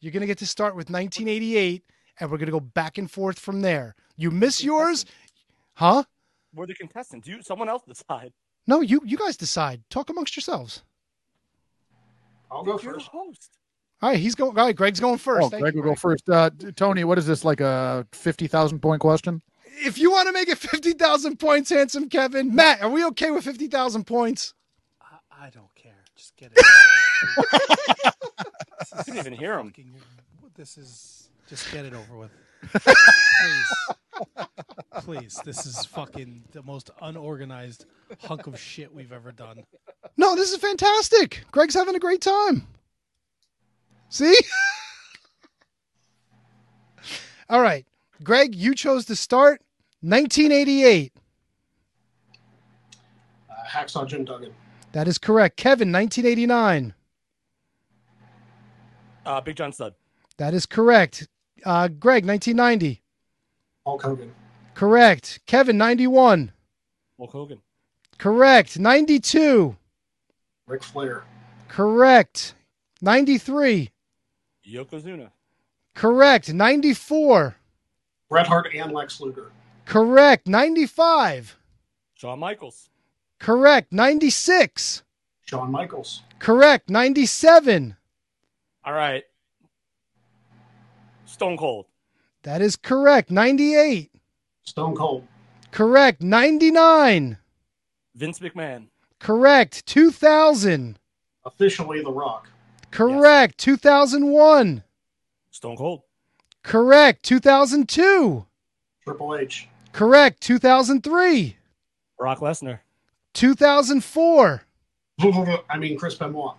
You're going to get to start with 1988, and we're going to go back and forth from there. You miss yours? Huh? We're the contestants. You, someone else decide. No, you you guys decide. Talk amongst yourselves. I'll go You're the first. host. All right, he's going. All right, Greg's going first. Oh, Thank Greg you, will go first. Uh, t- Tony, what is this like a fifty thousand point question? If you want to make it fifty thousand points, handsome Kevin, Matt, are we okay with fifty thousand points? I, I don't care. Just get it. This is Couldn't even hear him. fucking- This is just get it [laughs] over with. Please, please. This is fucking the most unorganized hunk of shit we've ever done. No, this is fantastic. Greg's having a great time. See? [laughs] All right, Greg, you chose to start. 1988. Uh, Hacksaw Jim Duggan. That is correct. Kevin, 1989. Uh, Big John Stud. That is correct. Uh, Greg, 1990. Hulk Hogan. Correct. Kevin, 91. Hulk Hogan. Correct. 92. Ric Flair. Correct. 93. Yokozuna. Correct. 94. Bret Hart and Lex Luger. Correct. 95. Shawn Michaels. Correct. 96. Shawn Michaels. Correct. 97. All right. Stone Cold. That is correct. 98. Stone Cold. Correct. 99. Vince McMahon. Correct. 2000. Officially The Rock. Correct. 2001. Stone Cold. Correct. 2002. Triple H. [laughs] Correct. 2003. Brock Lesnar. 2004. I mean Chris Benoit.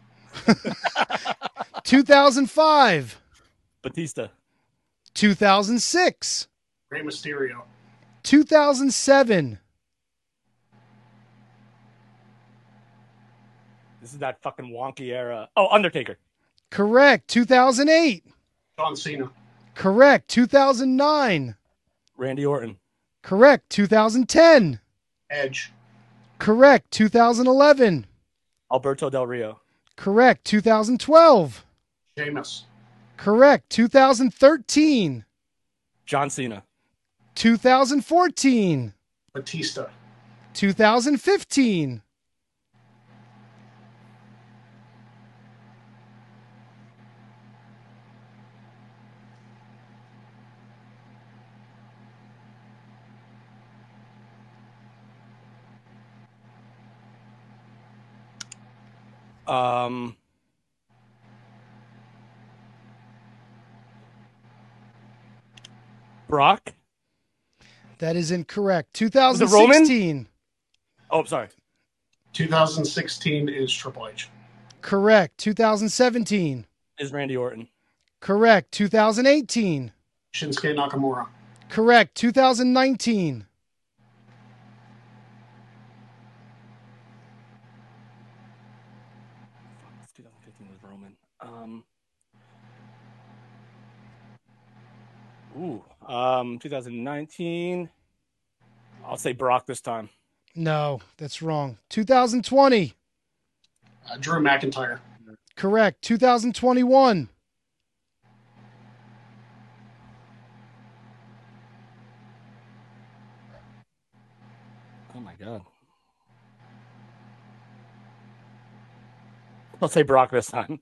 2005. Batista. 2006. Rey Mysterio. 2007. This is that fucking wonky era. Oh, Undertaker. Correct. 2008. John Cena. Correct. 2009. Randy Orton. Correct. 2010. Edge. Correct. 2011. Alberto Del Rio. Correct. 2012. Sheamus. Correct. 2013. John Cena. 2014. Batista. 2015. Um, Brock. That is incorrect. Was it Roman? 2016. Oh, sorry. 2016 is Triple H. Correct. 2017. Is Randy Orton. Correct. 2018. Shinsuke Nakamura. Correct. 2019. It's 2015 was Roman. Um, ooh, um, 2019. I'll say Brock this time. No, that's wrong. 2020. Uh, Drew McIntyre. Correct. 2021. Oh my god. I'll say Brock this time.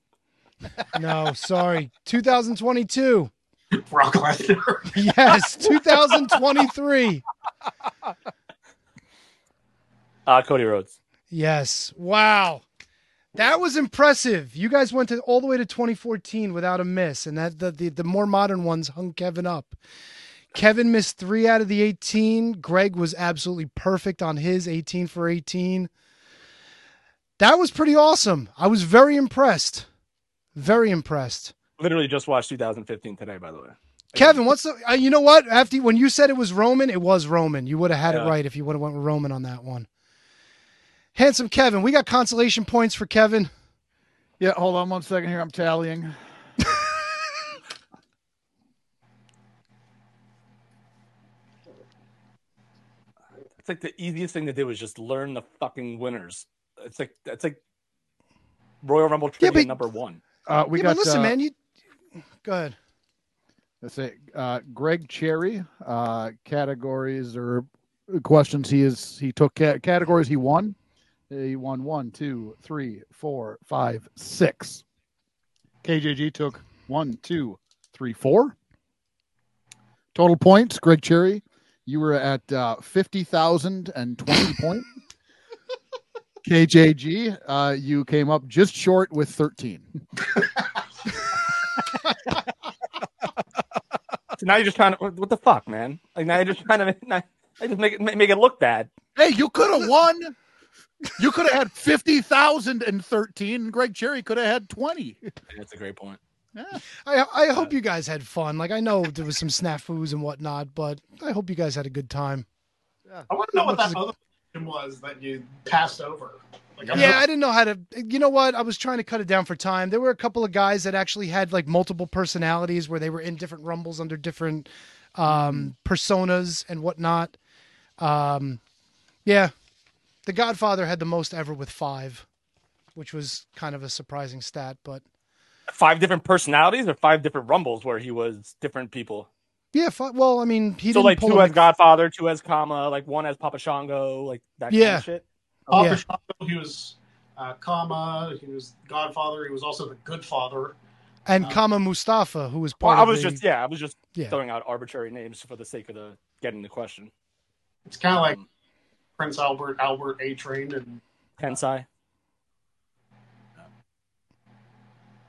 [laughs] No, sorry. 2022. Brock Lesnar. [laughs] Yes, 2023. Uh, Cody Rhodes. Yes. Wow. That was impressive. You guys went to all the way to 2014 without a miss, and that the, the, the more modern ones hung Kevin up. Kevin missed three out of the 18. Greg was absolutely perfect on his 18 for 18. That was pretty awesome. I was very impressed. Very impressed. Literally just watched 2015 today, by the way. Kevin, what's the? Uh, you know what? After when you said it was Roman, it was Roman. You would have had it right if you would have went with Roman on that one. Handsome Kevin, we got consolation points for Kevin. Yeah, hold on one second here. I'm tallying. It's like the easiest thing to do is just learn the fucking winners. It's like that's like Royal Rumble trivia but- number one. Uh, we yeah, got. but listen, uh, man, you go ahead. Let's say uh, Greg Cherry. Uh, categories or questions he is he took ca- categories he won. Uh, He won one, two, three, four, five, six. KJG took one, two, three, four. Total points, Greg Cherry. You were at uh, fifty thousand and twenty points. KJG, uh, you came up just short with thirteen. So now you're just trying to what the fuck, man? Like now you're just trying to now, I just make it make it look bad. Hey, you could have won. You could have had fifty thousand and thirteen. and Greg Cherry could have had twenty. That's a great point. I I hope you guys had fun. Like I know there was some snafus and whatnot, but I hope you guys had a good time. I want to know what Much as that a- other question was that you passed over. Like, I'm Yeah, I didn't know how to. You know what? I was trying to cut it down for time. There were a couple of guys that actually had like multiple personalities where they were in different rumbles under different um, personas and whatnot. Um, yeah, The Godfather had the most ever with five, which was kind of a surprising stat, but Five different personalities or five different rumbles where he was different people. Yeah, fu- well, I mean, he so didn't like pull two a as Godfather, two as Kama, like one as Papa Shango, like that kind Yeah. of shit. Papa Shango, he was uh, Kama, he was Godfather, he was also the Good Father. and Kama Mustafa, who was Well, part I of was the- just yeah, I was just Yeah. throwing out arbitrary names for the sake of the uh, getting the question. Um, It's kind of like Prince Albert, Albert A Train, and Tensai.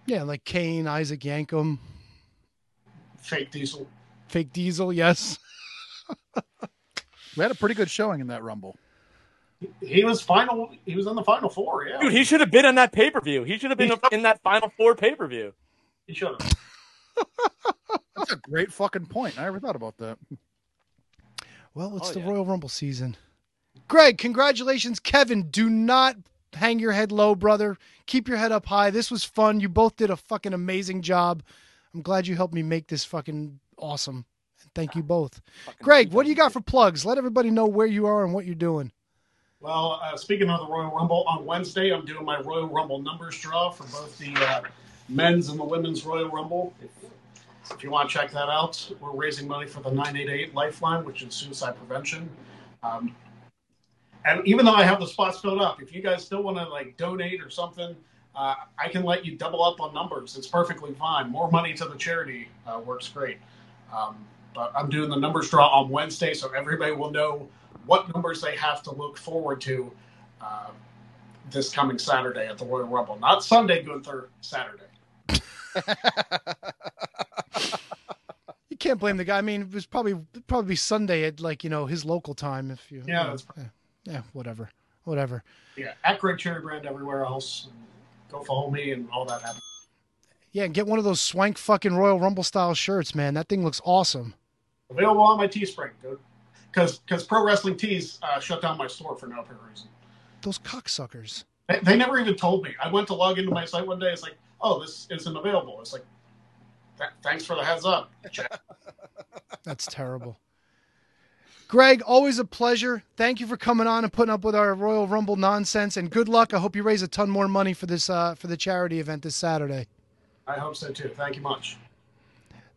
yeah, like Kane, Isaac Yankum, Fake Diesel. Fake Diesel. Yes, we had a pretty good showing in that Rumble. He was final. He was in the final four. Yeah, Dude, he should have been in that pay per view. He should have been in that final four pay per view. He should have. That's a great fucking point. I never thought about [laughs] that. Well, Oh, it's the Royal Rumble season. Greg, congratulations. Kevin, do not hang your head low, brother. Keep your head up high. This was fun. You both did a fucking amazing job. I'm glad you helped me make this fucking awesome. And thank you both. Greg, what do you got for plugs? Let everybody know where you are and what you're doing. Well, uh, speaking of the Royal Rumble, on Wednesday I'm doing my Royal Rumble numbers draw for both the uh, men's and the women's Royal Rumble. If, if you want to check that out, we're raising money for the 988 Lifeline, which is suicide prevention. Um, and even though I have the spots filled up, if you guys still want to like donate or something, uh, I can let you double up on numbers. It's perfectly fine. More money to the charity uh, works great. Um, but I'm doing the numbers draw on Wednesday, so everybody will know what numbers they have to look forward to uh, this coming Saturday at the Royal Rumble. Not Sunday, Gunther, Saturday. You can't blame the guy. I mean, it was probably it'd probably be Sunday at like, you know, his local time if you Yeah, you know, that's- yeah, yeah, whatever. Whatever. Yeah, at Greg Cherry Brand everywhere else. Go follow me and all that happens. Yeah, and get one of those swank fucking Royal Rumble style shirts, man. That thing looks awesome. Available on my Teespring. Because because Pro Wrestling Tees uh, shut down my store for no apparent reason. Those cocksuckers. They, they never even told me. I went to log into my site one day. It's like, oh, this isn't available. It's like, "Th- thanks for the heads up. Jack." That's terrible. [laughs] Greg, always a pleasure. Thank you for coming on and putting up with our Royal Rumble nonsense. And good luck. I hope you raise a ton more money for this uh, for the charity event this Saturday. I hope so too. Thank you much.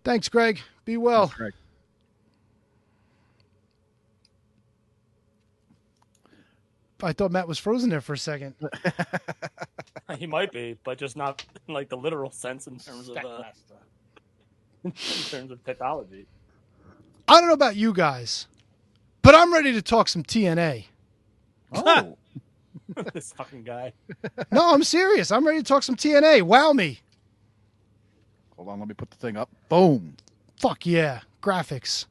Thanks, Greg. Be well. I thought Matt was frozen there for a second. [laughs] He might be, but just not in, like the literal sense in terms of uh, [laughs] in terms of technology. [laughs] I don't know about you guys, but I'm ready to talk some TNA. Oh. this fucking guy. No, I'm serious. I'm ready to talk some TNA. Wow me. Hold on, let me put the thing up. Boom. Fuck yeah. Graphics.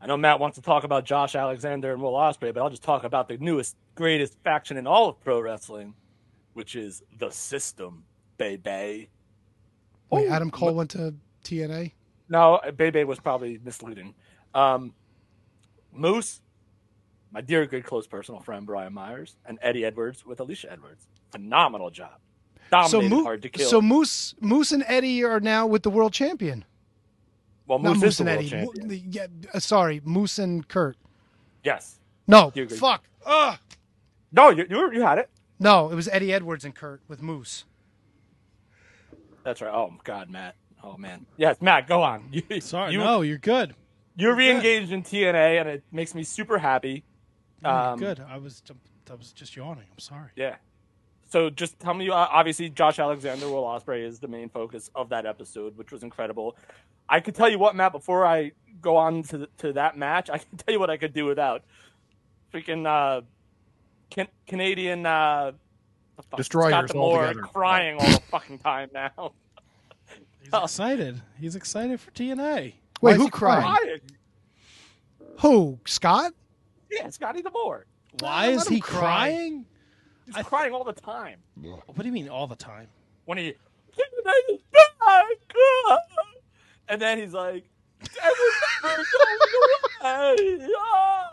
I know Matt wants to talk about Josh Alexander and Will Ospreay, but I'll just talk about the newest, greatest faction in all of pro wrestling, which is the system, baby. Oh, Wait, Adam Cole went to TNA? No, Bebe was probably misleading. Um, Moose, my dear, good, close personal friend Brian Myers, and Eddie Edwards with Alicia Edwards. Phenomenal job. Dominated, Moo- hard to kill. so Moose Moose and Eddie are now with the world champion. well, Not Moose is the world Mo- champion. the- yeah, uh, sorry, Moose and Kurt. Yes. No, You agree. fuck. Ugh. No, you, you, you had it. No, it was Eddie Edwards and Kurt with Moose. That's right. Oh God, Matt. Oh man. Yes, Matt. Go on. [laughs] You, Sorry, you, no, you're good. You're re-engaged in TNA, and it makes me super happy. No, you're Um, Mm, good. I was, I was just yawning. I'm sorry. Yeah. So just tell me. Uh, obviously, Josh Alexander, Will Osprey is the main focus of that episode, which was incredible. I could tell you what, Matt. Before I go on to th- to that match, I [laughs] can tell you what I could do without freaking uh, can- Canadian uh, the fuck, Destroyers Scott D'Amore altogether. crying all the fucking time now. He's excited. He's excited for TNA. Wait, is who he crying? cried? Who? Scott? Yeah, Scotty Demore. Why Let is him he cry. crying? He's crying all the time. What do you mean all the time? when he and then he's like "I was never going away." [laughs] Ah.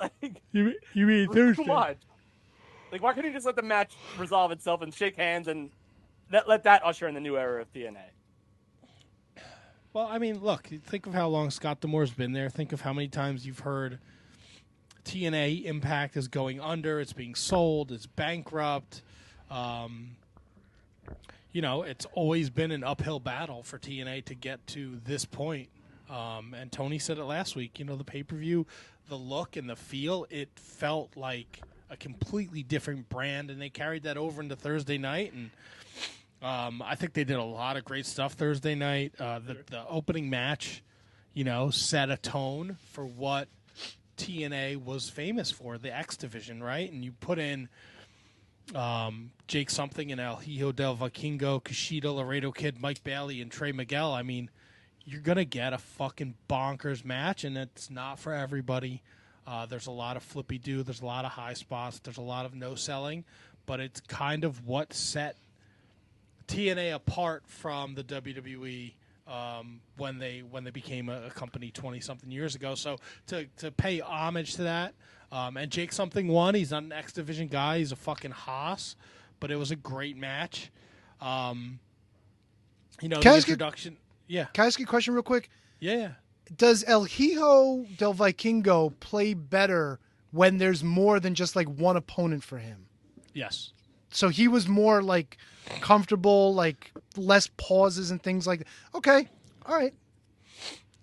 like, You you mean too much. Like why couldn't he just let the match resolve itself and shake hands and let, let that usher in the new era of TNA? Well, I mean, look, think of how long Scott Demore's been there. Think of how many times you've heard TNA Impact is going under, it's being sold, it's bankrupt. Um, you know, it's always been an uphill battle for TNA to get to this point. Um, and Tony said it last week. You know, the pay per view, the look and the feel, it felt like a completely different brand, and they carried that over into Thursday night. And um, I think they did a lot of great stuff Thursday night. Uh, the the opening match, you know, set a tone for what TNA was famous for, the X division, right? And you put in um, Jake something and El Hijo del Vikingo, Kushida, Laredo Kid, Mike Bailey, and Trey Miguel. I mean, you're gonna get a fucking bonkers match, and it's not for everybody. Uh, there's a lot of flippy do. There's a lot of high spots. There's a lot of no selling, but it's kind of what set TNA apart from the WWE um, when they when they became a, a company 20 something years ago. So to to pay homage to that, um, and Jake something won. He's not an X Division guy. He's a fucking Haas, but it was a great match. Um, you know, Can I the ask you- introduction. yeah. Can I ask you a question real quick? Yeah, yeah. Does El Hijo del Vikingo play better when there's more than just like one opponent for him? Yes. So he was more like comfortable, like less pauses and things like that. Okay. All right.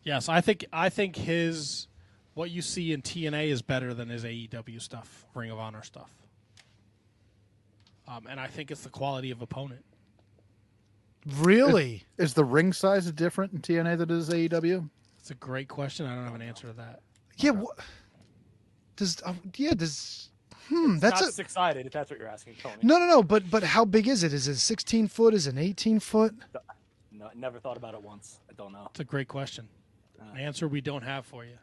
Yes, I think I think his what you see in TNA is better than his AEW stuff, Ring of Honor stuff. Um, and I think it's the quality of opponent. Really? Is, is the ring size different in TNA than it is E AEW? It's a great question. I don't have an answer to that. Yeah. Wh- does uh, yeah does hmm that's not a six sided. If that's what you're asking, Tony. no no no but but how big is it? Is it 16 foot? Is it 18 foot? No, I never thought about it once. I don't know. It's a great question. An answer we don't have for you.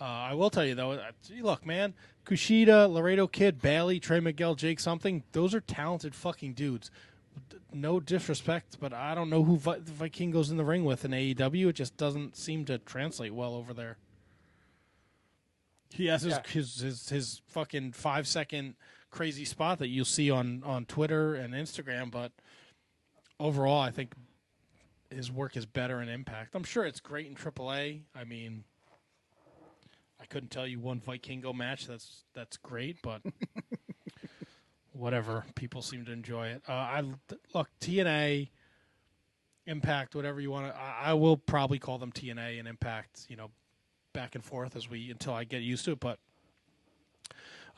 Uh, I will tell you though. uh, gee, Look, man, Kushida, Laredo Kid, Bailey, Trey Miguel, Jake something. Those are talented fucking dudes. D- No disrespect, but I don't know who Vi- Vikingo's in the ring with in AEW. It just doesn't seem to translate well over there. He has his his, his his fucking five second crazy spot that you'll see on on Twitter and Instagram, but overall, I think his work is better in Impact. I'm sure it's great in AAA. I mean, I couldn't tell you one Vikingo match that's that's great, but [laughs] whatever. People seem to enjoy it. Uh, I look TNA, Impact, whatever you want to. I, I will probably call them TNA and Impact. You know, back and forth as we until I get used to it. But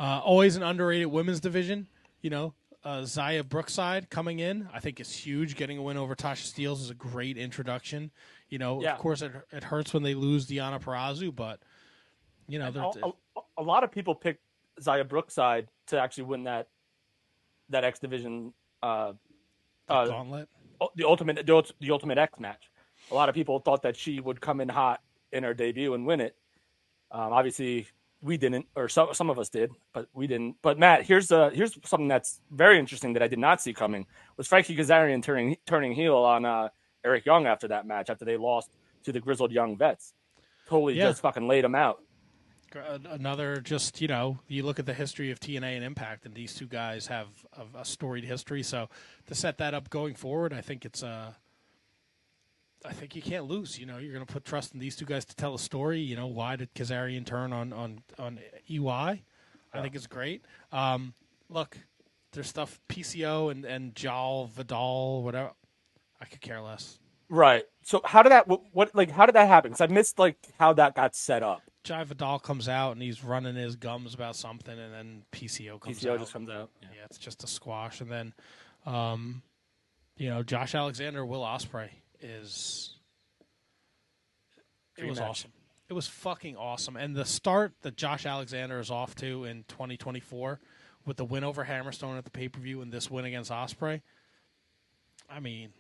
uh, always an underrated women's division. You know, uh, Zaya Brookside coming in, I think is huge. Getting a win over Tasha Steeles is a great introduction. You know, Yeah. of course it, it hurts when they lose Deanna Perazu, but you know, And they're, a, a- a lot of people picked Zaya Brookside to actually win that that X Division uh, uh, gauntlet, the ultimate the, ult- the ultimate X match. A lot of people thought that she would come in hot in her debut and win it. Um, obviously, we didn't, or some some of us did, but we didn't. But Matt, here's uh here's something that's very interesting that I did not see coming was Frankie Kazarian turning turning heel on uh, Eric Young after that match after they lost to the Grizzled Young Vets. Totally Yeah. just fucking laid him out. an- another just you know you look at the history of TNA and Impact, and these two guys have a, a storied history. So to set that up going forward, I think it's uh, I think you can't lose. You know, you're going to put trust in these two guys to tell a story. You know, why did Kazarian turn on on on EY? I think it's great. Um, look, there's stuff PCO and and Jal Vidal whatever. I could care less. Right. So how did that what, what like how did that happen? Cuz I missed like how that got set up. Jai Vidal comes out and he's running his gums about something, and then PCO comes PCO out. just comes out. Yeah. it's just a squash, and then, um, you know, Josh Alexander, Will Osprey is. It Dream was match. awesome. It was fucking awesome, and the start that Josh Alexander is off to in 2024 with the win over Hammerstone at the pay per view and this win against Osprey. I mean,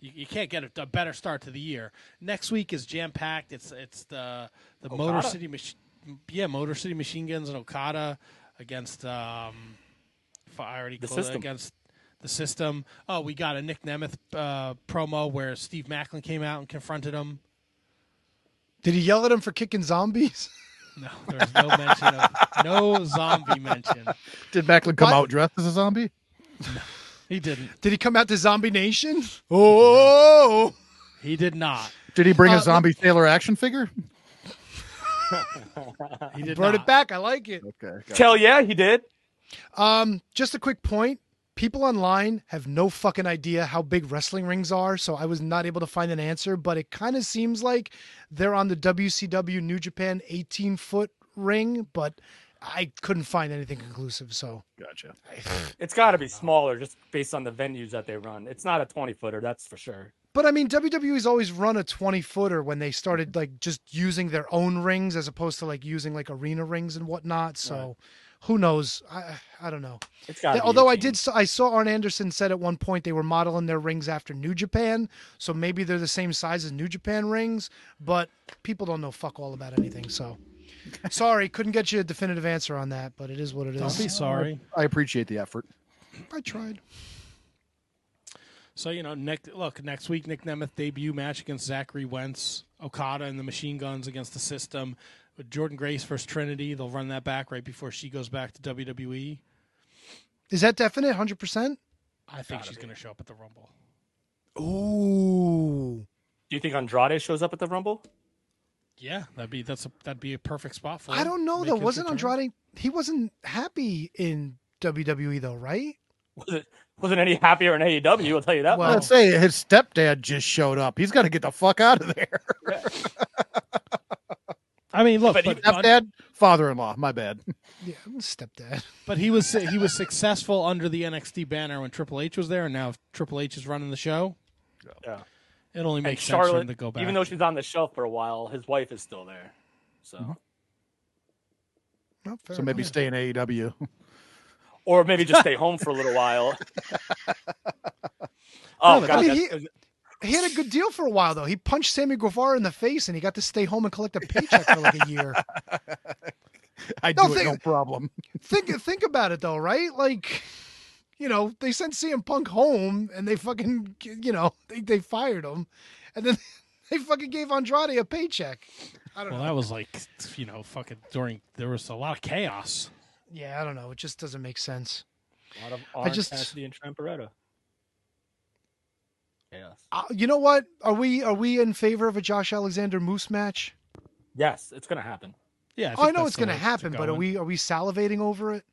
you, you can't get a, a better start to the year. Next week is jam packed. It's it's the the Motor Okada? City Mach- yeah Motor City Machine Guns and Okada against um, if I already The called it, system. against the system. Oh, we got a Nick Nemeth uh, promo where Steve Macklin came out and confronted him. Did he yell at him for kicking zombies? [laughs] No, there's no mention of no zombie mention. Did Macklin come What? out dressed as a zombie? He didn't. Did he come out to Zombie Nation? Oh. He did not. Did he bring Uh, a zombie Taylor action figure? He did Brought not. it back. I like it. Okay. Hell yeah, he did. Um, just a quick point. people online have no fucking idea how big wrestling rings are, so I was not able to find an answer, but it kind of seems like they're on the WCW New Japan 18 foot ring, but I couldn't find anything conclusive, so. Gotcha. It's got to be smaller just based on the venues that they run. It's not a 20 footer, that's for sure. But I mean, WWE's always run a 20 footer when they started like just using their own rings as opposed to like using like arena rings and whatnot. So who knows? I I don't know. It's gotta be although I did s- I saw Arn Anderson said at one point they were modeling their rings after New Japan, so maybe they're the same size as New Japan rings. But people don't know fuck all about anything. So sorry, couldn't get you a definitive answer on that. But it is what it is. Don't be sorry. I appreciate the effort. I tried. So you know, Nick. Look, next week, Nick Nemeth debut match against Zachary Wentz, Okada and the Machine Guns against the System, with Jordan Grace versus Trinity. They'll run that back right before she goes back to WWE. Is that definite? Hundred percent. I think she's going to show up at the Rumble. Ooh. Do you think Andrade shows up at the Rumble? Yeah, that'd be that's a, that'd be a perfect spot for. I him. don't know Make though. his Wasn't return. Andrade? He wasn't happy in WWE though, right? Was it, wasn't any happier in AEW, I'll tell you that. Well- much. Let's say his stepdad just showed up. He's got to get the fuck out of there. I mean, look, but, stepdad, father-in-law. My bad. Yeah, stepdad. [laughs] but he was he was successful under the NXT banner when Triple H was there, and now if Triple H is running the show, yeah. it only And makes sense for him Charlotte, to go back. even though she's on the shelf for a while, his wife is still there. So, Mm-hmm. Nope, fair So maybe enough. stay in E [laughs] AEW. or maybe just stay home for a [laughs] little while. oh, No, but God, I mean, that's- He had a good deal for a while though. He punched Sammy Guevara in the face, and he got to stay home and collect a paycheck for like a year. I No, do it think- no problem. think think about it though, right? Like, you know, they sent CM Punk home, and they fucking, you know, they they fired him, and then [laughs] they fucking gave Andrade a paycheck. I don't well, know. that was like you know, fucking during there was a lot of chaos. Yeah, I don't know. It just doesn't make sense. a lot of I Orange just- Cassidy and Tramperetta. Yes. Uh, you know what? Are we are we in favor of a Josh Alexander Moose match? Oh, Yes, it's going to happen. Yeah, I, know it's going to happen, but are we are we salivating over it?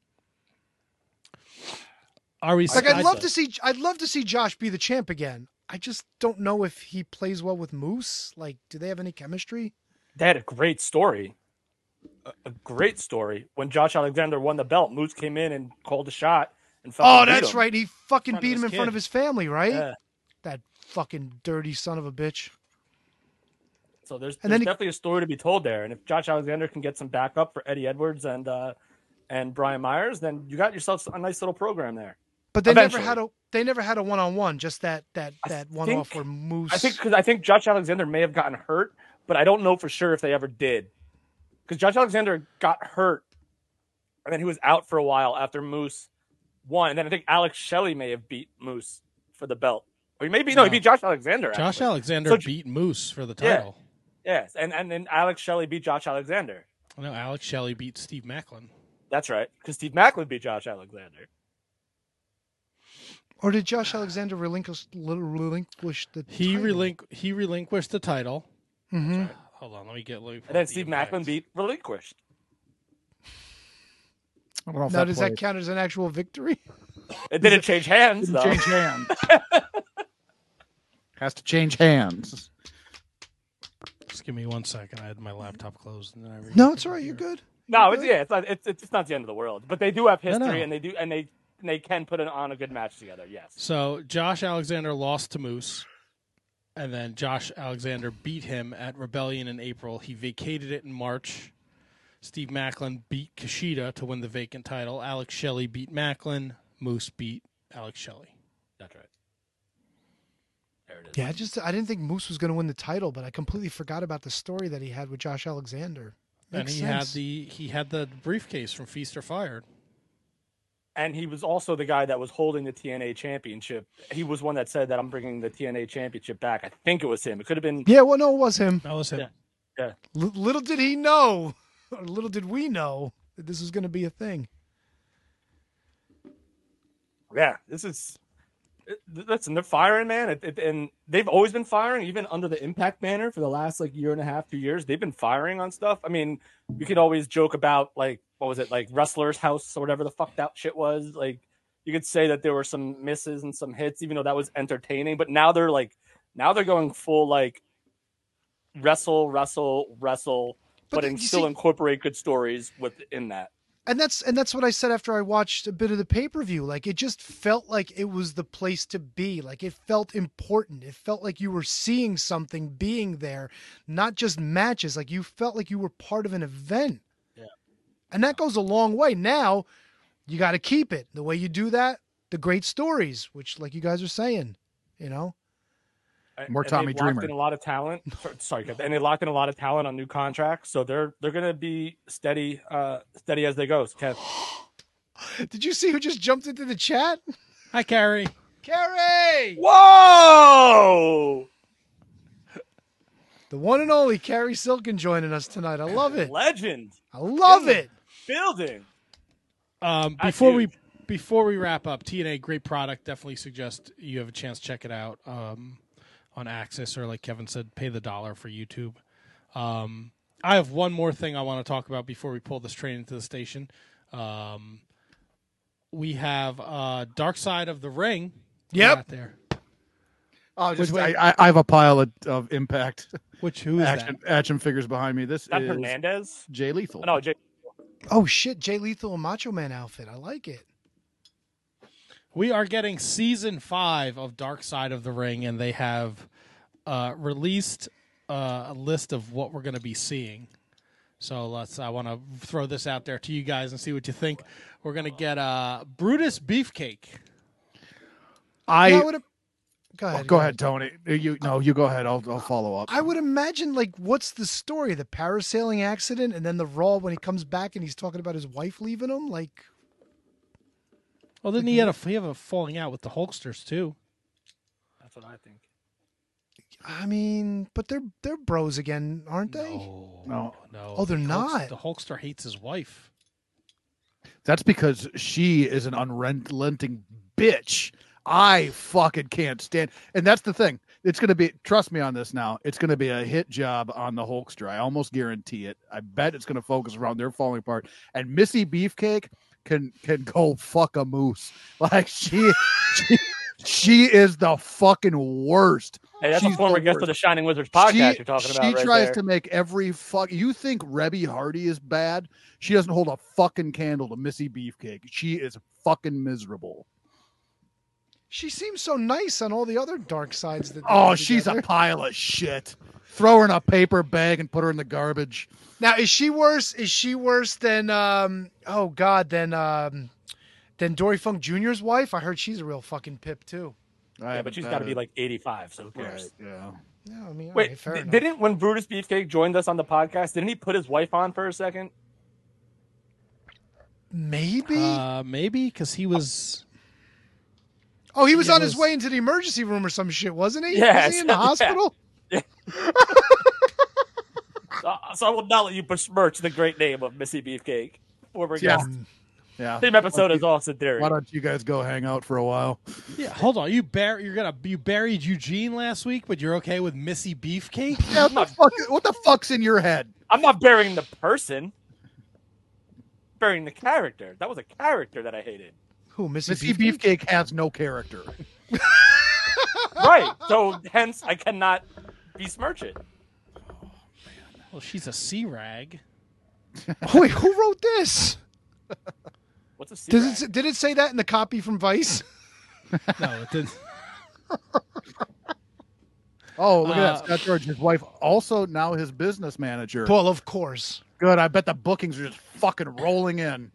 Are we? Like I'd love to see I'd love to see Josh be the champ again. I just don't know if he plays well with Moose. Like, do they have any chemistry? They had a great story. A, a great story. When Josh Alexander won the belt, Moose came in and called a shot and Oh, fucking beat that's him. right. He fucking front of beat him his in front of kid. his family, right? Yeah. That fucking dirty son of a bitch. So there's, And there's then he- definitely a story to be told there. And if Josh Alexander can get some backup for Eddie Edwards and uh, and Brian Myers, then you got yourself a nice little program there. But they Eventually. never had a they never had a one on one. Just that that that one off think- where Moose. I think because I think Josh Alexander may have gotten hurt, but I don't know for sure if they ever did. Because Josh Alexander got hurt, and then he was out for a while after Moose won, and then I think Alex Shelley may have beat Moose for the belt, or he maybe no, he No. beat Josh Alexander. Josh actually. Alexander So- beat Moose for the Yeah. title. yes, and and then Alex Shelley beat Josh Alexander. No, Alex Shelley beat Steve Macklin. That's right, because Steve Macklin beat Josh Alexander. or did Josh Alexander relinquish relinquish the? He title? relinqu- he relinquished the title. Mhm. Hold on, let me get. Let me pull And then up the Steve impact. Macklin beat Relinquished. I don't know if Now does that plays. count as an actual victory? [laughs] It didn't change hands Didn't though. change hands. [laughs] Has to change hands. Just give me one second. I had my laptop closed. And then I re- No, it's all right. You're good. [laughs] No, it's yeah, it's not it's, it's not the end of the world. But they do have No, history, no. and they do and they and they can put it on a good match together. Yes, So Josh Alexander lost to Moose, and then Josh Alexander beat him at Rebellion in April. He vacated it in March. Steve Macklin beat Kushida to win the vacant title. Alex Shelley beat Macklin. Moose beat Alex Shelley. that's right. There it is. Yeah, I just I didn't think Moose was going to win the title, but I completely forgot about the story that he had with Josh Alexander. And Makes he had sense. the he had the briefcase from Feast or Fired. And he was also the guy that was holding the TNA championship. He was one that said that I'm bringing the TNA championship back. I think it was him. It could have been. yeah. Well, no, it was him. That was him. Yeah. L- little did he know, [laughs] or little did we know that this was going to be a thing. Yeah, this is. it- Listen, they're firing, man, it, it, and they've always been firing, even under the Impact banner for the last like year and a half, two years. They've been firing on stuff. I mean, we could always joke about like what was it, like Wrestler's House or whatever the fuck that shit was. Like you could say that there were some misses and some hits, even though that was entertaining. But now they're like, now they're going full like wrestle, wrestle, wrestle, But but, then and you still see- incorporate good stories within that. and that's and that's what I said after I watched a bit of the pay per view. Like it just felt like it was the place to be. Like it felt important. It felt like you were seeing something, being there, not just matches. Like you felt like you were part of an event. Yeah. And that goes a long way. Now you got to keep it. The way you do that, the great stories, which like you guys are saying, you know. More and Tommy they've locked Dreamer. In a lot of talent. Sorry, guys, and they locked in a lot of talent on new contracts, so they're they're gonna be steady, uh, steady as they go. Kev, [laughs] Did you see who just jumped into the chat? Hi, Carrie. Carrie. Whoa! The one and only Carrie Silken joining us tonight. I love it. legend, I love it. building. Um, I before do. we before we wrap up, TNA great product. Definitely suggest you have a chance to check it out um, on Access or like Kevin said, pay the dollar for YouTube. Um, I have one more thing I want to talk about before we pull this train into the station. Um, we have uh, Dark Side of the Ring. Yep. out there. Oh, just- I, I, I have a pile of, of impact Which who is action, action figures behind me. This Not is Hernandez. Oh, Jay Lethal. No, Jay. Oh shit, Jay Lethal and Macho Man outfit. I like it. We are getting season five of Dark Side of the Ring, and they have uh, released uh, a list of what we're going to be seeing. So let's. I want to throw this out there to you guys and see what you think. We're going to get uh, Brutus Beefcake. I Yeah, I would have. Go oh, ahead. go ahead, Tony. You no, you go ahead. I'll I'll follow up. I would imagine like what's the story? The parasailing accident and then the raw when he comes back and he's talking about his wife leaving him? Like Well, then Oh, he Mm-hmm. had a he have a falling out with the Hulksters too. That's what I think. I mean, but they're they're bros again, aren't they? No, no. Oh, they're The Hulks- not. The Hulkster hates his wife. That's because she is an unrelenting bitch. I fucking can't stand. And that's the thing. It's going to be, trust me on this now, it's going to be a hit job on the Hulkster. I almost guarantee it. I bet it's going to focus around their falling apart. And Missy Beefcake can can go fuck a moose. [laughs] Like she she, she is the fucking worst. Hey, that's She's a former the guest worst. of the Shining Wizards podcast. you're talking about she right tries there. to make every fuck. You think Rebby Hardy is bad? She doesn't hold a fucking candle to Missy Beefcake. She is fucking miserable. She seems so nice on all the other dark sides that they Oh, put she's a together. pile of shit. Throw her in a paper bag and put her in the garbage. Now is she worse? Is she worse than um oh god, than um than Dory Funk Jr.'s wife? I heard she's a real fucking pip too. yeah, but she's got to be like 85. So who cares? yeah. Yeah, I mean, all Wait, right, fair di- enough. didn't when Brutus Beefcake joined us on the podcast, didn't he put his wife on for a second? Maybe. Uh, maybe because he was. Oh, he was Yeah, on it his was- way into the emergency room or some shit, wasn't he? Yeah, was he in the so- yeah. hospital? So, so I will not let you besmirch the great name of Missy Beefcake. Former Yeah. guest. Um, Yeah. Same episode as Austin Theory. Why don't you guys go hang out for a while? Yeah, hold on. You bur- You're gonna. You buried Eugene last week, but you're okay with Missy Beefcake. Yeah, what, the fuck, what the fuck's in your head? I'm not burying the person. Burying the character. That was a character that I hated. Who, Missy, Missy Beefcake? Beefcake has no character. Right. So hence I cannot besmirch it. Well, she's a sea rag. Oh, wait, who wrote this? What's a sea Does rag? it, s- did it say that in the copy from Vice? [laughs] No, it didn't. Oh, look at Uh, that. Scott George, his wife, also now his business manager. Well, of course. Good. I bet the bookings are just fucking rolling in.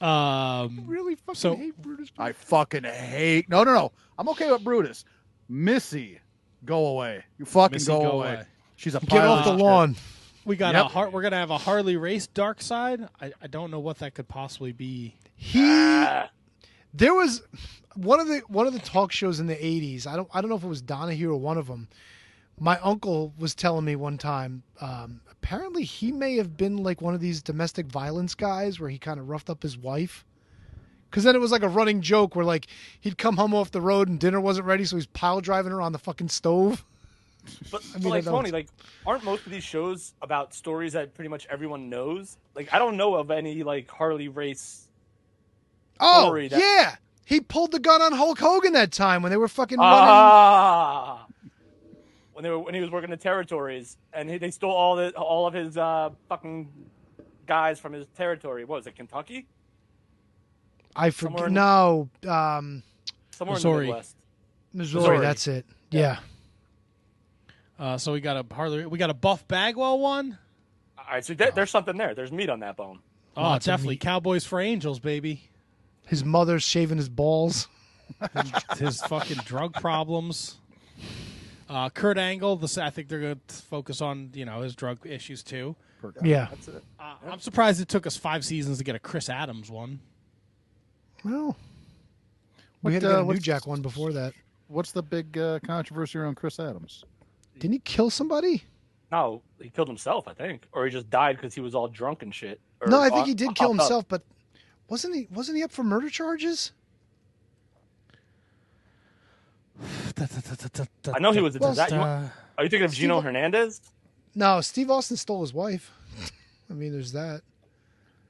Um, Really fucking So- hate Brutus. I fucking hate. No, no, no. I'm okay with Brutus. Missy, go away. You fucking Missy, go, go away. away. She's a Get pile off the of lawn. [laughs] we got a Yep. heart. We're gonna have a Harley race dark side. I, I don't know what that could possibly be. He there was one of the one of the talk shows in the 80s. I don't I don't know if it was Donahue or one of them. My uncle was telling me one time. Um, apparently, he may have been like one of these domestic violence guys where he kind of roughed up his wife. Because then it was like a running joke where like he'd come home off the road and dinner wasn't ready, so he's pile driving her on the fucking stove. But, I mean, I but like don't- Tony, like aren't most of these shows about stories that pretty much everyone knows? Like I [laughs] don't know of any like Harley race Oh, Corey that- yeah. He pulled the gun on Hulk Hogan that time when they were fucking running. Ah. When they were when he was working the territories, and he, they stole all the all of his uh, fucking guys from his territory. What was it, Kentucky? I somewhere forget. in- No. Um, Somewhere Missouri. in the Midwest. Missouri, Missouri. That's it. Yeah. Uh, so we got a Harley. We got a Buff Bagwell one. All right, so there, there's something there. There's meat on that bone. Oh, Lots of definitely meat. Cowboys for Angels, baby. His mother's shaving his balls. His [laughs] fucking drug problems. Uh, Kurt Angle. This I think they're going to focus on you know his drug issues too. Yeah. That's it. Uh, I'm surprised it took us five seasons to get a Chris Adams one. Well, What, we had to get uh, a New what's- Jack one before that. What's the big uh, controversy around Chris Adams? Didn't he kill somebody? No, he killed himself, I think, or he just died because he was all drunk and shit. or No, I ho- think he did kill hopped up. himself, but wasn't he wasn't he up for murder [sighs] charges? I know he was a disaster. you want- Are you thinking of Gino Steve- Hernandez? No, Steve Austin stole his wife. [laughs] I mean, there's that.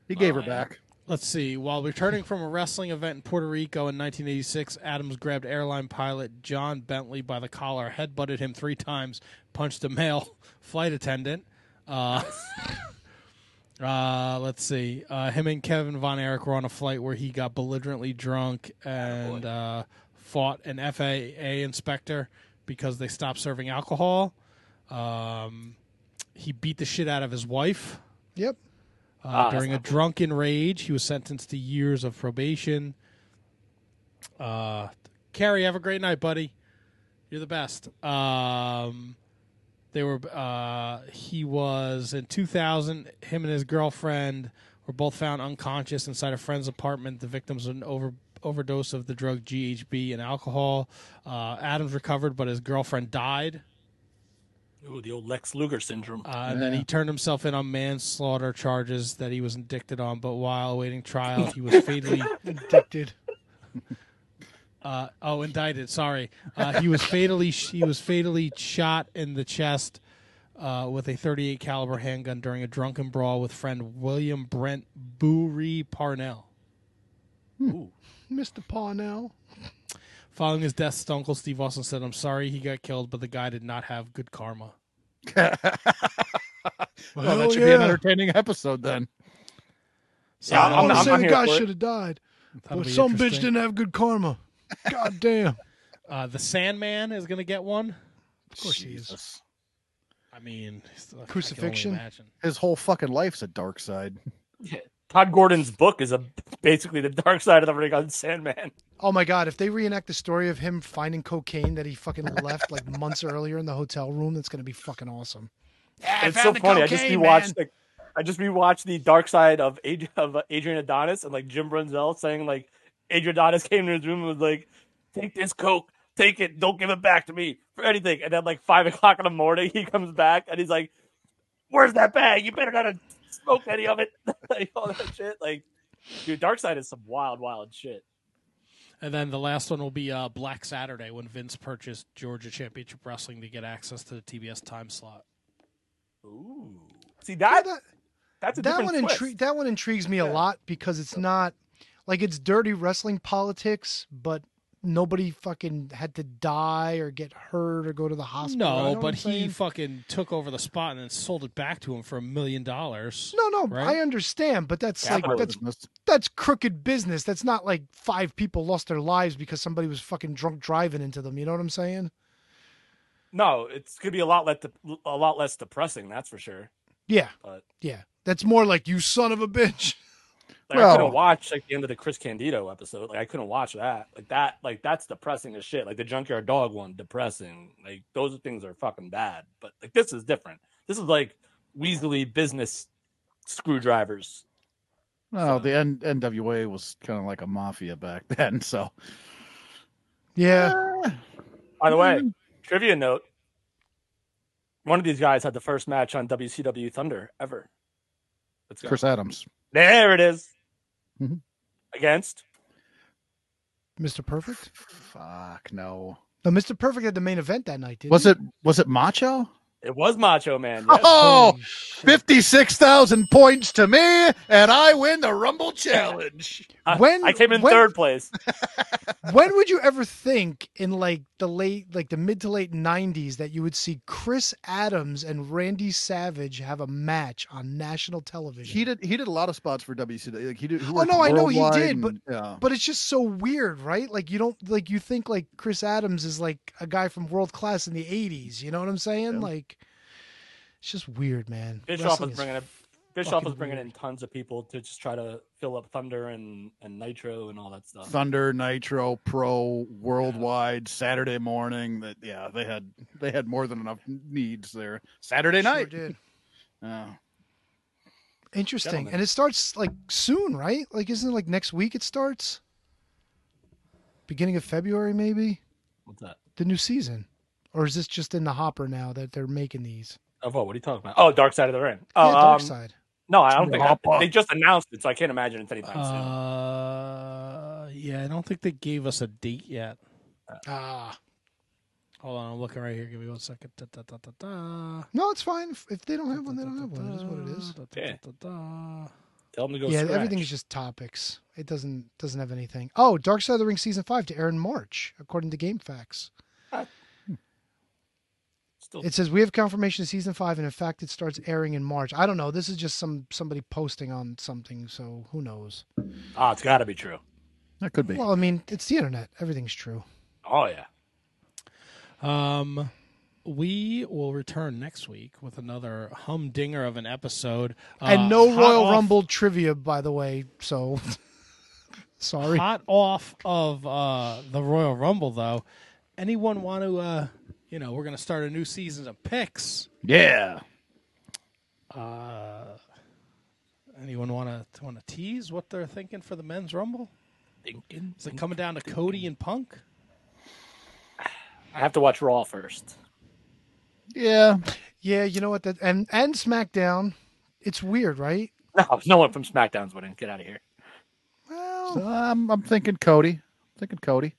He gave her yeah. back. Oh, Let's see. While returning from a wrestling event in Puerto Rico in 1986, Adams grabbed airline pilot John Bentley by the collar, headbutted him three times, punched a male [laughs] flight attendant. Uh, [laughs] uh, let's see. Uh, him and Kevin Von Erich were on a flight where he got belligerently drunk and uh, fought an FAA inspector because they stopped serving alcohol. Um, he beat the shit out of his wife. Yep. Uh, Ah, during a that's drunken rage, he was sentenced to years of probation. Uh, Carrie, have a great night, buddy. You're the best. Um, they were. Uh, he was in 2000. Him and his girlfriend were both found unconscious inside a friend's apartment. The victims of an over overdose of the drug GHB and alcohol. Uh, Adams recovered, but his girlfriend died. Ooh, the old Lex Luger syndrome. Uh, and then he turned himself in on manslaughter charges that he was indicted on, but while awaiting trial, he [laughs] was fatally Indicted. uh, oh indicted. Sorry, uh, he was fatally he was fatally shot in the chest uh, with a 38 caliber handgun during a drunken brawl with friend William Brent Booree Parnell. Ooh. Mr. [laughs] Parnell. Following his death, Stone Cold Steve Austin said, "I'm sorry he got killed, but the guy did not have good karma." Well, that should be an entertaining episode then. Yeah, [laughs] I'm- I want I'm- to say I'm the here guy for it. should have died, That'll but be some bitch interesting. didn't have good [laughs] karma. God damn. Uh, the Sandman is going to get one. Of course he is. Jesus. I mean, I can only Crucifixion? imagine. His whole fucking life's a dark side. Todd Gordon's book is a basically the dark side of the ring on Sandman. Oh my god, if they reenact the story of him finding cocaine that he fucking left like months earlier in the hotel room, that's gonna be fucking awesome. it's so funny. I just rewatched like I just rewatched the dark side of Ad- of uh, Adrian Adonis and like Jim Brunzel saying like Adrian Adonis came in his room and was like, "Take this coke, take it, don't give it back to me for anything." And then like five [laughs] o'clock in the morning, he comes back and he's like, "Where's that bag? You better not have smoked any of it." [laughs] like, all that shit. Like, dude, dark side is some wild, wild shit. And then the last one will be uh, Black Saturday when Vince purchased Georgia Championship Wrestling to get access to the TBS time slot. Ooh, see that, that- that's a that different one twist. intrigues that one intrigues me a Yeah. lot because it's not like it's dirty wrestling politics, but nobody fucking had to die or get hurt or go to the hospital. You know No, what I'm but he saying? fucking took over the spot and then sold it back to him for a million dollars. No, no, right? I understand, but that's like Capital that's business. that's crooked business. That's not like five people lost their lives because somebody was fucking drunk driving into them. You know what I'm saying? No, it's gonna be a lot less de- a lot less depressing. That's for sure. Yeah, But yeah. That's more like you son of a bitch. like, I Well- couldn't watch like the end of the Chris Candido episode. Like I couldn't watch that. Like that. Like that's depressing as shit. Like the Junkyard Dog one, depressing. Like those things are fucking bad. But like this is different. This is like Weasley business screwdrivers. No, the N- NWA was kind of like a mafia back then. So, Yeah. By the Mm-hmm. way, trivia note: one of these guys had the first match on WCW Thunder ever. Let's go. Chris Adams. There it is. Mhm. Against Mr. Perfect? Fuck no. No, Mr. Perfect had the main event that night, didn't Was he? it was it Macho? It was Macho Man. [laughs] yes. Oh, 56,000 points to me, and I win the Rumble Challenge. I- When- I came in when- third place. [laughs] when would you ever think in like the late like the mid to late 90s that you would see chris adams and randy savage have a match on national television He did. He did a lot of spots for WCW. Like he did. he oh worked no i know he worldwide did but and- yeah. but it's just so weird right like you don't like you think like chris adams is like a guy from world class in the 80s you know what i'm saying like it's just weird man Bischoff Wrestling was is bringing in Bischoff was fucking bringing in tons of people to just try to fill up Thunder and, and Nitro and all that stuff. Thunder, Nitro, Pro, Worldwide, Saturday morning. That yeah, they had they had more than enough needs there. Saturday Sure night. did. Yeah. interesting Gentlemen. and it starts like soon right like isn't it like next week it starts beginning of february maybe What's that? the new season, or is this just in the hopper now that they're making these? Of what? What are you talking about? Oh, Dark Side of the Ring. Oh, Yeah, Dark um, Side. No, I don't Yeah. think Hopper. they just announced it, so I can't imagine it's anytime soon. Uh, yeah, I don't think they gave us a date yet. Ah, Hold on, I'm looking right here. Give me one second. Da, da, da, da, da. no, it's fine. If, if they don't have one, they don't have one. It is what it is. Yeah. Tell them to go. yeah, scratch. everything is just topics. It doesn't doesn't have anything. Oh, Dark Side of the Ring season five to air in March, according to GameFAQs. Ah. Still- It says we have confirmation of season five, and in fact, it starts airing in March. I don't know. This is just some somebody posting on something, so who knows? Ah, it's got to be true. That could Well, I mean, it's the internet. Everything's true. Oh yeah. Um, we will return next week with another humdinger of an episode, Uh, and no hot Royal off- Rumble trivia, by the way. So [laughs] sorry. Hot off of uh, the Royal Rumble, though. Anyone want to? Uh, you know, we're gonna start a new season of picks. Yeah. Uh, anyone want to want to tease what they're thinking for the men's rumble? Thinking. Is it coming down to Cody and Punk? I have to watch Raw first. [laughs] Yeah. Yeah, you know what? That and and SmackDown. It's weird, right? No, no one from SmackDown's winning. Get out of here. So I'm I'm thinking Cody. I'm thinking Cody.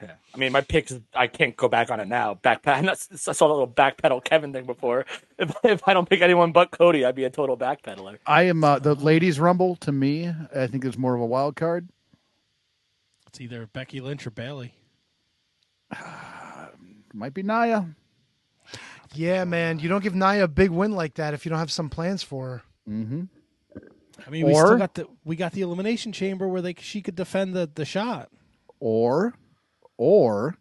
Yeah. I mean, my picks. I can't go back on it now. Backpedal. [laughs] I saw the little backpedal Kevin thing before. [laughs] If, if I don't pick anyone but Cody, I'd be a total backpedaler. I am uh, the ladies' rumble to me. I think is more of a wild card. It's either Becky Lynch or Bailey. Might be Naya. Yeah, man. You don't give Nia a big win like that if you don't have some plans for her. Mm-hmm. I mean, we still Or- got the we got the elimination chamber where they she could defend the the shot. Or, or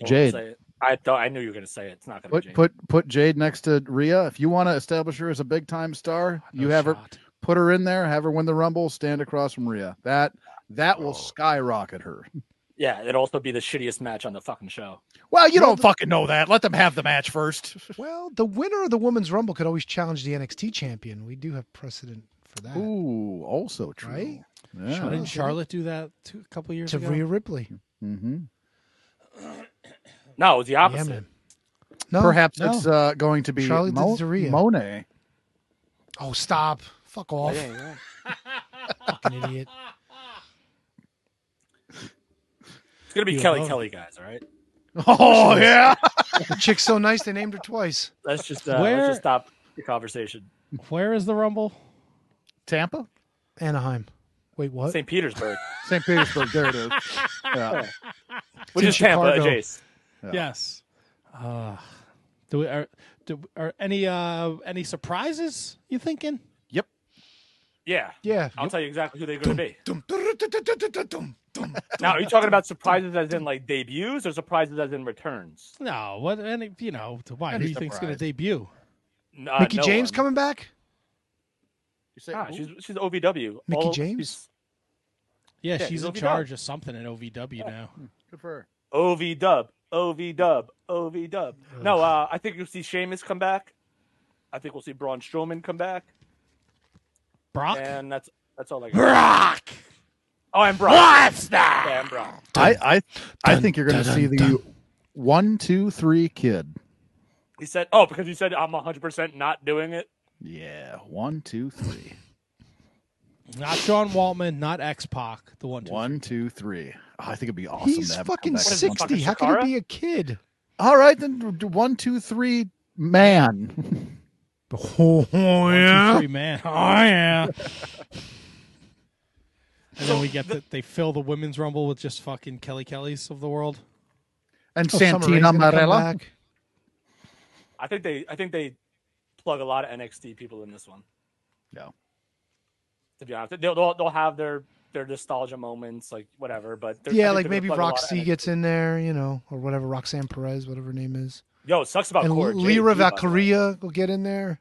Don't Jade. say it. I thought I knew you were gonna say it. It's not gonna Put be Jade. put put Jade next to Rhea. If you want to establish her as a big time star, you have her put her in there, have her win the rumble, stand across from Rhea. That that will skyrocket her. [laughs] yeah, it'd also be the shittiest match on the fucking show. Well, you don't fucking know that. Let them have the match first. Well, the winner of the women's rumble could always challenge the NXT champion. We do have precedent for that. Ooh, also true. Right? Yeah. Didn't Charlotte do that two, a couple years To ago? Rhea Ripley. Mm-hmm. No, it was the opposite. man. No. Perhaps no. it's uh, going to be Charlotte Mo- did to Rhea. Monet. [laughs] Oh, stop. Fuck off. [laughs] Fucking idiot. It's gonna be You Kelly alone. Kelly, guys. All right, Oh yeah. The chick's so nice they named her twice. [laughs] let's just uh, Where- let's just stop the conversation. Where is the Rumble? Tampa, Anaheim. Wait, what? [laughs] St. Petersburg, St. Petersburg. There it is. Yeah. which in is Tampa, Chicago. Jace. Yes. Uh, do we are do, are any uh any surprises? You thinking? Yep. Yeah, Yeah. I'll tell you exactly who they're [laughs] gonna be. Dum, dum, dum, dum, dum, dum, dum. Now, are you talking about surprises as in like debuts or surprises as in returns? No. What? Any? You know? Why? Who Any do you think's going to surprise. debut? N- uh, Mickey no James one. coming back? You say, Ah, she's she's OVW. Mickey All- James? she's Yeah, Yeah, she's in it'll be charge of something in OVW now. good for her. OV dub, OV dub, OV dub. No, uh, I think you'll see Sheamus come back. I think we'll see Braun Strowman come back, Brock. and that's that's all I got. Brock. Oh, and Brock. Yeah, and Brock. I I, I think you're going to see the one, two, three kid. He said, "Oh, because you said I'm 100 percent not doing it." Yeah, one, two, [laughs] three. Not Sean Waltman. Not X Pac. The one. two, one, two, three. Oh, I think it'd be awesome. He's to have him come fucking back as one, two, sixty. Dr. How can Sakara? he be a kid? All right, then do one, two, three, man. [laughs] Oh, yeah. Three man. [laughs] Oh yeah. And then we get that they fill the women's rumble with just fucking Kelly Kellys of the world. And Oh, Summer Santina Rae's gonna come Marella. back. I think they I think they plug a lot of NXT people in this one. No. To be honest, they'll they'll, they'll have their their nostalgia moments, like whatever. But they're- I yeah, think like they're gonna maybe plug a lot of Roxy NXT. gets in there, you know, or whatever Roxanne Perez, whatever her name is. Yo, it sucks about and Cora Jade, Lyra too, by the Valkyria will get in there.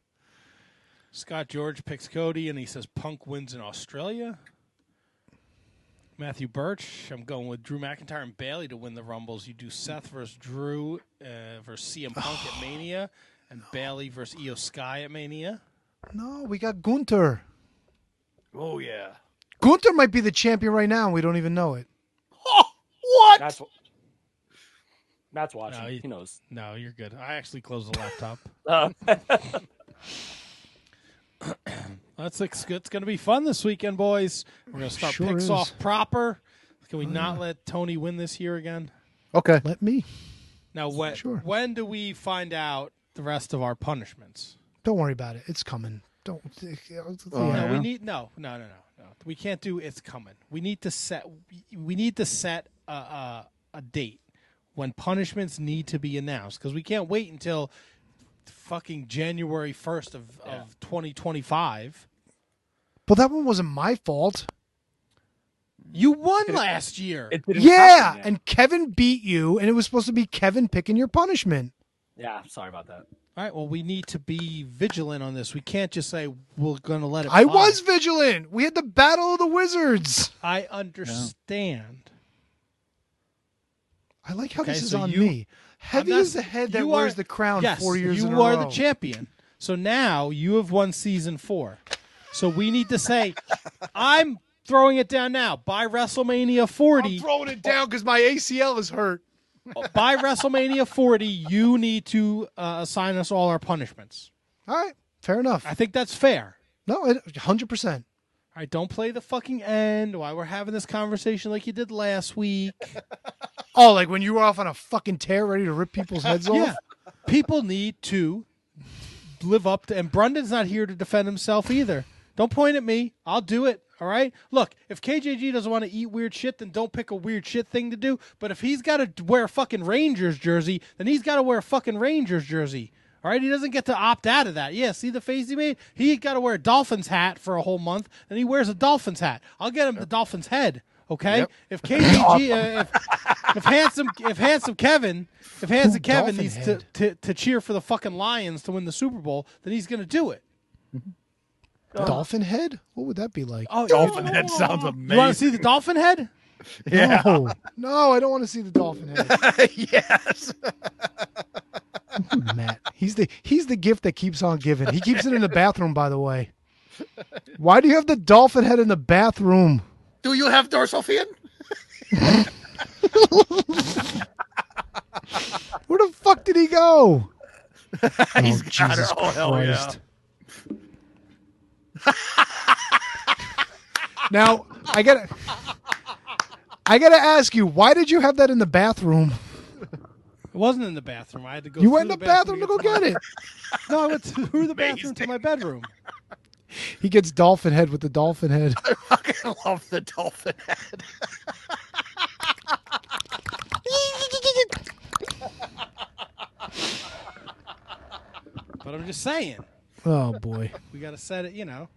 Scott George picks Cody, and he says Punk wins in Australia. Matthew Birch, I'm going with Drew McIntyre and Bailey to win the Rumbles. You do Seth versus Drew uh, versus CM Punk [sighs] at Mania, and Bailey versus Io Sky at Mania. No, we got Gunter. Oh yeah. Gunter might be the champion right now, and we don't even know it. What? Matt's, Matt's watching. No, he, you- knows. No, you're good. I actually closed the [laughs] laptop. Oh. Uh, [coughs] That's it's, it's going to be fun this weekend, boys. We're going to start Sure picks is. Oh, off proper. Can we not let Tony win this year again? Okay. Let me. Now, when when do we find out the rest of our punishments? Don't worry about it. It's coming. Don't. [laughs] Oh, no, we need no, no, no, no, no. We can't do it's coming. We need to set. We need to set a a, a date when punishments need to be announced because we can't wait until fucking January first of, of twenty twenty five. But that one wasn't my fault. You won last year. Yeah, and Kevin beat you, and it was supposed to be Kevin picking your punishment. yeah, I'm sorry about that. All right. Well, we need to be vigilant on this. We can't just say we're going to let it. I fly. was vigilant. We had the battle of the wizards. I understand. I like how Okay, this is so on you- me. Heavy I'm not- is the head that you wears are- the crown yes, four years You in a are row. the champion. So now you have won season four. So we need to say, I'm throwing it down now. By WrestleMania 40, Throwing it down because my ACL is hurt. by WrestleMania 40, you need to uh, assign us all our punishments. All right, fair enough. I think that's fair. No, it hundred percent. All right, don't play the fucking end. Why we're having this conversation like you did last week. Oh, like when you were off on a fucking tear, ready to rip [laughs] people's heads off. Yeah. People need to live up to and Brundon's not here to defend himself either. Don't point at me. I'll do it. All right. Look, if KJG doesn't want to eat weird shit, then don't pick a weird shit thing to do. But if he's got to wear a fucking Rangers jersey, then he's got to wear a fucking Rangers jersey. All right. He doesn't get to opt out of that. Yeah. See the face he made? He got to wear a Dolphins hat for a whole month, and he wears a Dolphins hat. I'll get him the Dolphins head. Okay. Yep. If KJG, uh, if, if handsome, if handsome Kevin, if handsome Ooh, Kevin Dolphin needs to, head. to to cheer for the fucking Lions to win the Super Bowl, then he's going to do it. Dolphin head? What would that be like? Oh, Dolphin head [laughs] sounds amazing. You want to see the dolphin head? Yeah. [laughs] No, no, I don't want to see the dolphin head. yes. Matt, he's the he's the gift that keeps on giving. He keeps it in the bathroom, by the way. Why do you have the dolphin head in the bathroom? Do you have dorsal fin? [laughs] Where the fuck did he go? [laughs] He's oh, got it. Jesus Oh, hell yeah. Christ. [laughs] now I gotta I gotta ask you, why did you have that in the bathroom? It wasn't in the bathroom. I had to go. you through went in the bathroom to go my- get it. [laughs] No, I went through the bathroom to my bedroom. He gets dolphin head with the dolphin head. fucking love the dolphin [laughs] head. But I'm just saying, [laughs] Oh boy. we got to set it. You know,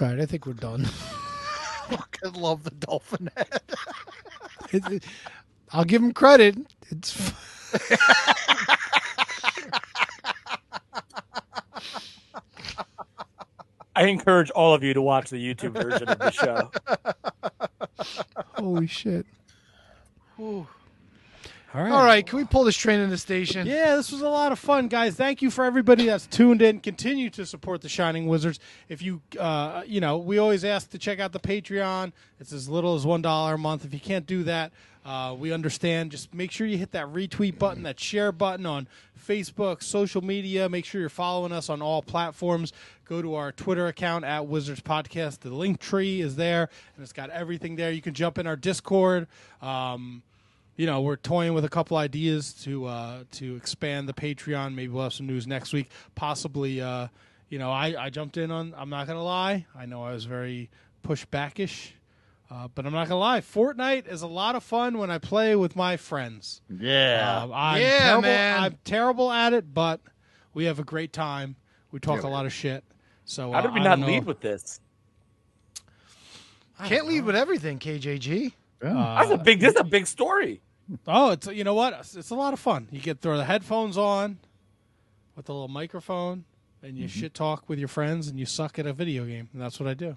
All right, I think we're done. [laughs] fucking love the dolphin head. It- it- I'll give him credit. It's [laughs] I encourage all of you to watch the YouTube version of the [laughs] show. holy shit. all right. All right, can we pull this train in the station? Yeah, this was a lot of fun, guys. Thank you for everybody that's tuned in. Continue to support the Shining Wizards. If you, uh, you know, we always ask to check out the Patreon. It's as little as one dollar a month. If you can't do that, Uh, we understand. Just make sure you hit that retweet button, that share button on Facebook, social media. Make sure you're following us on all platforms. Go to our Twitter account at Wizards Podcast. The link tree is there, and it's got everything there. You can jump in our Discord. Um, you know, we're toying with a couple ideas to uh, to expand the Patreon. Maybe we'll have some news next week. Possibly, uh, you know, I, I jumped in on. I'm not gonna lie. I know I was very pushbackish, uh, but I'm not gonna lie. Fortnite is a lot of fun when I play with my friends. Yeah. Um, I'm Yeah, terrible, man. I'm terrible at it, but we have a great time. We talk Yeah, a lot of shit. So How uh, did we I not don't know. lead with this? Can't lead with everything, KJG. Uh, That's a big. This is a big story. Oh, it's you know what? It's, it's a lot of fun. You get throw the headphones on with the little microphone, and you Mm-hmm. shit talk with your friends, and you suck at a video game, and that's what I do.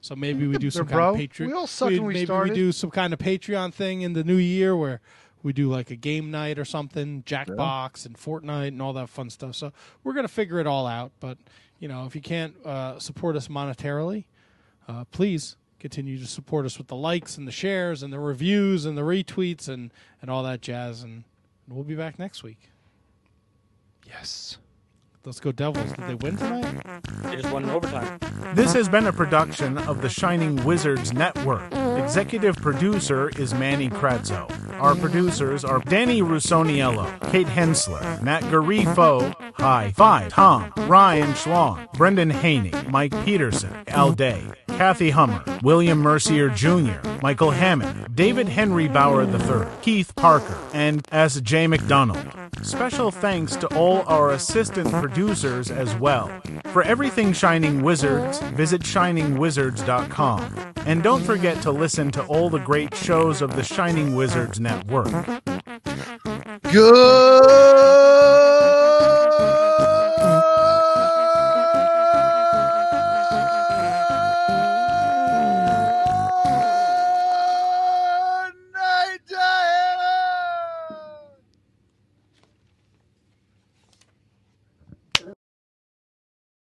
So maybe [laughs] we do some kind Bro, of Patreon. we all sucked when we maybe started. we do some kind of Patreon thing in the new year where we do like a game night or something, Jackbox and Fortnite and all that fun stuff. So we're gonna figure it all out. But you know, if you can't uh, support us monetarily, uh, please continue to support us with the likes and the shares and the reviews and the retweets and, and all that jazz. And, and we'll be back next week. Yes. Let's go, Devils. Did they win tonight? They just won in overtime. This has been a production of the Shining Wizards Network. Executive producer is Manny Kratzo. Our producers are Danny Russoniello, Kate Hensler, Matt Garifo, Hi Fi, Tom, Ryan Schlong, Brendan Haney, Mike Peterson, Al Day, Kathy Hummer, William Mercier Jr., Michael Hammond, David Henry Bauer III, Keith Parker, and S. J. McDonald. Special thanks to all our assistant producers as well. For everything Shining Wizards, visit shiningwizards.com. And don't forget to listen to all the great shows of the Shining Wizards Network. Good.